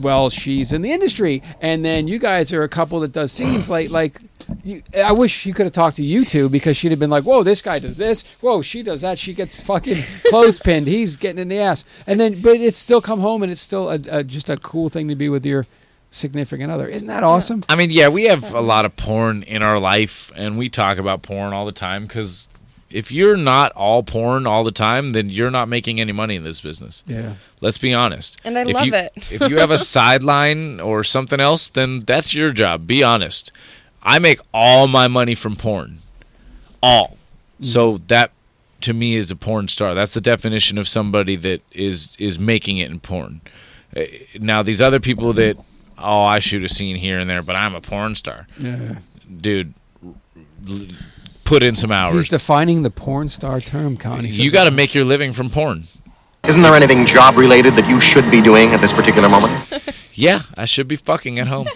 S3: well, she's in the industry, and then you guys are a couple that does scenes like like. You, I wish she could have talked to you two because she'd have been like, "Whoa, this guy does this. Whoa, she does that. She gets fucking clothespined. He's getting in the ass." And then, but it's still come home, and it's still a, a, just a cool thing to be with your significant other. Isn't that awesome?
S6: I mean, yeah, we have a lot of porn in our life, and we talk about porn all the time because if you're not all porn all the time, then you're not making any money in this business.
S3: Yeah.
S6: Let's be honest.
S7: And I
S6: If
S7: love
S6: you-
S7: it.
S6: if you have a sideline or something else, then that's your job. Be honest. I make all my money from porn. All. So that to me is a porn star. That's the definition of somebody that is is making it in porn. Uh, Now these other people that oh I shoot a scene here and there, but I'm a porn star.
S3: Yeah.
S6: dude, l- put in some
S3: He's
S6: hours.
S3: defining the porn star term, Connie.
S6: you got to make your living from porn.
S14: Isn't there anything job related that you should be doing at this particular moment?
S6: Yeah, I should be fucking at home.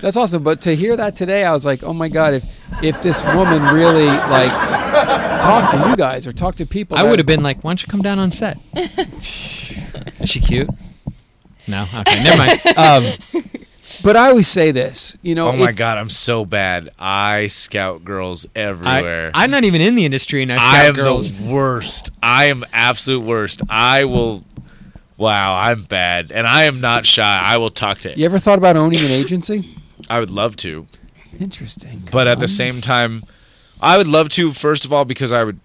S3: That's awesome. But to hear that today, I was like, oh my god, if if this woman really like talked to you guys or talked to people,
S4: I
S3: that-
S4: would have been like, "Why don't you come down on set?" Is she cute? No. Okay. Never mind. Uh,
S3: Um, but I always say this, you know.
S6: oh my
S3: if-
S6: god, I'm so bad. I scout girls everywhere.
S4: I, am not even in the industry, and I scout
S6: I am
S4: girls.
S6: the worst. I am absolute worst. I will. Wow, I'm bad, and I am not shy. I will talk to.
S3: You ever thought about owning an agency?
S6: I would love to,
S3: Interesting.
S6: but at the same time, I would love to. First of all, because I would,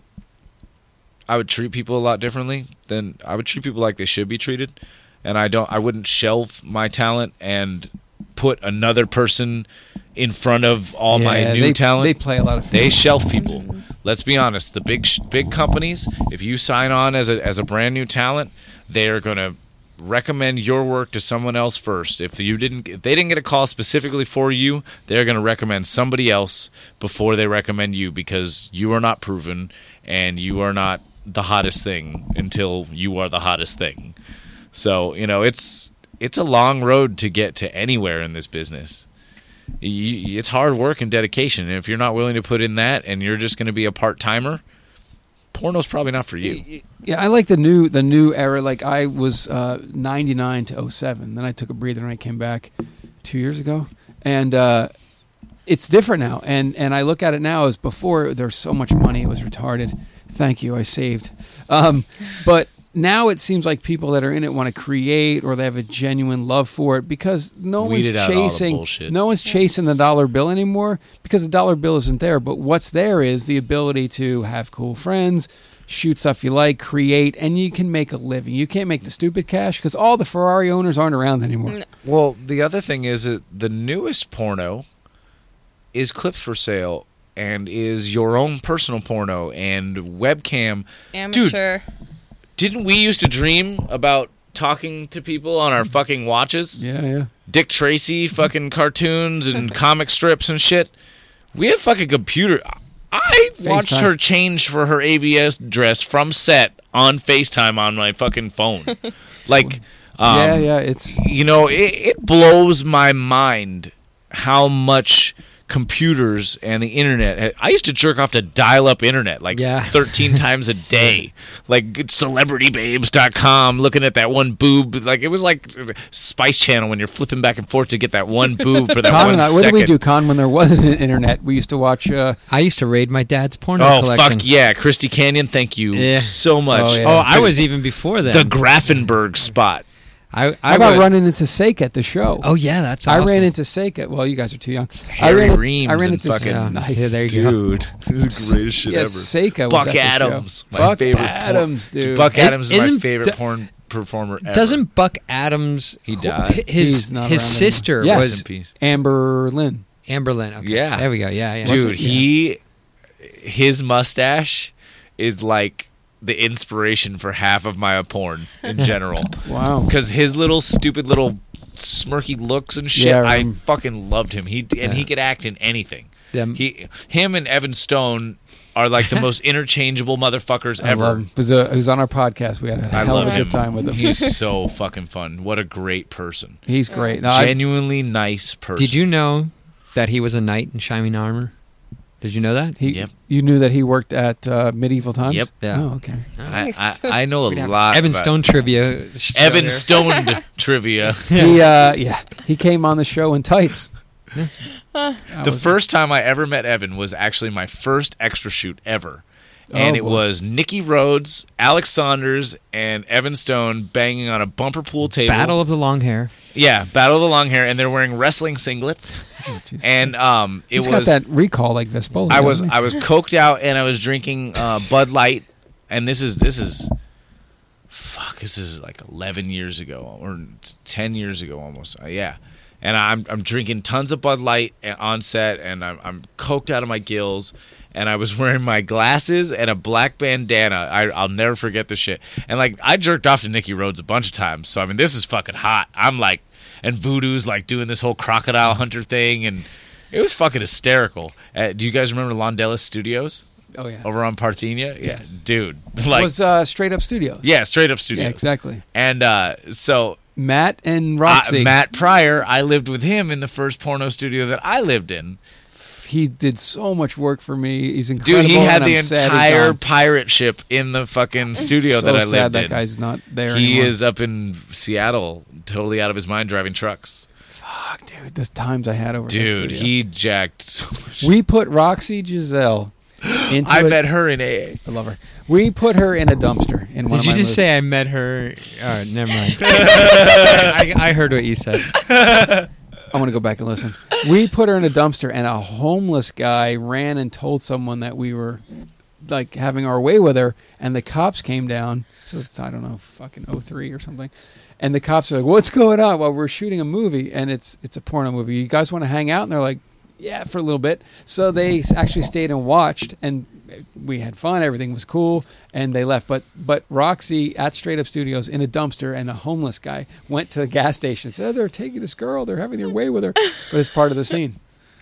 S6: I would treat people a lot differently than I would treat people like they should be treated, and I don't. I wouldn't shelve my talent and put another person in front of all my
S3: Yeah,
S6: new
S3: they-
S6: talent.
S3: they play a lot of
S6: They
S3: field.
S6: shelf people. Let's be honest. The big sh- big companies, if you sign on as a as a brand new talent, they are going to recommend your work to someone else first. If you didn't if they didn't get a call specifically for you, they're going to recommend somebody else before they recommend you because you are not proven and you are not the hottest thing until you are the hottest thing. So, you know, it's it's a long road to get to anywhere in this business you, it's hard work and dedication. And if you're not willing to put in that and you're just going to be a part timer, porno's probably not for you.
S3: Yeah, I like the new the new era. Like I was uh, 99 to 07. Then I took a breather and I came back two years ago, and uh, it's different now. And and I look at it now as before. There's so much money. It was retarded. Thank you. I saved. Um, but now it seems like people that are in it want to create or they have a genuine love for it because no
S6: Weeded
S3: one's
S6: out all the
S3: chasing
S6: bullshit.
S3: no one's chasing the dollar bill anymore because the dollar bill isn't there but what's there is the ability to have cool friends shoot stuff you like create and you can make a living you can't make the stupid cash because all the ferrari owners aren't around anymore
S6: Well, the other thing is that the newest porno is clips for sale and is your own personal porno and webcam.
S7: Amateur.
S6: Didn't we used to dream about talking to people on our fucking watches?
S3: yeah yeah
S6: Dick Tracy fucking cartoons and comic strips and shit. We have fucking computer. I watched
S3: FaceTime.
S6: her change for her ABS dress from set on FaceTime on my fucking phone. like, um,
S3: yeah yeah it's
S6: you know, it, it blows my mind how much computers and the internet. I used to jerk off to dial up internet like
S4: Yeah.
S6: 13 times a day. Like good celebritybabes.com, looking at that one boob. Like it was like Spice Channel when you're flipping back and forth to get that one boob for that
S3: Con
S6: one
S3: and I- what did we
S6: second.
S3: do con when there wasn't an internet we used to watch uh,
S4: I used to raid my dad's porno
S6: Oh
S4: collection.
S6: fuck yeah, Christy Canyon! Thank you
S4: Yeah.
S6: so much.
S3: Oh, yeah.
S4: Oh, I was even before that.
S6: the Grafenberg spot.
S4: I,
S3: how
S4: I
S3: about
S4: would-
S3: running into Seika at the show
S4: Oh yeah, that's.
S3: I
S4: Awesome.
S3: ran into Seika. Well, you guys are too young. I
S6: Harry
S3: ran, in-
S6: Reams
S3: I ran
S6: and
S3: into
S6: fucking-
S3: Seika.
S6: Yeah.
S3: Nice.
S4: Yeah, there you go.
S6: Dude, this is the greatest shit
S3: yes, Seika was at
S6: Buck
S3: the show.
S6: Adams, my
S3: Buck
S6: favorite porn-
S3: Adams, dude.
S6: Buck
S4: It-
S6: Adams is my
S4: isn't-
S6: favorite
S4: do-
S6: porn performer ever.
S4: Doesn't Buck Adams?
S6: He
S4: who-
S6: died.
S4: His
S3: He's not
S4: his
S3: around anymore.
S4: sister
S3: Yes.
S6: Rest in
S4: was
S6: peace.
S3: Amber Lynn.
S4: Amber Lynn. Okay.
S6: Yeah.
S4: There we go. Yeah. yeah.
S6: Dude, he his mustache is like the inspiration for half of my porn in general.
S3: Wow.
S6: Because his little stupid little smirky looks and shit,
S3: Yeah,
S6: I
S3: um, Mm.
S6: fucking loved him. He and he could act in anything.
S4: Yeah.
S6: He, him and Evan Stone are like the most interchangeable motherfuckers
S3: I love
S6: ever.
S3: him. He was, uh, he was on our podcast. We had a
S6: I
S3: hell
S6: love
S3: of a
S6: him.
S3: good time with him.
S6: He's so fucking fun. What a great person.
S3: He's great. No, I-
S6: Genuinely nice person.
S4: Did you know that he was a knight in shining armor? Did you know that?
S3: he,
S6: Yep.
S3: You knew that he worked at uh, Medieval Times?
S6: Yep.
S4: Yeah.
S3: Oh, okay.
S6: I, I, I know a lot.
S4: Evan
S6: about-
S4: Stone trivia. show
S6: Evan
S4: there.
S6: Stone trivia.
S3: He, uh, yeah, he came on the show in tights.
S6: the first time I ever met Evan was actually my first extra shoot ever. And
S3: Oh,
S6: it
S3: boy.
S6: was Nikki Rhodes, Alex Saunders, and Evan Stone banging on a bumper pool table.
S4: Battle of the Long Hair.
S6: yeah, Battle of the Long Hair, and they're wearing wrestling singlets.
S3: jeez.
S6: and um, it
S3: He's got
S6: was
S3: that recall like Vespoli.
S6: I was
S3: doesn't he?
S6: I was coked out and I was drinking uh, Bud Light, and this is this is fuck this is like eleven years ago or ten years ago almost Uh, yeah, eh, and I'm I'm drinking tons of Bud Light a- on set and I'm I'm coked out of my gills, and I was wearing my glasses and a black bandana. I, I'll never forget this shit. And like I jerked off to Nikki Rhodes a bunch of times, so I mean this is fucking hot. I'm like, and Voodoo's like doing this whole crocodile hunter thing, and it was fucking hysterical. Uh, do you guys remember Londelis Studios?
S3: Oh, yeah.
S6: over on Parthenia. Yeah,
S3: Yes.
S6: dude. Like
S3: was uh, Straight Up Studios.
S6: yeah, straight up studios.
S3: Yeah, exactly.
S6: And uh, so
S3: Matt and
S6: uh,
S3: Roxy.
S6: Matt Pryor, I lived with him in the first porno studio that I lived in.
S3: he did so much work for me. He's incredible.
S6: Dude, he had
S3: and
S6: the
S3: I'm sad he's
S6: entire
S3: gone.
S6: pirate ship in the fucking studio
S3: so
S6: that I lived
S3: sad that
S6: in.
S3: guy's not there
S6: He
S3: anymore.
S6: is up in Seattle, totally out of his mind, driving trucks.
S3: Dude, the times I had over. that
S6: Dude,
S3: studio.
S6: he jacked. So much.
S3: We put Roxy Giselle. Into
S6: I
S3: a-
S6: met her in AA.
S3: I love her. We put her in a dumpster in one
S4: Did
S3: of
S4: you
S3: my
S4: just
S3: movies.
S4: say I met her? Oh, never mind. I, I heard what you said.
S3: I want to go back and listen. We put her in a dumpster, and a homeless guy ran and told someone that we were like having our way with her, and the cops came down. So it's I don't know, fucking 03 or something. And the cops are like, "What's going on?" Well, we're shooting a movie, and it's it's a porno movie. You guys want to hang out? And they're like, "Yeah, for a little bit." So they s- actually stayed and watched, and we had fun. Everything was cool, and they left. But but Roxy at Straight Up Studios in a dumpster, and a homeless guy went to the gas station. and Said "Oh, they're taking this girl. They're having their way with her, but it's part of the scene.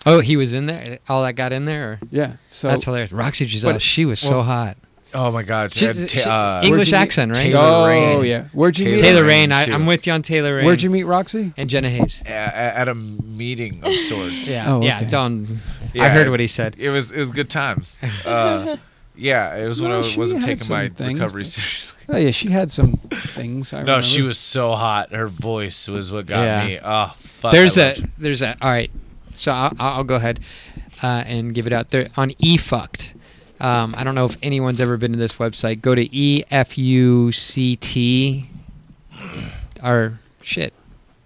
S4: Oh, he was in there. All that got in there. Or?
S3: Yeah, so
S4: that's hilarious. Roxy Giselle,
S3: But-
S4: she was so
S3: well-
S4: hot.
S6: Oh my God!
S4: She-
S6: She had
S4: she-
S6: ta- uh,
S4: English accent, right?
S6: Taylor
S3: oh
S6: Rain.
S3: yeah, where'd you meet?
S4: Taylor
S3: her?
S4: Rain. I,
S6: too.
S4: I'm with you on Taylor Rain.
S3: Where'd you meet Roxy?
S4: And Jenna Hayes.
S6: A- a- at a meeting of sorts.
S4: Yeah.
S3: Oh,
S4: Yeah.
S3: okay.
S4: Don.
S6: Yeah,
S4: I heard
S6: it-
S4: what he said.
S6: It was it was good times. Uh, yeah, it was when
S3: No,
S6: I
S3: she
S6: wasn't
S3: had
S6: taking my
S3: some things,
S6: recovery
S3: but-
S6: seriously.
S3: Oh yeah, she had some things. I
S6: No, she
S3: remember.
S6: was so hot. Her voice was what got
S4: Yeah.
S6: me. Oh, fuck.
S4: there's
S6: I
S4: a
S6: loved her.
S4: there's a all right so i'll, I'll I'll go ahead uh, and give it out there on e fucked um, i don't know if anyone's ever been to this website go to E e-f-u-c-t or shit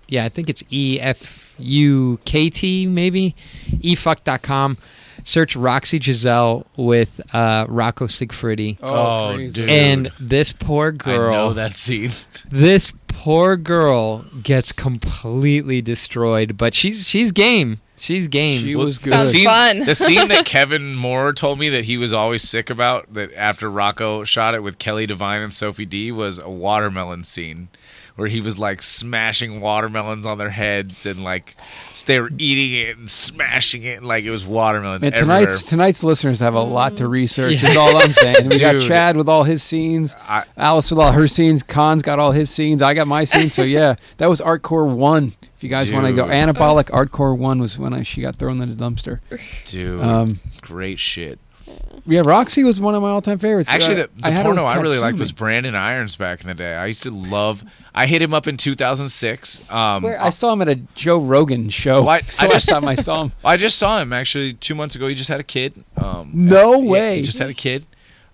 S4: yeah i think it's E e-f-u-k-t maybe E efuck.com search roxy giselle with uh, rocco sigfridi
S6: Oh,
S3: crazy.
S6: dude.
S4: and this poor girl
S6: I know that scene.
S4: this poor girl gets completely destroyed, but she's she's game. She's game.
S3: She was
S6: the
S3: good.
S6: scene-
S7: fun.
S6: the scene that Kevin Moore told me that he was always sick about that after Rocco shot it with Kelly Devine and Sophie D was a watermelon scene where he was like smashing watermelons on their heads and like they were eating it and smashing it and like it was watermelon.
S3: And
S6: everywhere.
S3: tonight's tonight's listeners have a lot to research. Is all I'm saying. We got
S6: Dude.
S3: Chad with all his scenes,
S6: I-
S3: Alice with all her scenes, Khan's got all his scenes. I got my scenes. So yeah, that was Artcore One. If you guys want to go,
S6: Dude.
S3: Anabolic Artcore One was when I, she got thrown in the dumpster.
S6: Dude,
S3: Um,
S6: great shit.
S3: Yeah, Roxy was one of my all-time favorites.
S6: Actually,
S3: Uh,
S6: the, the
S3: had her with
S6: porno I really liked
S3: Katsumi.
S6: was Brandon Irons back in the day. I used to love. I hit him up in 2006. Um,
S3: Where I saw him at a Joe Rogan show.
S6: What?
S3: That's the
S6: I
S3: last
S6: just-
S3: time I saw him.
S6: I just saw him actually two months ago. He just had a kid. Um,
S3: No
S6: yeah,
S3: way.
S6: he just had a kid.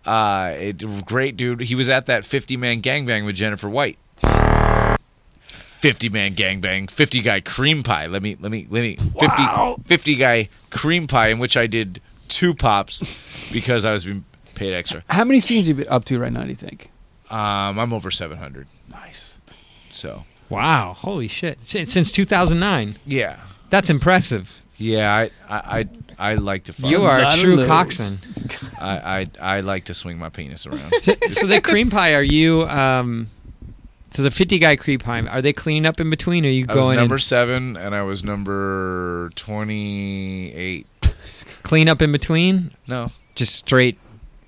S6: Uh, it, great dude. He was at that 50 man gangbang with Jennifer White. 50 man gangbang, 50 guy cream pie. Let me, let me, let me. 50, 50 guy cream pie in which I did two pops because I was being paid extra.
S3: How many scenes you been up to right now? Do you think?
S6: Um, I'm over 700.
S3: Nice.
S6: So,
S4: wow, holy shit! Since, since 2009,
S6: yeah.
S4: that's impressive.
S6: Yeah, I, I, I, I like to fuck.
S4: You are a
S3: lot of
S4: true
S3: loads.
S4: coxswain.
S6: I, I, I like to swing my penis around.
S4: so the cream pie, are you? Um, so the 50 guy cream pie, are they cleaning up in between? Or are you
S6: I was
S4: going
S6: number
S4: and
S6: seven, and I was number twenty-eight.
S4: clean up in between?
S6: No,
S4: Just straight,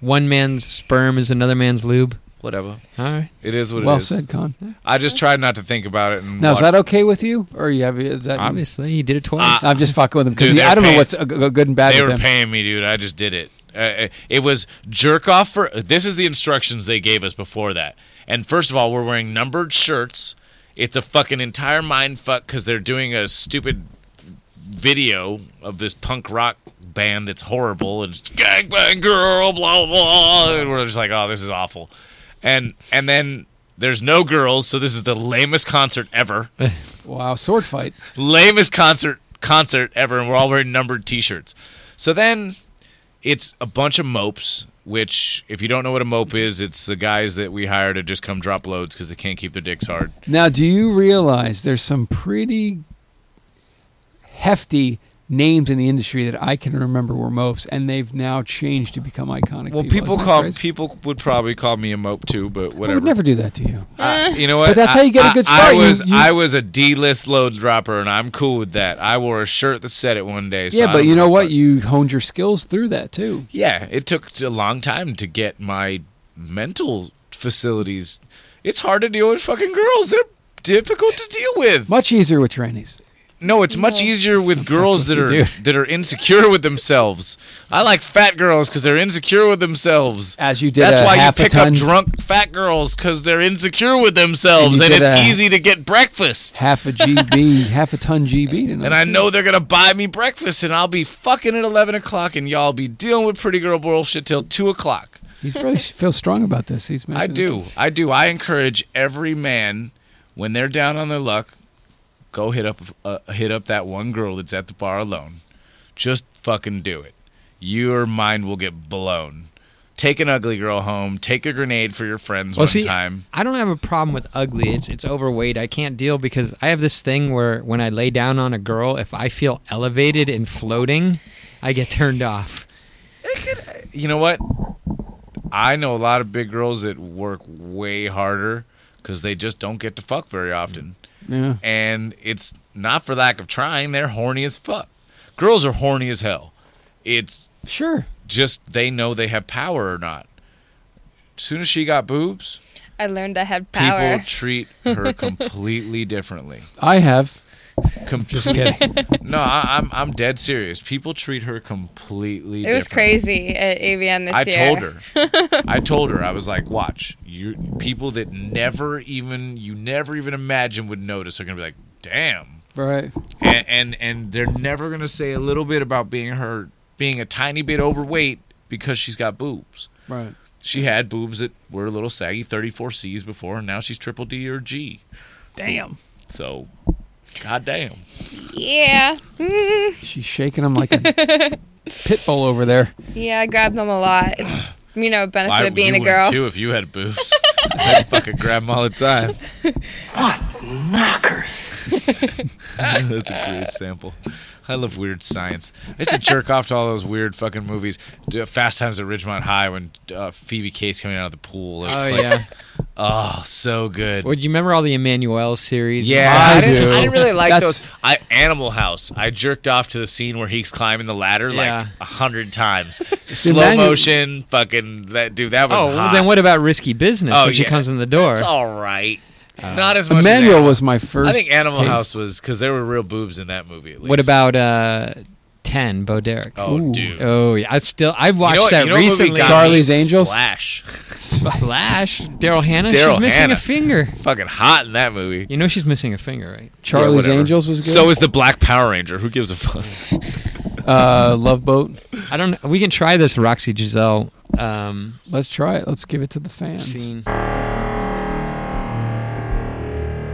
S4: one man's sperm is another man's lube.
S6: whatever.
S4: All right.
S6: It is what
S3: Well
S6: it is.
S3: said, Con.
S6: I just tried not to think about it. And
S3: Now is
S6: watch-
S3: that okay with you, or you have is that?
S4: Obviously, he did it twice.
S3: I'm just fucking with them because
S6: Dude,
S3: I
S6: they're
S3: don't know
S6: paying-
S3: what's uh, g- good and bad
S6: they
S3: with
S6: were
S3: them.
S6: paying me, dude. I just did it. Uh, it was jerk off for. This is the instructions they gave us before that. And first of all, we're wearing numbered shirts. It's a fucking entire mind fuck because they're doing a stupid video of this punk rock band that's horrible and it's gangbang girl, blah blah. blah. And we're just like, oh, this is awful. And and then there's no girls, so this is the lamest concert ever
S3: Wow, sword fight.
S6: lamest concert concert ever, and we're all wearing numbered T-shirts. So then it's a bunch of mopes. Which, if you don't know what a mope is, it's the guys that we hire to just come drop loads because they can't keep their dicks hard.
S3: Now, do you realize there's some pretty hefty names in the industry that I can remember were mopes, and they've now changed to become iconic. people,
S6: Well, people
S3: Isn't that
S6: call
S3: crazy?
S6: people would probably call me a mope too, but
S3: I
S6: whatever.
S3: would never do that to you.
S6: Uh, you know what?
S3: But that's
S6: I-
S3: how you get a
S6: I-
S3: good
S6: I
S3: start. You-
S6: was
S3: you-
S6: I was a D list load dropper, and I'm cool with that. I wore a shirt that said it one day. So
S3: yeah,
S6: I
S3: but
S6: don't
S3: you know
S6: really-
S3: what? You honed your skills through that too.
S6: Yeah, it took a long time to get my mental facilities. It's hard to deal with fucking girls. They're difficult to deal with.
S3: Much easier with trannies.
S6: No, it's much easier with girls that are
S3: Dude.
S6: that are insecure with themselves. I like fat girls because they're insecure with themselves.
S3: As you did
S6: That's
S3: a
S6: why
S3: half a
S6: you pick
S3: ton-
S6: up drunk fat girls because they're insecure with themselves,
S3: And
S6: and,
S3: you
S6: it's
S3: did a-
S6: easy to get breakfast.
S3: Half a GB, half a ton GB. tonight.
S6: And I know they're gonna buy me breakfast, and I'll be fucking at eleven o'clock, and y'all be dealing with pretty girl bullshit till two o'clock.
S3: He's really feels strong about this. He's
S6: I
S3: mentioned-
S6: do, I do. I encourage every man when they're down on their luck, go hit up uh, hit up that one girl that's at the bar alone. Just fucking do it. Your mind will get blown. Take an ugly girl home. Take a grenade for your friends
S4: Well,
S6: one
S4: see,
S6: time.
S4: I don't have a problem with ugly. It's it's overweight. I can't deal because I have this thing where when I lay down on a girl, if I feel elevated and floating, I get turned off.
S6: You know what? I know a lot of big girls that work way harder because they just don't get to fuck very often.
S3: Yeah.
S6: And it's not for lack of trying. They're horny as fuck. Girls are horny as hell. It's
S3: Sure.
S6: just they know they have power or not. As soon as she got boobs,
S7: I learned I had
S6: people
S7: power.
S6: treat her completely differently.
S3: I have.
S6: Com-
S3: Just kidding.
S6: no, I, I'm I'm dead serious. People treat her completely.
S7: It was
S6: differently.
S7: crazy at AVN this
S6: I
S7: year.
S6: told her. I told her. I was like, "Watch, you people that never even you never even imagine would notice are gonna be like, damn."
S3: Right.
S6: And and, and they're never gonna say a little bit about being her being a tiny bit overweight because she's got boobs.
S3: Right.
S6: She had boobs that were a little saggy, 34 C's before, and now she's triple D or G.
S3: Damn.
S6: So, goddamn.
S7: Yeah. Mm.
S3: She's shaking him like a pit bull over there.
S7: yeah, I grabbed them a lot. It's, you know, benefit
S6: Why-
S7: of being
S6: you
S7: a
S6: would
S7: girl.
S6: too if you had boobs. I'd fucking grab them all the time. That's a great sample. I love weird science. I used to jerk off to all those weird fucking movies. Do- Fast Times at Ridgemont High when uh, Phoebe Case coming out of the pool. It's
S4: Oh,
S6: like,
S4: yeah.
S6: Oh, so good.
S4: Well, do you remember all the Emmanuel series? and
S6: Yeah,
S4: stuff?
S6: I, didn't, I didn't really like
S4: That's-
S6: those. I Animal House. I jerked off to the scene where he's climbing the ladder
S4: Yeah.
S6: like a hundred times, slow
S4: Emmanuel-
S6: motion. Fucking that dude. That was
S4: Oh, well,
S6: hot.
S4: then what about Risky Business
S6: Oh,
S4: when she
S6: yeah.
S4: comes in the door? Uh,
S6: It's all right. Not as much. as
S3: Emmanuel
S6: Animal-
S3: was my
S6: I
S3: first
S6: think Animal
S3: taste.
S6: House was because there were real boobs in that movie. At least.
S4: What about uh, Ten? Bo Derek.
S6: Oh, Ooh. dude.
S4: Oh yeah. I still I watched
S6: what-
S4: that
S6: you know what movie
S4: recently.
S6: got me? Charlie's Angels? Splash.
S4: Splash. Daryl Hannah.
S6: Daryl
S4: she's missing
S6: Hannah.
S4: a finger.
S6: Fucking hot in that movie.
S4: You know she's missing a finger, right?
S6: Yeah,
S3: Charlie's
S6: whatever.
S3: Angels was good.
S6: So is the Black Power Ranger. Who gives a fuck?
S3: uh, Love Boat.
S4: I don't. We can try this Roxy Giselle. Um,
S3: Let's try it. Let's give it to the fans.
S4: Scene.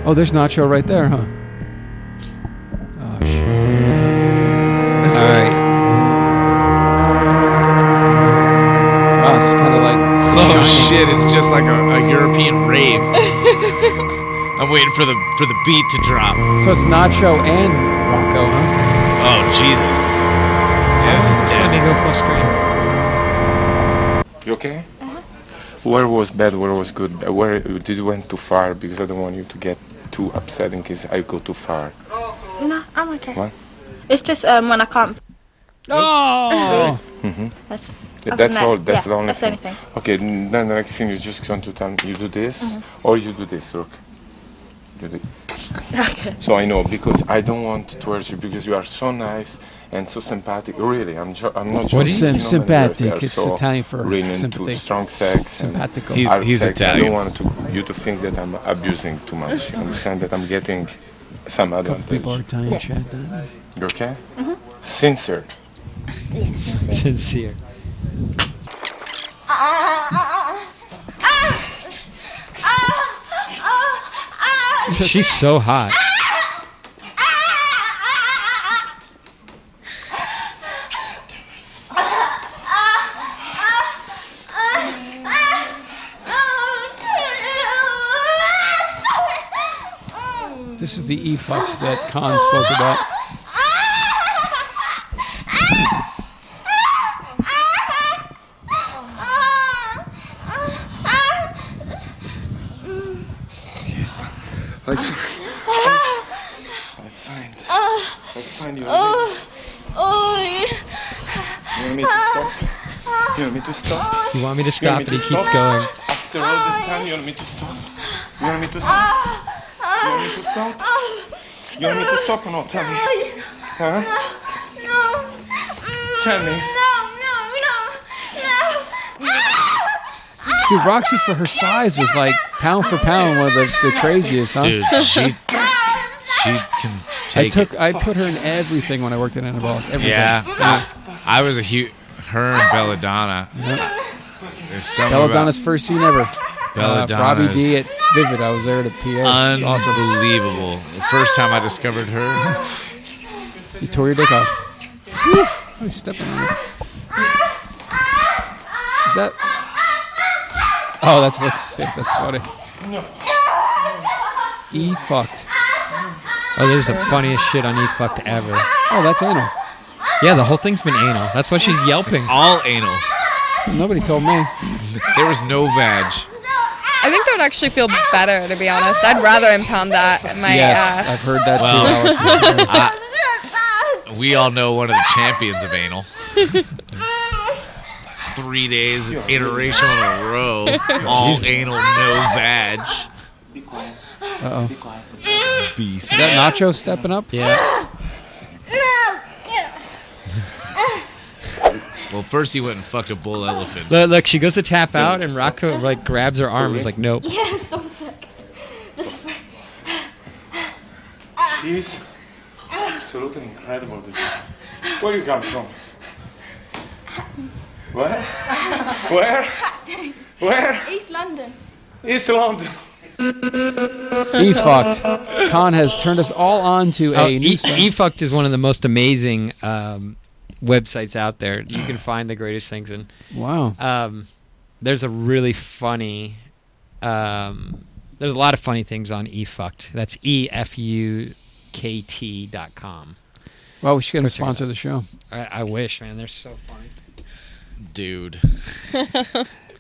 S3: Oh, there's Nacho right there, huh? Oh, shit.
S4: all right.
S3: Wow, Ah, it's kind of like.
S6: Oh shit! It's just like a, a European rave. I'm waiting for the for the beat to drop.
S3: So it's Nacho and Rocco, huh?
S6: Oh Jesus! Yeah, this is
S4: Just let
S6: dead.
S4: me go full screen.
S14: You okay? Where was bad? Where was good? Uh, Where did you went too far? Because I don't want you to get too upset in case I go too far.
S15: No, I'm okay.
S14: What?
S15: It's just um when I can't.
S3: Oh.
S14: hmm
S15: That's.
S14: Yeah,
S15: other
S14: that's
S15: than
S14: all.
S15: that,
S14: That's
S15: yeah,
S14: the only
S15: that's
S14: thing.
S15: anything.
S14: Okay. n- Then the next thing you just going to tell me you do this
S15: Mm-hmm.
S14: or you do this. Look. You do.
S15: Okay.
S14: So I know because I don't want to hurt you because you are so nice and so sympathetic. Really, I'm. Jo- I'm not
S3: What
S14: joking.
S3: is
S14: You know, when
S3: sympathetic?
S14: you're there,
S3: It's
S14: so
S3: Italian for
S14: really into
S3: sympathy.
S14: Strong sex. and
S3: Simpatico.
S6: He's-
S14: hard
S6: he's
S14: sex. I
S6: Italian.
S14: don't want to, you to think that I'm abusing too much. Understand that I'm getting some
S3: Couple
S14: advantage.
S3: people are Italian, Chad.
S14: You okay? Sincere.
S4: Sincere. She's so hot.
S3: This is the e fucked that Khan spoke about.
S14: Let's find you. a lady.
S12: Oh, oh.
S14: You want me to stop? You want
S4: You want me
S14: me to stop?
S4: to
S14: You
S4: stop,
S14: want
S4: but
S14: me
S4: he
S14: to
S4: keeps
S14: stop?
S4: going.
S14: After all this time, you want me to stop? You want me to stop? You want me to stop? You want me to stop or not? Tell me. Huh? Tell me. Mm.
S3: Dude, Roxy for her size was like pound for pound one of the, the craziest. Huh?
S6: Dude, she she can take.
S3: I
S6: it.
S3: took I put her in everything when I worked in anabolic. Everything.
S6: Yeah. I was a huge. Her and Belladonna. There's something about-
S3: Belladonna's first scene ever.
S6: Belladonna's-
S3: Uh, Robbie D at Vivid. I was there to PA.
S6: Unbelievable. The first time I discovered her.
S3: You tore your dick off. Whew. I was stepping on it. Is that? Oh, that's what's his face. That's funny.
S14: No.
S3: E fucked.
S4: Oh, this is the funniest shit on E fucked ever.
S3: Oh, that's anal.
S4: Yeah, the whole thing's been anal. That's why she's yelping.
S6: All anal.
S3: Nobody told me.
S6: There was no vag.
S7: I think that would actually feel better, to be honest. I'd rather impound that in my uh,
S6: Yes,
S7: ass.
S3: I've heard that
S6: Well,
S3: too. Alex.
S6: I- we all know one of the champions of anal. Three days of iteration in a row. All
S3: Jesus.
S6: anal, no vag.
S3: Uh oh.
S6: Beast.
S3: Is that Nacho stepping up?
S4: Yeah.
S6: Well, first he went and fucked a bull elephant.
S4: Look, look, she goes to tap out, and Rocco like grabs her arm. Is like, nope.
S12: Yes, so sick. Just for
S14: He's absolutely incredible. This guy. Where you come from? Where? Where? Where?
S12: East London.
S14: East London.
S3: E fucked. Khan has turned us all on to a
S4: Oh,
S3: new
S4: e-
S3: site.
S4: eFucked is one of the most amazing um, websites out there. You can find the greatest things in.
S3: Wow.
S4: Um, there's a really funny. Um, there's a lot of funny things on eFucked. That's e f u k t dot com.
S3: Well, we should get him to sponsor the show.
S4: I, I wish, man. They're so funny.
S6: Dude.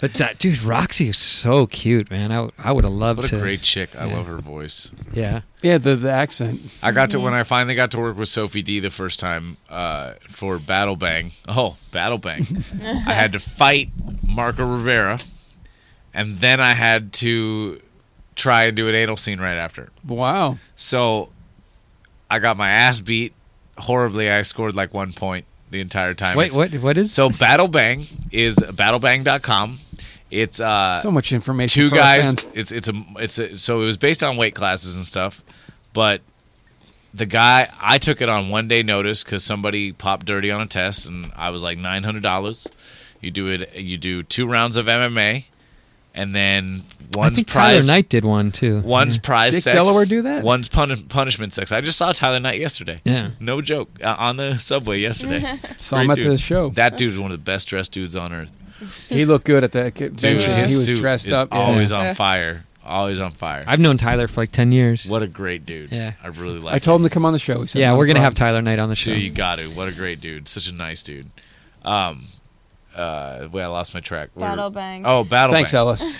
S4: But that, dude, Roxy is so cute, man. I, I would have loved
S6: What
S4: to.
S6: a great chick. I
S4: yeah.
S6: love her voice.
S4: Yeah.
S3: Yeah, the, the accent.
S6: I got to when I finally got to work with Sophie D the first time uh, for Battle Bang. Oh, Battle Bang! I had to fight Marco Rivera, and then I had to try and do an anal scene right after.
S3: Wow.
S6: So I got my ass beat horribly. I scored like one point the entire time.
S4: Wait, what? What is
S6: so? Battle Bang is battlebang.com. It's uh,
S3: So much information
S6: Two
S3: for our
S6: guys.
S3: fans.
S6: It's it's a it's a, so it was based on weight classes and stuff, but the guy I took it on one day notice because somebody popped dirty on a test, and I was like nine hundred dollars. You do it. You do two rounds of MMA, and then
S4: I
S6: one's
S4: think
S6: prize.
S4: Tyler Knight did one too.
S6: One's prize
S3: Dick
S6: sex.
S3: Delaware do that?
S6: One's pun- punishment sex. I just saw Tyler Knight yesterday.
S4: Yeah.
S6: No joke. Uh, on the subway yesterday.
S3: Saw him
S6: Great
S3: at
S6: dude.
S3: the show.
S6: That dude's one of the best dressed dudes on earth.
S3: He looked good at that
S6: Dude,
S3: convention.
S6: his
S3: He was
S6: suit
S3: dressed
S6: is
S3: up. yeah.
S6: always
S3: Yeah.
S6: on fire. Always on fire.
S4: I've known Tyler for like ten years.
S6: What a great dude.
S4: Yeah.
S6: I really like
S3: I told him to come on the show. He said,
S4: yeah,
S3: "No
S4: we're gonna have
S3: problem."
S4: Tyler Knight on the show.
S6: Dude, you got to. What a great dude. Such a nice dude. Um, uh, wait, I lost my track. We were-
S7: Battle Bang.
S6: Oh, Battle
S3: Thanks,
S6: Bang.
S3: Ellis.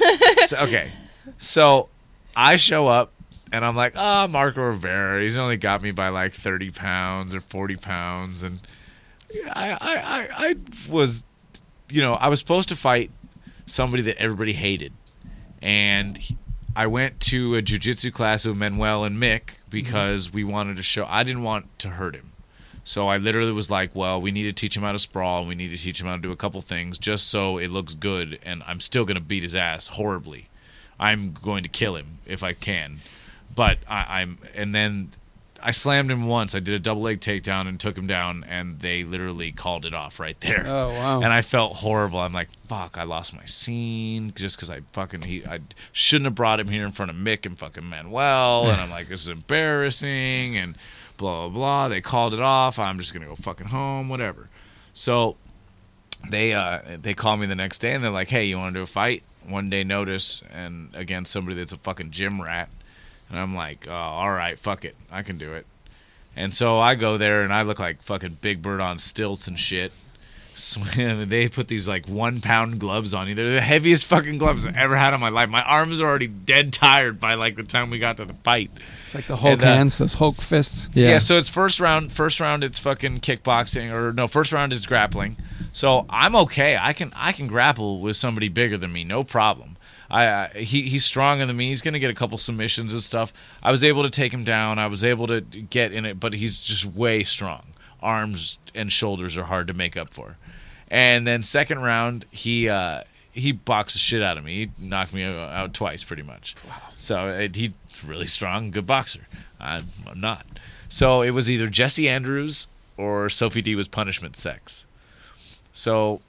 S6: So- okay. So I show up and I'm like, ah, Marco Rivera. He's only got me by like 30 pounds or 40 pounds. And I, I, I, I was, you know, I was supposed to fight somebody that everybody hated. And he- I went to a jujitsu class with Manuel and Mick because we wanted to show, I didn't want to hurt him. So I literally was like, well, we need to teach him how to sprawl and we need to teach him how to do a couple things just so it looks good and I'm still going to beat his ass horribly. I'm going to kill him if I can. But I, I'm, and then I slammed him once. I did a double leg takedown and took him down and they literally called it off right there.
S3: Oh, wow.
S6: And I felt horrible. I'm like, fuck, I lost my scene just because I fucking, he, I shouldn't have brought him here in front of Mick and fucking Manuel. And I'm like, this is embarrassing. And, blah blah blah. They called it off. I'm just gonna go fucking home, whatever. So they uh, they call me the next day and they're like, hey, you want to do a fight? One day notice and against somebody that's a fucking gym rat. And I'm like, oh, all right, fuck it, I can do it. And so I go there and I look like fucking Big Bird on stilts and shit. swim. They put these like one pound gloves on you. They're the heaviest fucking gloves I've ever had in my life. My arms are already dead tired by like the time we got to the fight.
S3: It's like the Hulk
S6: And, uh,
S3: hands, those Hulk fists.
S6: yeah. so it's first round. First round, it's fucking kickboxing, or no, first round is grappling. So I'm okay. I can I can grapple with somebody bigger than me, no problem. I uh, he he's stronger than me. He's gonna get a couple submissions and stuff. I was able to take him down. I was able to get in it, but he's just way strong. Arms and shoulders are hard to make up for. And then second round, he uh, he boxed the shit out of me. He knocked me out twice, pretty much. So uh, he's really strong, good boxer. I'm, I'm not. So it was either Jesse Andrews or Sophie D was punishment sex. So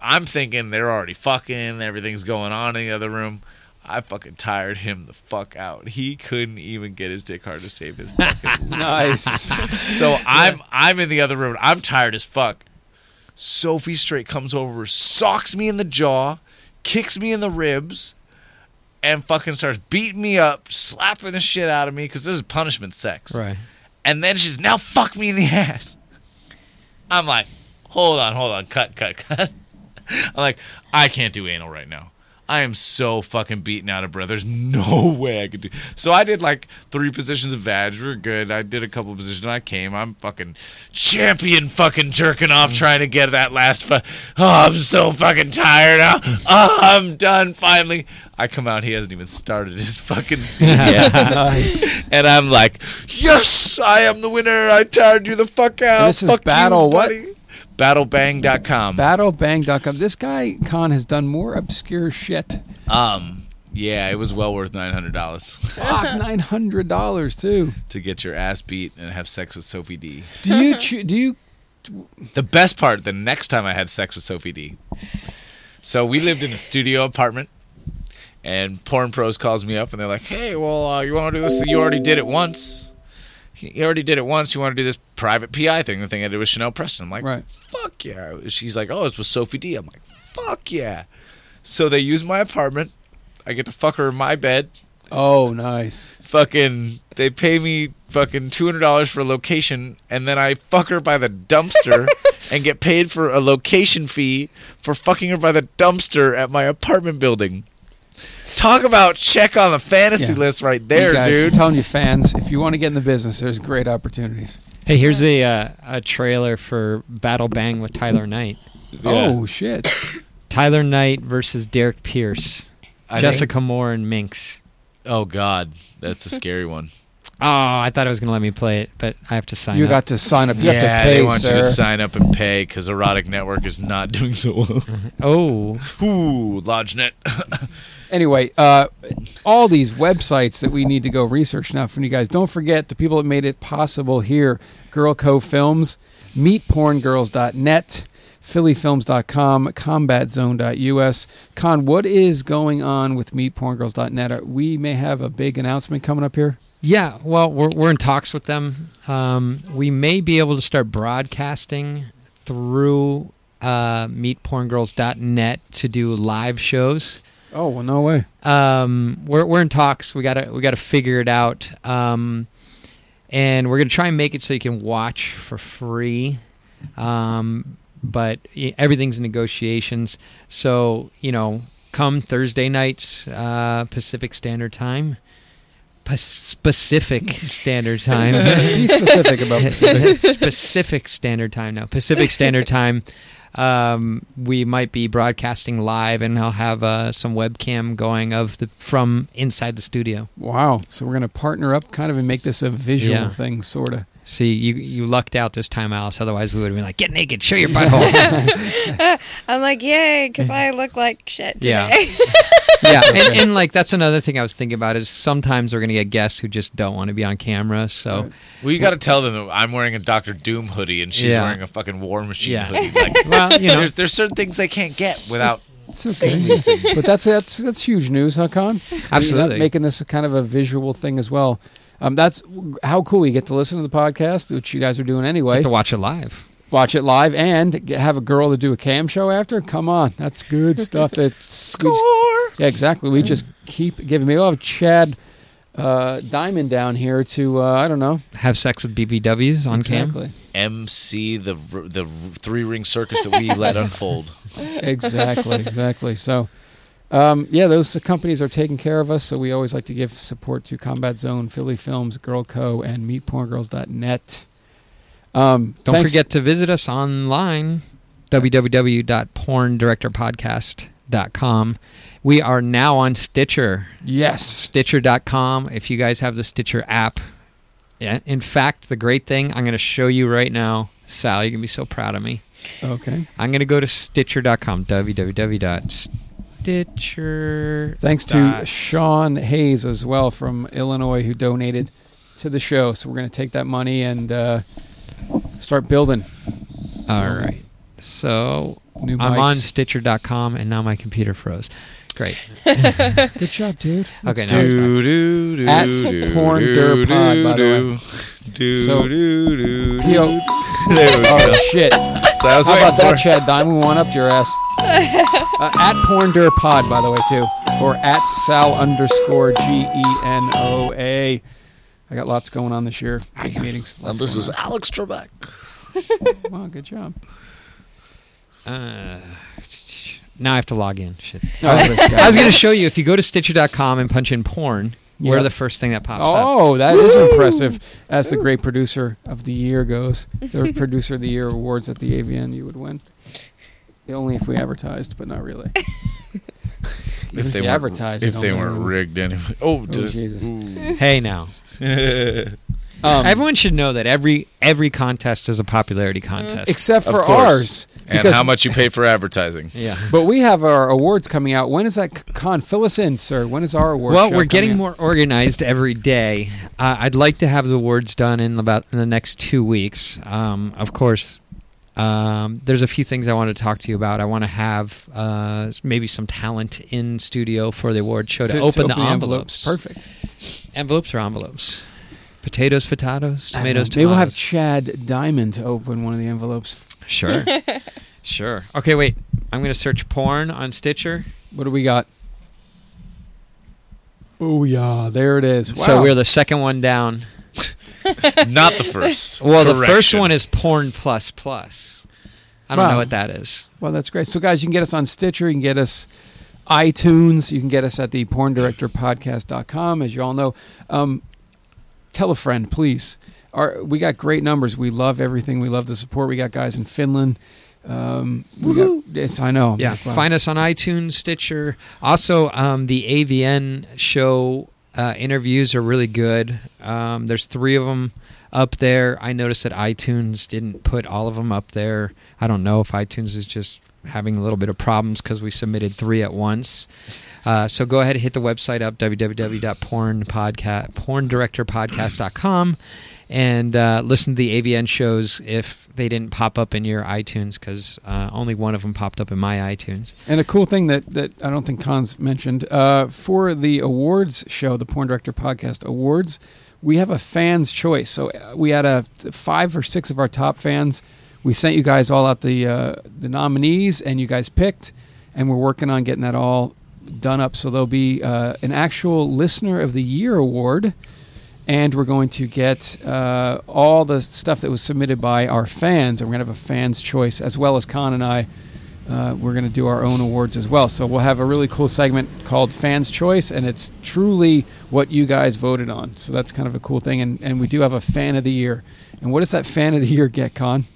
S6: I'm thinking they're already fucking. Everything's going on in the other room. I fucking tired him the fuck out. He couldn't even get his dick hard to save his fucking life.
S3: Nice.
S6: So I'm I'm in the other room. I'm tired as fuck. Sophie straight comes over, socks me in the jaw, kicks me in the ribs, and fucking starts beating me up, slapping the shit out of me because this is punishment sex.
S4: Right.
S6: And then she's now fuck me in the ass. I'm like, hold on, hold on, cut, cut, cut. I'm like, I can't do anal right now. I am so fucking beaten out of breath. There's no way I could do. So I did like three positions of vag. We are good. I did a couple positions. I came. I'm fucking champion, fucking jerking off, trying to get that last. Fu- oh, I'm so fucking tired. now. Oh, I'm done. Finally, I come out. He hasn't even started his fucking scene. yet.
S3: Nice.
S6: And I'm like, yes, I am the winner. I tired you the fuck out.
S3: And this is
S6: Fuck you,
S3: battle what?
S6: buddy." Battlebang.com.
S3: Battlebang.com. This guy Khan has done more obscure shit.
S6: Um, yeah, it was well worth nine hundred dollars
S3: Fuck, nine hundred dollars too.
S6: to get your ass beat and have sex with Sophie D.
S3: Do you cho- do you
S6: The best part, the next time I had sex with Sophie D. So we lived in a studio apartment, and Porn Pros calls me up and they're like, "Hey, well, uh, you want to do this? You already did it once. You already did it once. You want to do this private PI thing? The thing I did with Chanel Preston." I'm like,
S3: right?
S6: fuck yeah. She's like, oh, it's with Sophie D. I'm like, fuck yeah. So they use my apartment. I get to fuck her in my bed.
S3: Oh, nice.
S6: Fucking, they pay me fucking two hundred dollars for a location, and then I fuck her by the dumpster and get paid for a location fee for fucking her by the dumpster at my apartment building. Talk about check on the fantasy
S3: Yeah.
S6: list right
S3: You
S6: there,
S3: guys, I'm
S6: dude.
S3: telling you, fans, if you want to get in the business, there's great opportunities.
S4: Hey, here's a uh, a trailer for Battle Bang with Tyler Knight.
S3: Oh shit!
S4: Tyler Knight versus Derek Pierce,
S6: I
S4: Jessica Moore and Minx.
S6: Oh God, that's a scary one.
S4: Oh, I thought I was gonna let me play it, but I have to sign
S3: you
S4: up.
S3: got to sign up. You have to
S6: yeah,
S3: pay,
S6: they want
S3: sir.
S6: you to sign up and pay because Erotic Network is not doing so well.
S4: oh,
S6: Ooh, LodgeNet.
S3: anyway, uh, all these websites that we need to go research now from you guys. Don't forget the people that made it possible here Girl Co Films, meetporngirls.net, phillyfilms.com, combatzone.us. Con, what is going on with meetporngirls.net? Are- Uh, We may have a big announcement coming up here.
S4: yeah. Well, we're we're in talks with them. Um, we may be able to start broadcasting through uh, meetporngirls.net to do live shows.
S3: Oh, well, no way.
S4: um, we're we're in talks. We gotta we gotta figure it out. Um, and we're gonna try and make it so you can watch for free. Um, but i- everything's negotiations. So you know, come Thursday nights uh, Pacific Standard Time. Pa- Pacific Standard Time.
S3: Be specific about Pacific.
S4: Pacific Standard Time now. Pacific Standard Time. Um, we might be broadcasting live, and I'll have uh, some webcam going of the from inside the studio.
S3: Wow. So we're going to partner up kind of and make this a visual
S4: Yeah.
S3: thing, sort of.
S4: See, you you lucked out this time, Alice. Otherwise, we would have been like, "Get naked, show your butthole."
S7: I'm like, yay, because I look like shit today.
S4: Yeah. yeah, and, and like that's another thing I was thinking about is sometimes we're gonna get guests who just don't want to be on camera. So
S6: Well, you got to tell them that I'm wearing a Doctor Doom hoodie and she's
S4: Yeah.
S6: wearing a fucking War Machine
S4: Yeah.
S6: hoodie. Like,
S4: well, you know,
S6: there's, there's certain things they can't get without.
S3: It's okay. but that's that's that's huge news, huh, Con?
S4: Absolutely.
S3: making this a kind of a visual thing as well. Um, that's how cool you get to listen to the podcast, which you guys are doing
S4: have
S3: anyway.
S4: to watch it live.
S3: Watch it live and get, have a girl to do a cam show after. Come on, that's good stuff. That score. yeah, exactly. We just keep giving. Maybe we'll have Chad uh, Diamond down here to uh, I don't know
S4: Have sex with BBWs on
S3: exactly.
S4: cam.
S10: MC the r- the three ring circus that we let unfold.
S3: exactly, exactly. So, um, yeah, those companies are taking care of us. So we always like to give support to Combat Zone, Philly Films, Girl Co, and MeetPornGirls.net. Um,
S4: Don't
S3: thanks-
S4: forget to visit us online www.porndirectorpodcast.com. We are now on Stitcher.
S3: Yes.
S4: Stitcher.com. If you guys have the Stitcher app, yeah, in fact, the great thing I'm going to show you right now, Sal, you're going to be so proud of me.
S3: Okay.
S4: I'm going to go to Stitcher.com. www.stitcher.
S3: Thanks to Sean Hayes as well from Illinois who donated to the show. So we're going to take that money and uh, start building.
S4: All right. So
S3: New
S4: I'm on
S3: mics.
S4: Stitcher.com, and now my computer froze. Great.
S3: Good job, dude.
S4: Okay,
S3: Let's
S4: now
S3: do
S4: it's
S3: it.
S4: back.
S3: At Porn Derpod, by the way. So, Yo.
S10: There we
S3: oh,
S10: go.
S3: shit.
S10: So I was
S3: How
S10: waiting
S3: about that,
S10: for-
S3: Chad Diamond? One up your ass. Uh, at Porn Derp Pod, by the way, too. Or at Sal underscore G E N O A. I got lots going on this year. Big meetings.
S10: And
S3: lots
S10: this
S3: going
S10: is
S3: on.
S10: Alex Trebek.
S3: Wow, good job.
S4: Uh, now I have to log in. Shit.
S3: Oh, this guy.
S4: I was going to show you if you go to Stitcher.com and punch in porn, we're
S3: Yep.
S4: the first thing that pops up.
S3: Oh, that is impressive. As the great producer of the year goes, If there were producer of the year awards at the AVN, you would win. Only if we advertised, but not really. Even if,
S10: they
S3: you
S10: weren't-
S3: advertise,
S10: if they weren't rigged anyway. Oh, just-
S3: Jesus.
S10: ooh.
S4: Hey now. Um,
S3: Um,
S4: Everyone should know that every every contest is a popularity contest.
S3: Except
S10: Of
S3: for
S10: course.
S3: ours,
S10: And
S3: because-
S10: how much you pay for advertising.
S4: Yeah.
S3: But we have our awards coming out. When is that c- con? Fill us in, sir. When is our award?
S4: well,
S3: show
S4: we're
S3: coming
S4: getting
S3: out?
S4: more organized every day. Uh, I'd like to have the awards done in about in the next two weeks. Um, of course, um, there's a few things I want to talk to you about. I want to have uh, maybe some talent in studio for the award show to,
S3: To- to
S4: open, the,
S3: open the
S4: envelopes.
S3: envelopes.
S4: Perfect. Envelopes are envelopes. Potatoes, potatoes.
S3: I don't know.
S4: Tomatoes,
S3: Maybe we'll have
S4: tomatoes.
S3: Chad Diamond to open one of the envelopes.
S4: Sure. sure. Okay, wait. I'm going to search porn on Stitcher.
S3: What do we got? Oh yeah, there it is.
S4: So
S3: Wow.
S4: we're the second one down.
S10: Not the first.
S4: Well, the first
S10: Correction.
S4: one is porn plus plus. I don't
S3: Wow.
S4: know what that is.
S3: Well, that's great. So, guys, you can get us on Stitcher. You can get us iTunes. You can get us at the porndirectorpodcast.com. As you all know, um, tell a friend, please. Our, we got great numbers. We love everything. We love the support. We got guys in Finland. Um, we got, yes, I know.
S4: Yeah,
S3: That's why-
S4: find us on iTunes, Stitcher. Also, um, the AVN show uh, interviews are really good. Um, there's three of them up there. I noticed that iTunes didn't put all of them up there. I don't know if iTunes is just having a little bit of problems because we submitted three at once. Uh, so go ahead and hit the website up www.pornpodcast porndirectorpodcast.com and uh, listen to the AVN shows if they didn't pop up in your iTunes because uh, only one of them popped up in my iTunes.
S3: And a cool thing that, that I don't think Khan's mentioned uh, for the awards show, the Porn Director Podcast Awards, we have a fans' choice. So uh, we had a five or six of our top fans. We sent you guys all out the uh, the nominees, and you guys picked. And we're working on getting that all done up. So there'll be uh, an actual Listener of the Year award, and we're going to get uh, all the stuff that was submitted by our fans, and we're going to have a fans' choice as well as Khan and I uh, we're going to do our own awards as well. So we'll have a really cool segment called Fans Choice, and it's truly what you guys voted on. So that's kind of a cool thing. And, and we do have a Fan of the Year. And what does that Fan of the Year get, Con?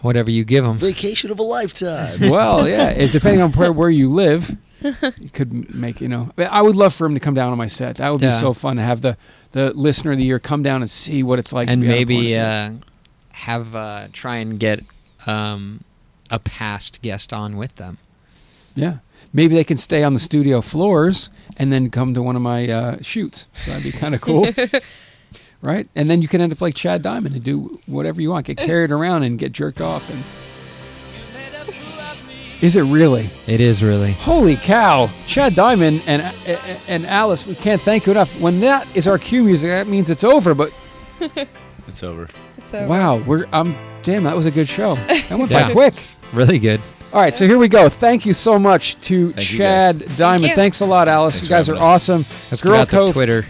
S4: Whatever you give them.
S16: Vacation of a lifetime.
S3: Well, yeah, it, depending on where, where you live, it could m- make, you know. I would love for him to come down on my set. That would be
S4: Yeah.
S3: so fun to have the, the Listener of the Year come down and see what it's like to
S4: and
S3: be on a porn
S4: maybe
S3: set.
S4: uh, have uh, try and get um, a past guest on with them.
S3: Yeah. Maybe they can stay on the studio floors and then come to one of my uh, shoots. So that'd be kind of cool. right? And then you can end up like Chad Diamond and do whatever you want, get carried around and get jerked off. And Is it really?
S4: It is really.
S3: Holy cow. Chad Diamond and, and, and Alice, we can't thank you enough. When that is our cue music, that means it's over. But
S10: It's over.
S7: It's over.
S3: wow, we're, um, damn, that was a good show. That went
S4: Yeah.
S3: by quick.
S4: Really good.
S3: All right, so here we go. Thank you so much to
S4: Thank you,
S3: Chad
S4: guys.
S3: Diamond.
S4: Thank you.
S3: Thanks a lot, Alice.
S4: Thanks
S3: you
S4: for
S3: guys are
S4: having us.
S3: awesome.
S4: Let's get out the Twitter.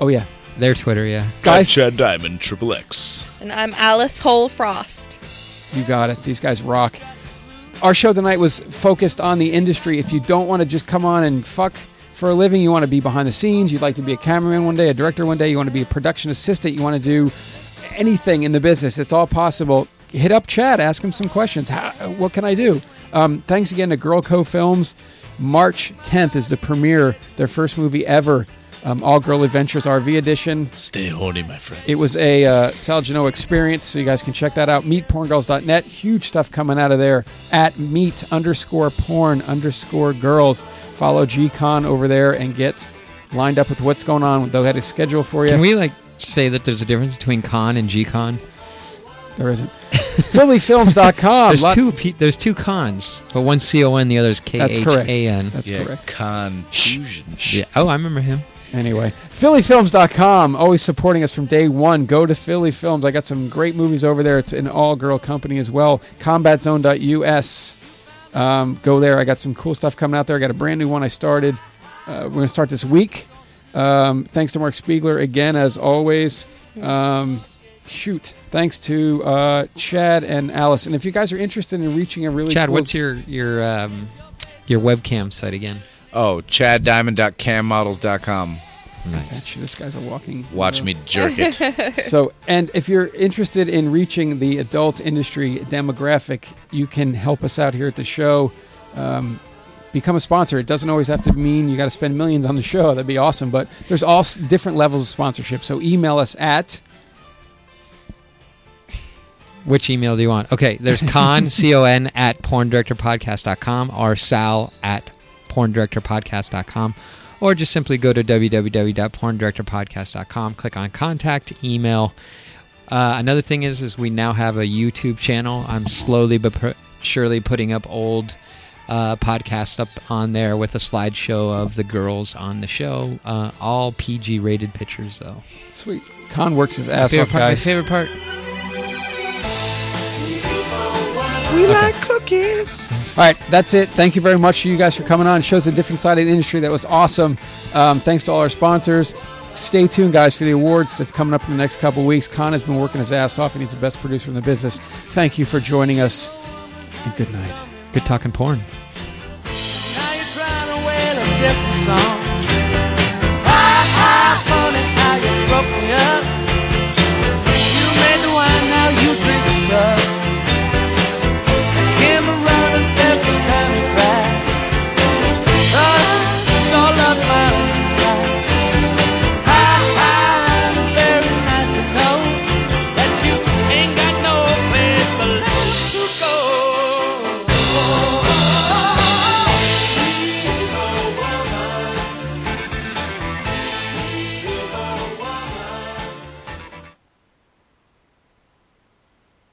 S3: Oh yeah,
S4: Their Twitter, yeah.
S3: Guys-
S10: Chad Diamond, Triple X.
S7: And I'm Alice Hole Frost.
S3: You got it. These guys rock. Our show tonight was focused on the industry. If you don't want to just come on and fuck for a living, you want to be behind the scenes, you'd like to be a cameraman one day, a director one day, you want to be a production assistant, you want to do anything in the business, it's all possible. Hit up Chad, ask him some questions. How, what can I do? Um, thanks again to Girl Co Films. March 10th is the premiere, their first movie ever, um, All Girl Adventures RV Edition.
S10: Stay horny, my friend.
S3: It was a uh, Sal Genoa experience, so you guys can check that out. MeetPornGirls.net. Huge stuff coming out of there at meet underscore porn underscore girls. Follow GCon over there and get lined up with what's going on. They'll have a schedule for you.
S4: Can we like say that there's a difference between con and gcon?
S3: There isn't. PhillyFilms.com.
S4: there's
S3: Lot-
S4: two. P- there's two cons, but one's C O N, the other's K
S3: That's
S4: H
S3: correct.
S4: A N.
S3: That's
S10: Yeah,
S3: correct.
S10: Confusion.
S4: Yeah. Oh, I remember him.
S3: Anyway, PhillyFilms.com, always supporting us from day one. Go to Philly Films. I got some great movies over there. It's an all girl company as well. CombatZone.us. Um, go there. I got some cool stuff coming out there. I got a brand new one I started. Uh, we're going to start this week. Um, thanks to Mark Spiegler again, as always. Um, shoot. Thanks to uh, Chad and Alice. And if you guys are interested in reaching a really
S4: Chad,
S3: cool
S4: what's your your um, your webcam site again?
S10: Oh, chaddiamond.cammodels.com.
S4: Nice.
S3: Actually, this guy's a walking.
S10: Watch me jerk it.
S3: so, and if you're interested in reaching the adult industry demographic, you can help us out here at the show. Um, become a sponsor. It doesn't always have to mean you got to spend millions on the show. That'd be awesome. But there's all s- different levels of sponsorship. So email us at
S4: Which email do you want? Okay, there's con c o n at porndirectorpodcast.com or sal at porndirectorpodcast.com or just simply go to www.porndirectorpodcast.com, click on contact email. Uh, another thing is is we now have a YouTube channel. I'm slowly but pr- surely putting up old uh, podcasts up on there with a slideshow of the girls on the show, uh, all PG rated pictures though.
S3: sweet Con works his ass
S4: favorite
S3: off,
S4: part, my
S3: guys.
S4: favorite part.
S3: We like cookies. All right, that's it. Thank you very much to you guys for coming on. It shows a different side of the industry. That was awesome. Um, thanks to all our sponsors. Stay tuned, guys, for the awards that's coming up in the next couple weeks. Khan has been working his ass off, and he's the best producer in the business. Thank you for joining us, and good night.
S4: Good talking porn.
S16: Now you're trying to win a different song.